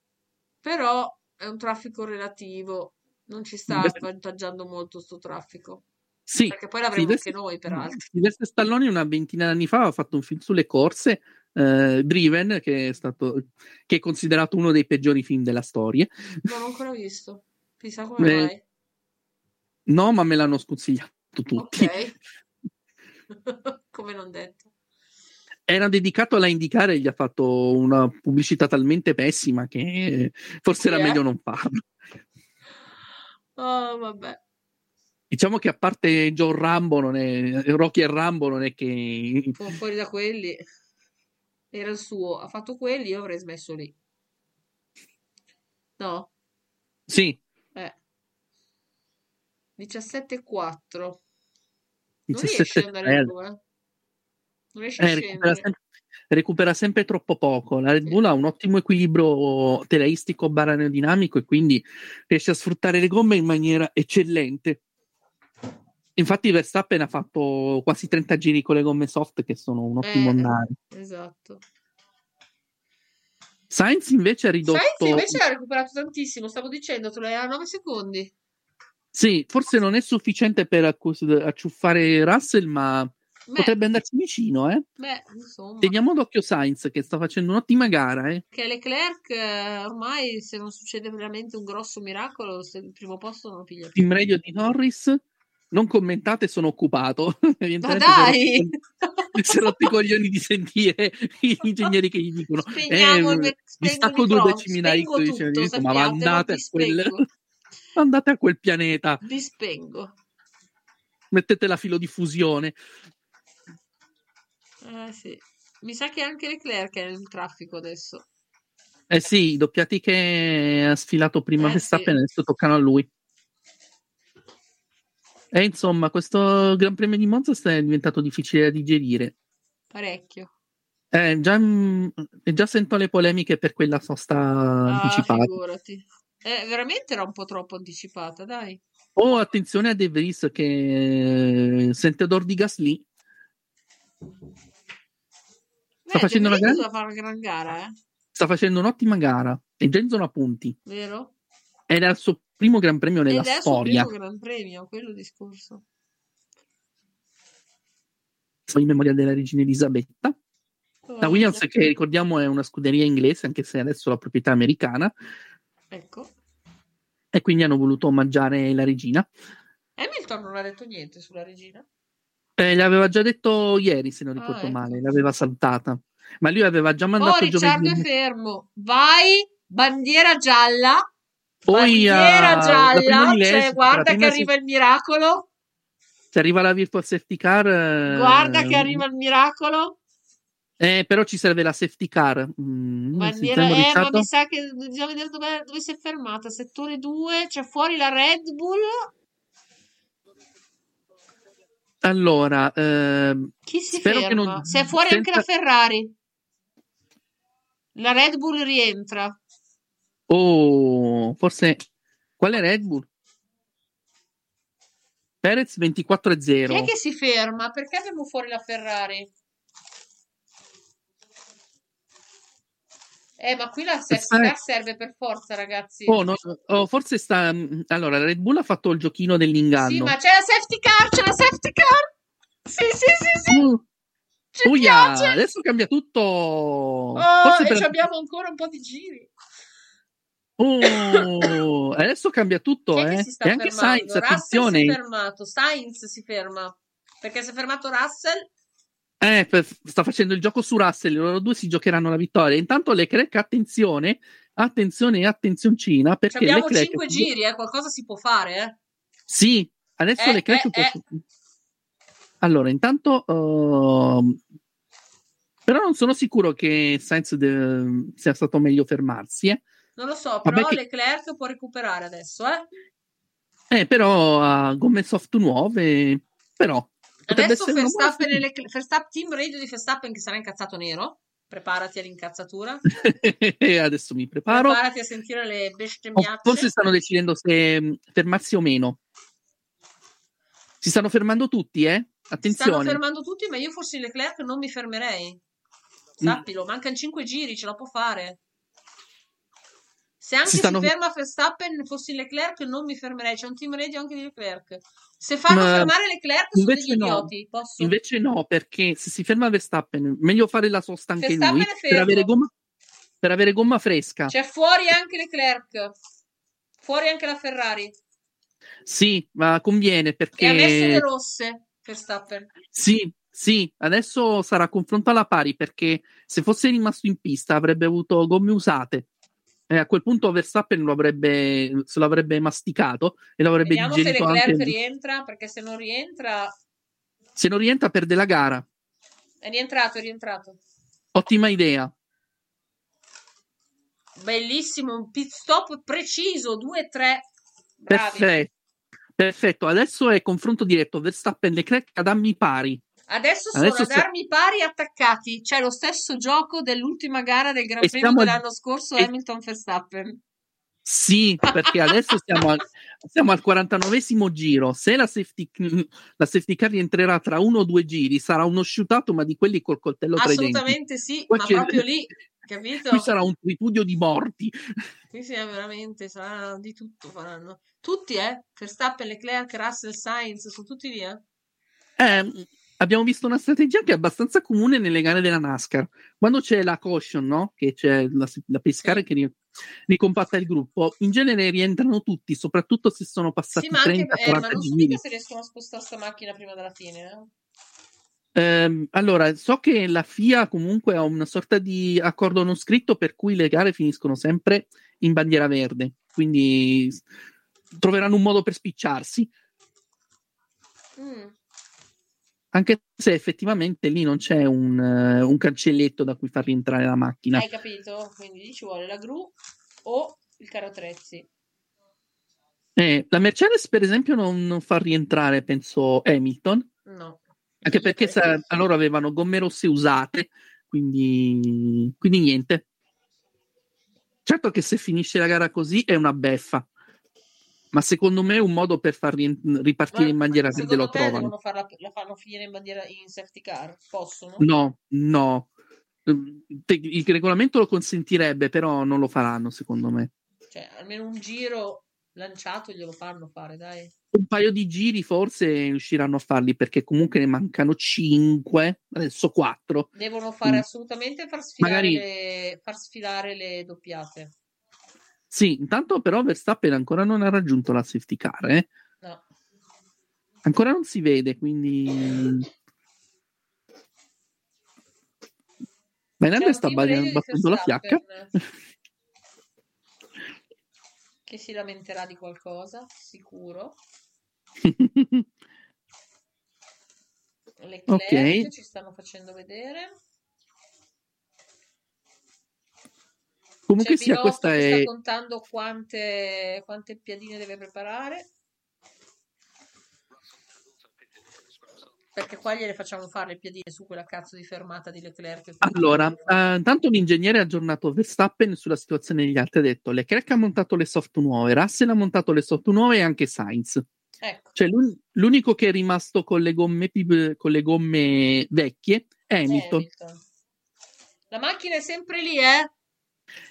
S1: Però è un traffico relativo. Non ci sta
S2: Silvestre-
S1: avvantaggiando molto sto traffico.
S2: Sì,
S1: Perché poi l'avremo anche
S2: Silvestre-
S1: noi, Eh, peraltro.
S2: Silvestre Stallone una ventina d'anni fa aveva fatto un film sulle corse, eh, Driven, che è, stato, che è considerato uno dei peggiori film della storia.
S1: Non l'ho ancora visto. Chissà come
S2: Eh,
S1: mai.
S2: No, ma me l'hanno sconsigliato tutti.
S1: Ok. *laughs* Come non detto.
S2: *laughs* Era dedicato alla indicare e gli ha fatto una pubblicità talmente pessima che eh, forse era
S1: Sì, eh?
S2: meglio non farlo.
S1: Oh, vabbè.
S2: Diciamo che a parte John Rambo, non è, Rocky e Rambo, non è che
S1: Fu- Fuori da quelli. Era il suo. Ha fatto quelli, io avrei smesso lì. No.
S2: Sì,
S1: Eh. 17-4. Non riesce ad andare
S2: 17
S1: giù, eh. Non riesce a
S2: Eh, recupera,
S1: scendere.
S2: sempre, recupera sempre troppo poco. La Red Bull ha un ottimo equilibrio teleistico barra aerodinamico e quindi riesce a sfruttare le gomme in maniera eccellente. Infatti, Verstappen ha fatto quasi 30 giri con le gomme soft, che sono un ottimo
S1: Eh,
S2: andare.
S1: Esatto.
S2: Sainz invece ha ridotto.
S1: Sainz invece ha recuperato tantissimo, stavo dicendo, te lo era a 9 secondi.
S2: Sì, forse non è sufficiente per accus- acciuffare Russell, ma
S1: Beh,
S2: potrebbe andarci vicino. Eh?
S1: beh, insomma,
S2: Teniamo d'occhio Sainz, che sta facendo un'ottima gara. Eh?
S1: che Leclerc eh, ormai se non succede veramente un grosso miracolo, se il primo posto non lo piglia più.
S2: team radio di Norris. Non commentate, sono occupato. *laughs*
S1: Ma
S2: Evidentemente
S1: dai!
S2: *laughs* Si è rotto i coglioni di sentire
S1: *laughs*
S2: gli ingegneri che gli dicono:
S1: Spegniamo
S2: eh,
S1: il
S2: mi
S1: me- spengo
S2: stacco
S1: il
S2: due
S1: microfono,
S2: decimina
S1: spengo
S2: X,
S1: tutto,
S2: dicevo, ma
S1: sappiate,
S2: andate
S1: non
S2: a
S1: vi
S2: quel-
S1: spengo,
S2: Andate a quel pianeta,
S1: vi spengo.
S2: mettete la filodiffusione.
S1: Eh, sì. Mi sa che anche Leclerc è nel traffico adesso.
S2: Eh sì, i doppiati che ha sfilato prima
S1: Eh
S2: Verstappen
S1: sì.
S2: adesso toccano a lui. E insomma, questo Gran Premio di Monza sta- è diventato difficile da digerire.
S1: Parecchio.
S2: Eh, già, mm, già sento le polemiche per quella sosta
S1: Ah,
S2: anticipata.
S1: figurati. Eh, veramente era un po' troppo anticipata, dai.
S2: Oh, attenzione a De Vries che eh, sente odor di Gasly.
S1: Beh,
S2: facendo una
S1: De Vries
S2: gran-
S1: doveva fare una gran gara, eh?
S2: Sta facendo un'ottima gara e già in zona punti.
S1: Vero?
S2: Era il suo primo Gran Premio nella
S1: Ed è il suo
S2: storia.
S1: primo gran premio, quello il discorso.
S2: In memoria della regina Elisabetta. La Williams,
S1: Guarda,
S2: che ricordiamo è una scuderia inglese, anche se adesso la proprietà è americana,
S1: Ecco.
S2: e quindi hanno voluto omaggiare la regina.
S1: Hamilton non ha detto niente sulla regina.
S2: Eh, l'aveva già detto ieri, se non ricordo
S1: ecco.
S2: male, l'aveva saltata. Ma lui aveva già
S1: Oh,
S2: mandato
S1: Ricciardo è
S2: giovedì.
S1: fermo. Vai, bandiera gialla.
S2: Poi,
S1: bandiera
S2: ah, la prima
S1: gialla.
S2: di
S1: Cioè,
S2: Leslie, la
S1: guarda che
S2: prima si-
S1: arriva il miracolo.
S2: Se arriva la virtual safety car... eh,
S1: Guarda che arriva il miracolo.
S2: Eh, però ci serve la safety car. Mm,
S1: Bandiera,
S2: sentiamo
S1: eh, ma
S2: Ricciardo.
S1: mi sa che bisogna vedere dove, dove si è fermata. Settore 2, c'è fuori la Red Bull.
S2: Allora, ehm,
S1: Chi si
S2: Spero che
S1: ferma?
S2: non-
S1: Se è fuori anche la
S2: senza-
S1: Ferrari. La Red Bull rientra.
S2: oh, forse quale Red Bull? Perez 24
S1: Chi
S2: 0.
S1: è che si ferma? Perché abbiamo fuori la Ferrari? Eh, ma qui la safety
S2: Ferrari-
S1: car serve per forza, ragazzi.
S2: Oh, no, oh, forse sta. mm, Allora, la Red Bull ha fatto il giochino dell'inganno.
S1: Sì, ma c'è la safety car, c'è la safety car. Sì, sì, sì, sì.
S2: Oh,
S1: Ci
S2: uia,
S1: piace.
S2: adesso cambia tutto.
S1: Oh,
S2: Forse
S1: e
S2: per-
S1: ci abbiamo ancora un po' di giri.
S2: Oh, adesso cambia tutto.
S1: Chi è
S2: eh.
S1: che si sta
S2: e anche
S1: fermando?
S2: Sainz,
S1: Russell si è
S2: attenzione.
S1: fermato, Sainz si ferma. Perché si è fermato Russell?
S2: Eh, per- sta facendo il gioco su Russell, loro due si giocheranno la vittoria. Intanto Leclerc, attenzione, attenzione, attenzioncina,
S1: Ci
S2: perché
S1: abbiamo
S2: Leclerc...
S1: 5 giri, eh, qualcosa si può fare, eh.
S2: Sì, adesso
S1: Eh,
S2: Leclerc...
S1: eh,
S2: può-
S1: eh.
S2: Allora, intanto... ehm, Però non sono sicuro che Sainz de- sia stato meglio fermarsi. Eh,
S1: Non lo so,
S2: Vabbè
S1: però
S2: che-
S1: Leclerc può recuperare adesso, eh.
S2: Eh, però ha gomme soft nuove, però... potrebbe
S1: Adesso
S2: essere una buona
S1: Verstappen, e
S2: *laughs* finita.
S1: Leclerc- Verstappen- team radio di Verstappen che sarà incazzato nero. Preparati all'incazzatura.
S2: adesso mi preparo.
S1: Preparati a sentire le
S2: O
S1: bestemmiacce.
S2: forse stanno decidendo se mh, fermarsi o meno. Si stanno fermando tutti, eh?
S1: Si stanno
S2: Attenzione.
S1: fermando tutti, ma io fossi Leclerc non mi fermerei.
S2: Mm.
S1: Sappilo, mancano 5 giri, ce la può fare. Se anche si,
S2: stanno-
S1: ferma Verstappen, fossi Leclerc, non mi fermerei. C'è un team radio anche di Leclerc. Se fanno
S2: Ma-
S1: fermare Leclerc, sono
S2: invece
S1: degli
S2: no.
S1: idioti. Posso?
S2: Invece no, perché se si ferma Verstappen, meglio fare la sosta anche
S1: Verstappen
S2: lui
S1: è Cioè fermo.
S2: per avere, gomma, per avere gomma fresca.
S1: C'è fuori anche Leclerc. Fuori anche la Ferrari.
S2: Sì, ma
S1: E
S2: conviene
S1: ha messo le
S2: perché
S1: rosse Verstappen.
S2: sì, sì, adesso sarà confronto alla pari perché se fosse rimasto in pista avrebbe avuto gomme usate. E a quel punto Verstappen lo avrebbe, se lo avrebbe masticato e lo avrebbe
S1: Vediamo se
S2: digerito
S1: Leclerc
S2: anche.
S1: rientra, perché se non rientra...
S2: Se non rientra, perde la gara.
S1: È rientrato, è rientrato.
S2: Ottima idea.
S1: Bellissimo, un pit stop preciso, 2-3. Bravi.
S2: Perfetto. Perfetto. Adesso è confronto diretto Verstappen Leclerc ad ammi pari.
S1: Adesso sono
S2: Adesso
S1: ad
S2: so-
S1: armi pari attaccati. C'è lo stesso gioco dell'ultima gara del Gran
S2: E
S1: Premio
S2: siamo-
S1: dell'anno scorso,
S2: e-
S1: Hamilton Verstappen.
S2: Sì, perché adesso siamo al, siamo al 49esimo giro. Se la safety, la safety car rientrerà tra uno o due giri, sarà uno shootato, ma di quelli col coltello tra i denti.
S1: Assolutamente sì,
S2: Qua
S1: ma
S2: c'è-
S1: proprio
S2: *laughs*
S1: lì, capito?
S2: Qui sarà un tripudio di morti.
S1: Sì, sì, è veramente, sarà di tutto faranno. Tutti, eh? Verstappen, Leclerc, Russell, Sainz, sono tutti lì, eh?
S2: Eh, abbiamo visto una strategia che è abbastanza comune nelle gare della NASCAR. Quando c'è la caution, no? che c'è la, la pescare che ri- ricompatta il gruppo, in genere rientrano tutti, soprattutto se sono passati
S1: Sì, ma anche,
S2: 30-40
S1: eh, ma non so
S2: giri.
S1: mica se riescono a spostare sta macchina prima della fine, eh?
S2: Ehm, allora, so che la FIA comunque ha una sorta di accordo non scritto per cui le gare finiscono sempre in bandiera verde, quindi s- troveranno un modo per spicciarsi,
S1: Mm.
S2: anche se effettivamente lì non c'è un, eh, un cancelletto da cui far rientrare la macchina.
S1: Hai capito? Quindi lì ci vuole la gru o il carrotrezzi.
S2: Eh, la Mercedes, per esempio, non, non fa rientrare, penso, Hamilton,
S1: No.
S2: anche perché sa- allora avevano gomme rosse usate, quindi, quindi niente. Certo che se finisce la gara così è una beffa, ma secondo me un modo per far rien- ripartire in bandiera verde
S1: secondo
S2: lo
S1: te
S2: trovano.
S1: devono farla, la fanno finire in bandiera in safety car? Possono?
S2: No, no. Te- Il regolamento lo consentirebbe, però non lo faranno, secondo me.
S1: Cioè, almeno un giro lanciato glielo fanno fare, dai.
S2: un paio di giri forse riusciranno a farli perché comunque ne mancano 5 adesso 4
S1: Devono fare
S2: Mm.
S1: assolutamente far sfilare,
S2: Magari-
S1: le, far sfilare le doppiate.
S2: sì intanto però Verstappen ancora non ha raggiunto la safety car eh.
S1: No.
S2: ancora non si vede quindi
S1: C'è un
S2: Benander sta
S1: team radio
S2: ba-
S1: di
S2: battendo la fiacca
S1: Verstappen
S2: *laughs*
S1: Che si lamenterà di qualcosa, sicuro. Leclerc
S2: Ok.
S1: ci stanno facendo vedere.
S2: *laughs* comunque
S1: C'è
S2: sia
S1: Cioè, Binotto
S2: questa
S1: che
S2: è
S1: sta contando quante, quante piadine deve preparare. Perché qua gliele facciamo fare le piadine su quella cazzo di fermata di Leclerc. Ecco,
S2: Allora, eh, intanto l'ingegnere ha aggiornato Verstappen sulla situazione degli altri. Ha detto: Leclerc ha montato le soft nuove, Russell ha montato le soft nuove e anche Sainz.
S1: ecco,
S2: Cioè, l'un- l'unico che è rimasto con le gomme, pib- con le gomme vecchie è Hamilton.
S1: Hamilton. La macchina è sempre lì, eh?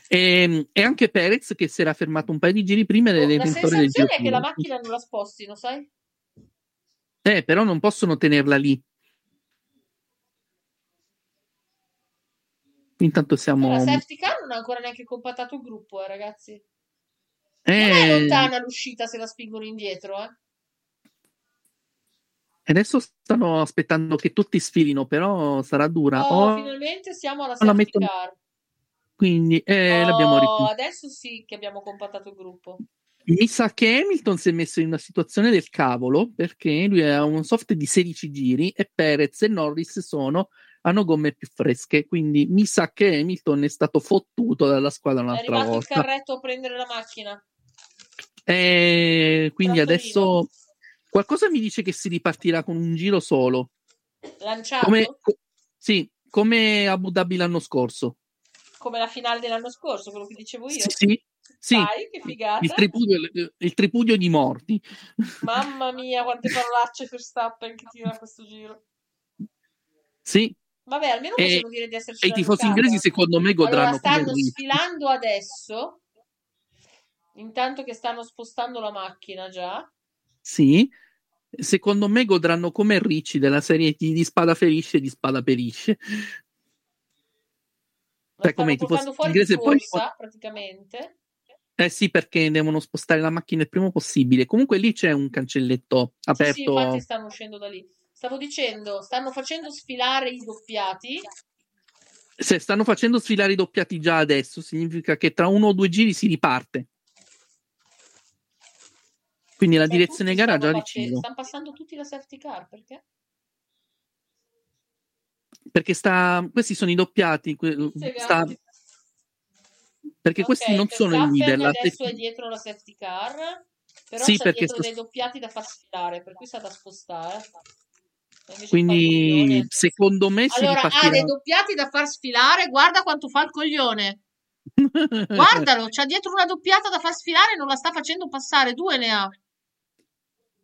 S2: E, Ehm, e anche Perez che si era fermato un paio di giri prima
S1: Oh, la
S2: dell'eventore del giro.
S1: sensazione è che la
S2: prima.
S1: macchina non la spostino, sai?
S2: Eh, però non possono tenerla lì. Intanto
S1: Però
S2: siamo.
S1: La safety car non ha ancora neanche compattato il gruppo, eh, ragazzi. Non è
S2: Eh,
S1: lontana l'uscita se la spingono indietro, eh?
S2: adesso stanno aspettando che tutti sfilino, però sarà dura.
S1: Oh,
S2: Oh,
S1: finalmente siamo alla
S2: la
S1: safety
S2: mettono-
S1: car.
S2: quindi eh, l'abbiamo
S1: Oh,
S2: ripetuto.
S1: adesso sì che abbiamo compattato il gruppo.
S2: Mi sa che Hamilton si è messo in una situazione del cavolo perché lui ha un soft di 16 giri e Perez e Norris sono, hanno gomme più fresche. Quindi mi sa che Hamilton è stato fottuto dalla squadra
S1: È
S2: un'altra
S1: arrivato il
S2: volta.
S1: carretto a prendere la macchina.
S2: E Eh, quindi
S1: Trattorino.
S2: adesso qualcosa mi dice che si ripartirà con un giro solo.
S1: Lanciato
S2: Come,
S1: come...
S2: co- sì, come Abu Dhabi l'anno scorso.
S1: la finale dell'anno scorso, quello che dicevo io.
S2: Sì, sì, sì.
S1: Dai, che figata.
S2: Il, tripudio, il tripudio di morti.
S1: Mamma mia, quante parolacce per Stappen che tira questo giro.
S2: Sì,
S1: Vabbè, almeno
S2: E-
S1: possiamo dire di esserci
S2: e i tifosi
S1: arrivata.
S2: inglesi secondo me
S1: Allora,
S2: godranno come
S1: stanno
S2: lui.
S1: sfilando adesso, intanto che stanno spostando la macchina già.
S2: Sì, secondo me godranno come Ricci della serie di, di spada ferisce e di spada perisce.
S1: La
S2: Cioè,
S1: stanno
S2: come i tifosi
S1: portando fuori
S2: inglesi
S1: di
S2: e poi-
S1: corsa, praticamente.
S2: Eh sì, perché devono spostare la macchina il prima possibile. Comunque lì c'è un cancelletto
S1: Sì, sì,
S2: aperto.
S1: infatti stanno uscendo da lì. Stavo dicendo, stanno facendo sfilare i doppiati. Cioè,
S2: Se stanno facendo sfilare i doppiati già adesso, significa che tra uno o due giri si riparte. Quindi la
S1: Cioè,
S2: direzione
S1: tutti
S2: gara già
S1: stanno parte-
S2: vicino.
S1: Stanno passando tutti la safety car, perché?
S2: Perché sta... questi sono i doppiati. que-
S1: Sega.
S2: Mm, sta- Perché
S1: Ok,
S2: questi non sono il
S1: Verstappen
S2: leader. la-
S1: adesso è dietro la safety car, però
S2: Sì,
S1: c'è
S2: perché
S1: dietro
S2: sto-
S1: dei doppiati da far sfilare, per cui sta da spostare. Invece fa il
S2: Quindi
S1: coglione.
S2: secondo me si
S1: Allora, ha
S2: ripartirà.
S1: dei doppiati da far sfilare, guarda quanto fa il coglione.
S2: Mm,
S1: Guardalo, c'ha dietro una doppiata da far sfilare e non la sta facendo passare, due ne ha.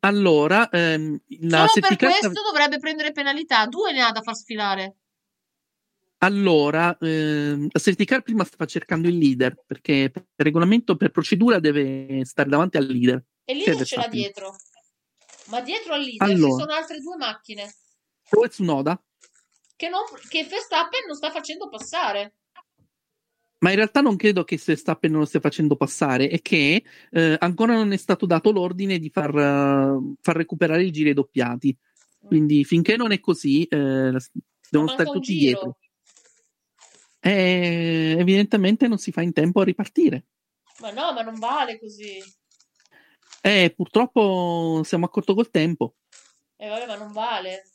S2: allora, ehm, la
S1: Solo per
S2: setticata-
S1: questo dovrebbe prendere penalità, due ne ha da far sfilare.
S2: Allora, ehm, la safety car prima stava cercando il leader perché per regolamento, per procedura deve stare davanti al leader.
S1: E il
S2: Sì,
S1: leader
S2: per
S1: ce l'ha
S2: fatti.
S1: dietro. Ma dietro al leader ci
S2: Allora.
S1: sono altre due macchine
S2: O è Tsunoda,
S1: che, non, che Verstappen non sta facendo passare.
S2: ma in realtà non credo che Verstappen non lo stia facendo passare e che eh, ancora non è stato dato l'ordine di far, eh, far recuperare i giri doppiati. Quindi finché non è così, eh, la- devono
S1: Ma
S2: stare
S1: manca un
S2: tutti
S1: giro.
S2: dietro. E evidentemente non si fa in tempo a ripartire.
S1: Ma no, ma non vale così.
S2: Eh, purtroppo siamo a corto col tempo.
S1: E Eh, vabbè, ma non vale.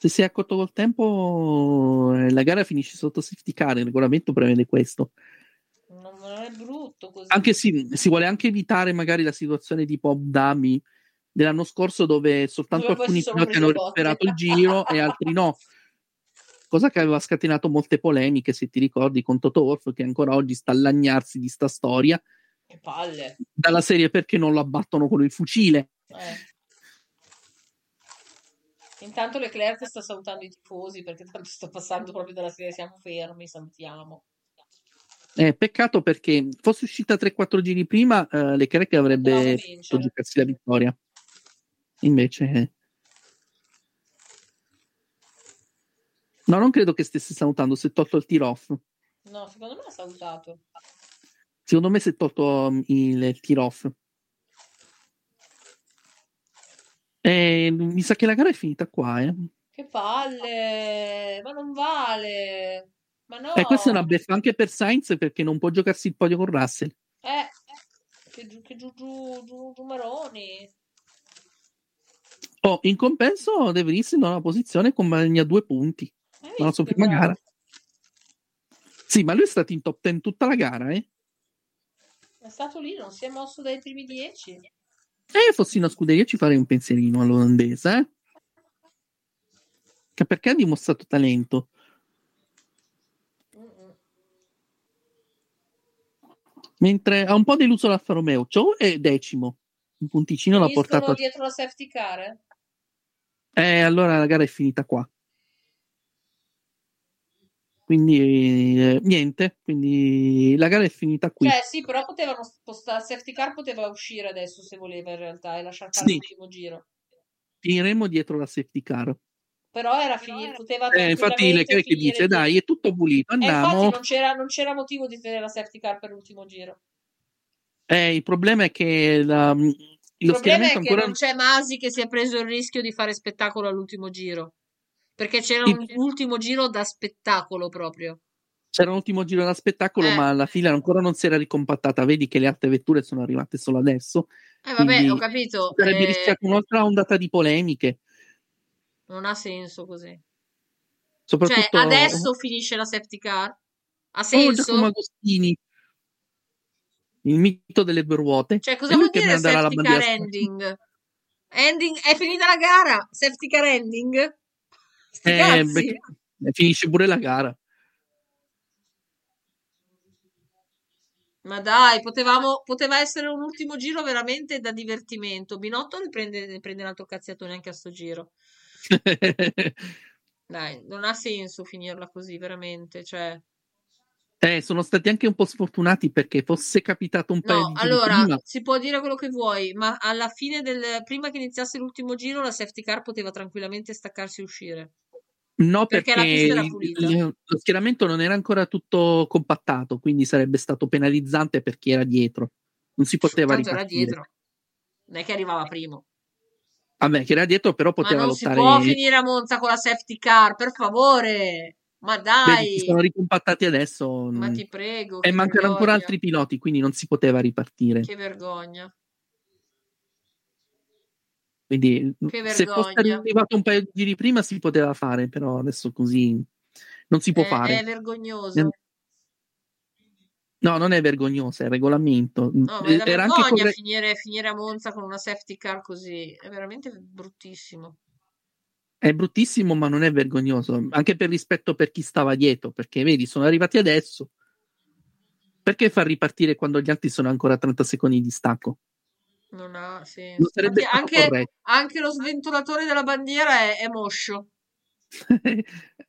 S2: Se sei a corto col tempo, eh, la gara finisce sotto safety car. Il regolamento prevede questo.
S1: Non, non è brutto così.
S2: Anche se si vuole anche evitare magari la situazione tipo Abu Dhabi dell'anno scorso, dove soltanto
S1: Dove poi si
S2: alcuni
S1: sono
S2: piloti
S1: presi
S2: hanno
S1: botte.
S2: recuperato il giro e altri no. Cosa che aveva scatenato molte polemiche, se ti ricordi, con Toto Wolff, che ancora oggi sta a lagnarsi di sta storia
S1: Che palle.
S2: dalla serie perché non lo abbattono con il fucile.
S1: Eh. Intanto Leclerc sta salutando i tifosi perché tanto sta passando proprio dalla serie siamo fermi, salutiamo.
S2: Eh, peccato perché fosse uscita 3-4 giri prima, eh, Leclerc
S1: Potevamo
S2: avrebbe
S1: vincere.
S2: potuto giocarsi la vittoria. Invece, eh. no, non credo che stesse salutando. Si è tolto il tir off.
S1: No, secondo me ha salutato.
S2: Secondo me, si è tolto um, il tir off. Eh, mi sa che la gara è finita qua. Eh.
S1: Che palle! Ma non vale! Ma no!
S2: Eh, questa è una beffa anche per Sainz perché non può giocarsi il podio con Russell.
S1: Eh, che giù, che giù, giù, giù, giù Maroni.
S2: Oh, in compenso, De Vries in una posizione compagna due punti.
S1: Hai
S2: Ma la
S1: visto
S2: sua
S1: che
S2: prima
S1: bravo?
S2: gara. Sì, ma lui è stato in top 10 tutta la gara, eh?
S1: È stato lì, non si è mosso dai primi dieci.
S2: E Eh, fossi una scuderia ci farei un pensierino all'olandese, eh? Che perché ha dimostrato talento.
S1: Mm-mm.
S2: Mentre ha un po' deluso l'Alfa Romeo, ciò è decimo. Un punticino l'ha
S1: Finiscono
S2: portato. a-
S1: dietro la safety car. eh?
S2: Eh, allora la gara è finita qua. Quindi eh, niente, quindi la gara è finita qui.
S1: Cioè, sì, però potevano spostare. Safety car poteva uscire adesso se voleva in realtà e lasciar fare
S2: Sì.
S1: l'ultimo giro.
S2: Finiremo dietro la safety car.
S1: Però era finito, poteva
S2: Eh, infatti
S1: tranquillamente
S2: Leclerc che
S1: finire
S2: dice,
S1: dietro.
S2: dai, è tutto pulito,
S1: Eh, infatti
S2: andiamo.
S1: non c'era, non c'era motivo di tenere la safety car per l'ultimo giro.
S2: Eh, il problema è che la- lo
S1: Il problema è
S2: schieramento
S1: che
S2: ancora
S1: non c'è Masi che si è preso il rischio di fare spettacolo all'ultimo giro. Perché c'era
S2: Sì.
S1: un ultimo giro da spettacolo proprio.
S2: c'era un ultimo giro da spettacolo,
S1: Eh.
S2: ma la fila ancora non si era ricompattata. Vedi che le altre vetture sono arrivate solo adesso.
S1: Eh, vabbè,
S2: Quindi
S1: ho capito.
S2: Sarebbe
S1: eh,
S2: rischiata un'altra ondata di polemiche.
S1: non ha senso così. Cioè,
S2: Soprattutto
S1: adesso finisce la safety car. Ha
S2: oh,
S1: senso?
S2: Giacomo Agostini, il mito delle due ruote.
S1: Cioè, cosa
S2: È lui
S1: vuol
S2: che
S1: dire
S2: manderà la
S1: safety car
S2: bandiera
S1: ending? Ending è finita la gara. Safety car ending? Sti
S2: Eh,
S1: cazzi.
S2: beh, che- finisce pure la gara. *laughs*
S1: Ma dai, potevamo, poteva essere un ultimo giro veramente da divertimento. Binotto ne prende, ne prende un altro cazziatone anche a sto giro. Dai, non ha senso finirla così, veramente. Cioè,
S2: Eh, sono stati anche un po' sfortunati perché fosse capitato un paio
S1: no,
S2: di giri
S1: allora
S2: prima.
S1: si può dire quello che vuoi, ma alla fine del, prima che iniziasse l'ultimo giro, la safety car poteva tranquillamente staccarsi e uscire.
S2: No,
S1: Perché
S2: perché,
S1: la pista era
S2: il-
S1: pulita.
S2: il- lo schieramento non era ancora tutto compattato, quindi sarebbe stato penalizzante per chi era dietro. Non si poteva
S1: Tanto era
S2: ripartire.
S1: dietro. Non è che arrivava primo.
S2: Vabbè, chi era dietro però
S1: Ma
S2: poteva
S1: non si
S2: lottare.
S1: può finire a Monza con la safety car, per favore. Ma
S2: Vedi, si
S1: dai,
S2: sono ricompattati adesso.
S1: ma
S2: mh,
S1: ti prego.
S2: E
S1: che
S2: mancano ancora
S1: vergogna.
S2: altri piloti, quindi non si poteva ripartire.
S1: Che vergogna.
S2: Quindi mh,
S1: che
S2: se fosse
S1: vergogna.
S2: arrivato un paio di giri prima si poteva fare, però adesso così non si può
S1: è,
S2: fare.
S1: Eh, è vergognoso.
S2: No, non è vergognoso, è il regolamento.
S1: No, ma è una
S2: Era anche
S1: vergogna
S2: corre-
S1: finire, finire a Monza con una safety car così. È veramente bruttissimo.
S2: È bruttissimo, ma non è vergognoso, anche per rispetto per chi stava dietro, perché vedi, sono arrivati adesso. Perché far ripartire quando gli altri sono ancora a 30 secondi di stacco?
S1: Non ha senso.
S2: Non sarebbe
S1: Infatti
S2: stato
S1: anche,
S2: corretto.
S1: anche lo sventolatore della bandiera è, è moscio.
S2: e *laughs*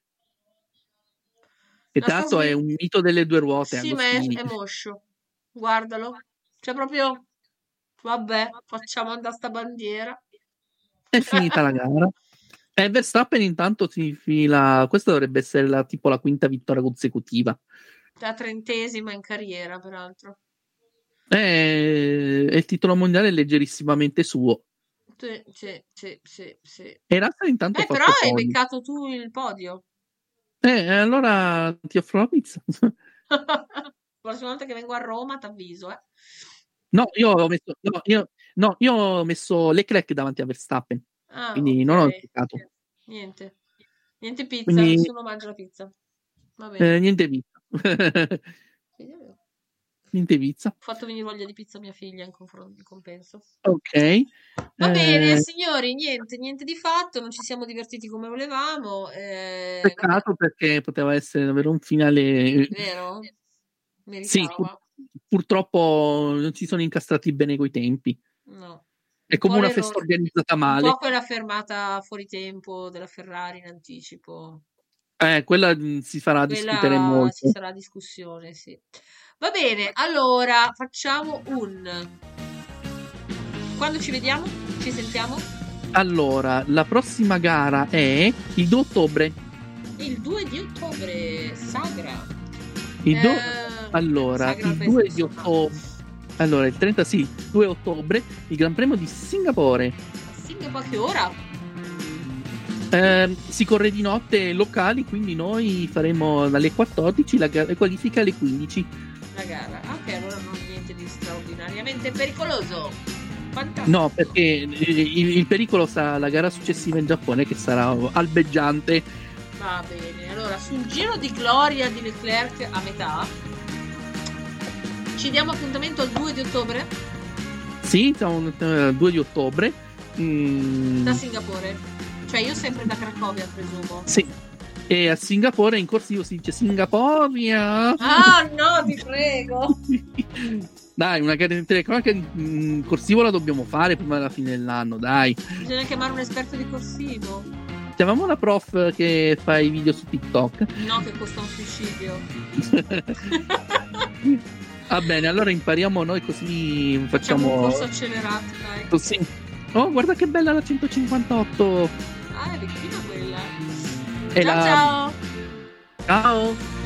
S1: La
S2: tanto
S1: cosa-
S2: è un mito delle due ruote.
S1: Sì, ma è,
S2: Agostini.
S1: è moscio. Guardalo. Cioè, proprio. Vabbè, facciamo andare sta bandiera.
S2: è finita la gara. E Eh, Verstappen intanto si infila. Questa dovrebbe essere la, tipo la quinta vittoria consecutiva.
S1: *laughs* La trentesima in carriera, peraltro.
S2: Eh, E, e il titolo mondiale è leggerissimamente suo.
S1: Sì, sì, sì, sì, sì. Eh,
S2: E Russell intanto ha fatto
S1: però hai
S2: pole.
S1: beccato tu il podio. *laughs*
S2: Eh, e allora ti offro la pizza.
S1: La prossima volta che vengo a Roma ti avviso, eh.
S2: No, io ho messo, no, io, no, io ho messo Leclerc davanti a Verstappen.
S1: Ah,
S2: Quindi non ho
S1: ok.
S2: peccato.
S1: Niente. Niente pizza,
S2: Quindi-
S1: nessuno mangia la pizza. Va bene.
S2: Eh, niente pizza. *laughs*
S1: Sì, ho
S2: niente pizza.
S1: fatto venire voglia di pizza a mia figlia in, confron- in compenso.
S2: Ok.
S1: Va bene,
S2: Eh,
S1: signori, niente, niente di fatto, non ci siamo divertiti come volevamo. eh,
S2: Peccato perché poteva essere davvero un finale
S1: vabbè, vero?
S2: Sì,
S1: Meritava.
S2: purtroppo non si sono incastrati bene coi tempi.
S1: No.
S2: È come
S1: po'
S2: una
S1: l'errore.
S2: festa organizzata
S1: Un
S2: male.
S1: po' quella fermata fuori tempo della Ferrari in anticipo.
S2: Eh, quella mh, si farà discutere
S1: Quella
S2: molto.
S1: ci sarà discussione, sì. Va bene, allora facciamo un... Quando ci vediamo? Ci sentiamo?
S2: Allora, la prossima gara è il 2 ottobre.
S1: Il 2 di ottobre, sagra.
S2: Il 2
S1: Eh,
S2: allora,
S1: sagra
S2: il
S1: festa
S2: 2
S1: di
S2: di
S1: Sonna.
S2: ottobre. Allora, il 30 sì, il 2 ottobre, il Gran Premio di Singapore.
S1: Sì, che qualche ora.
S2: Ehm, si corre di notte locali, quindi noi faremo dalle 14 la gara- la qualifica alle 15.
S1: La gara. Ah, Ok, allora non niente di straordinariamente pericoloso. Fantastico.
S2: No, perché eh, il, il pericolo sarà la gara successiva in Giappone che sarà albeggiante.
S1: Va bene, allora sul giro di gloria di Leclerc a metà ci diamo appuntamento il 2 di ottobre
S2: Sì, siamo eh, 2 di ottobre. Mm,
S1: da Singapore. Cioè io sempre da Cracovia presumo.
S2: sì. E a Singapore in corsivo si dice Singaporia. *laughs*
S1: Ah no, ti prego.
S2: dai, una gara di telecronaca in- in mm, corsivo la dobbiamo fare prima della fine dell'anno, dai.
S1: Bisogna chiamare un esperto di corsivo.
S2: Chiamiamo la prof che fa i video su TikTok. *laughs*
S1: No, che costa un suicidio.
S2: Va bene, allora impariamo noi
S1: Facciamo
S2: così
S1: un
S2: facciamo...
S1: corso accelerato, dai.
S2: Così. Oh, guarda che bella la 158.
S1: Ah, è vicino quella.
S2: È
S1: ciao
S2: la...
S1: ciao!
S2: Ciao.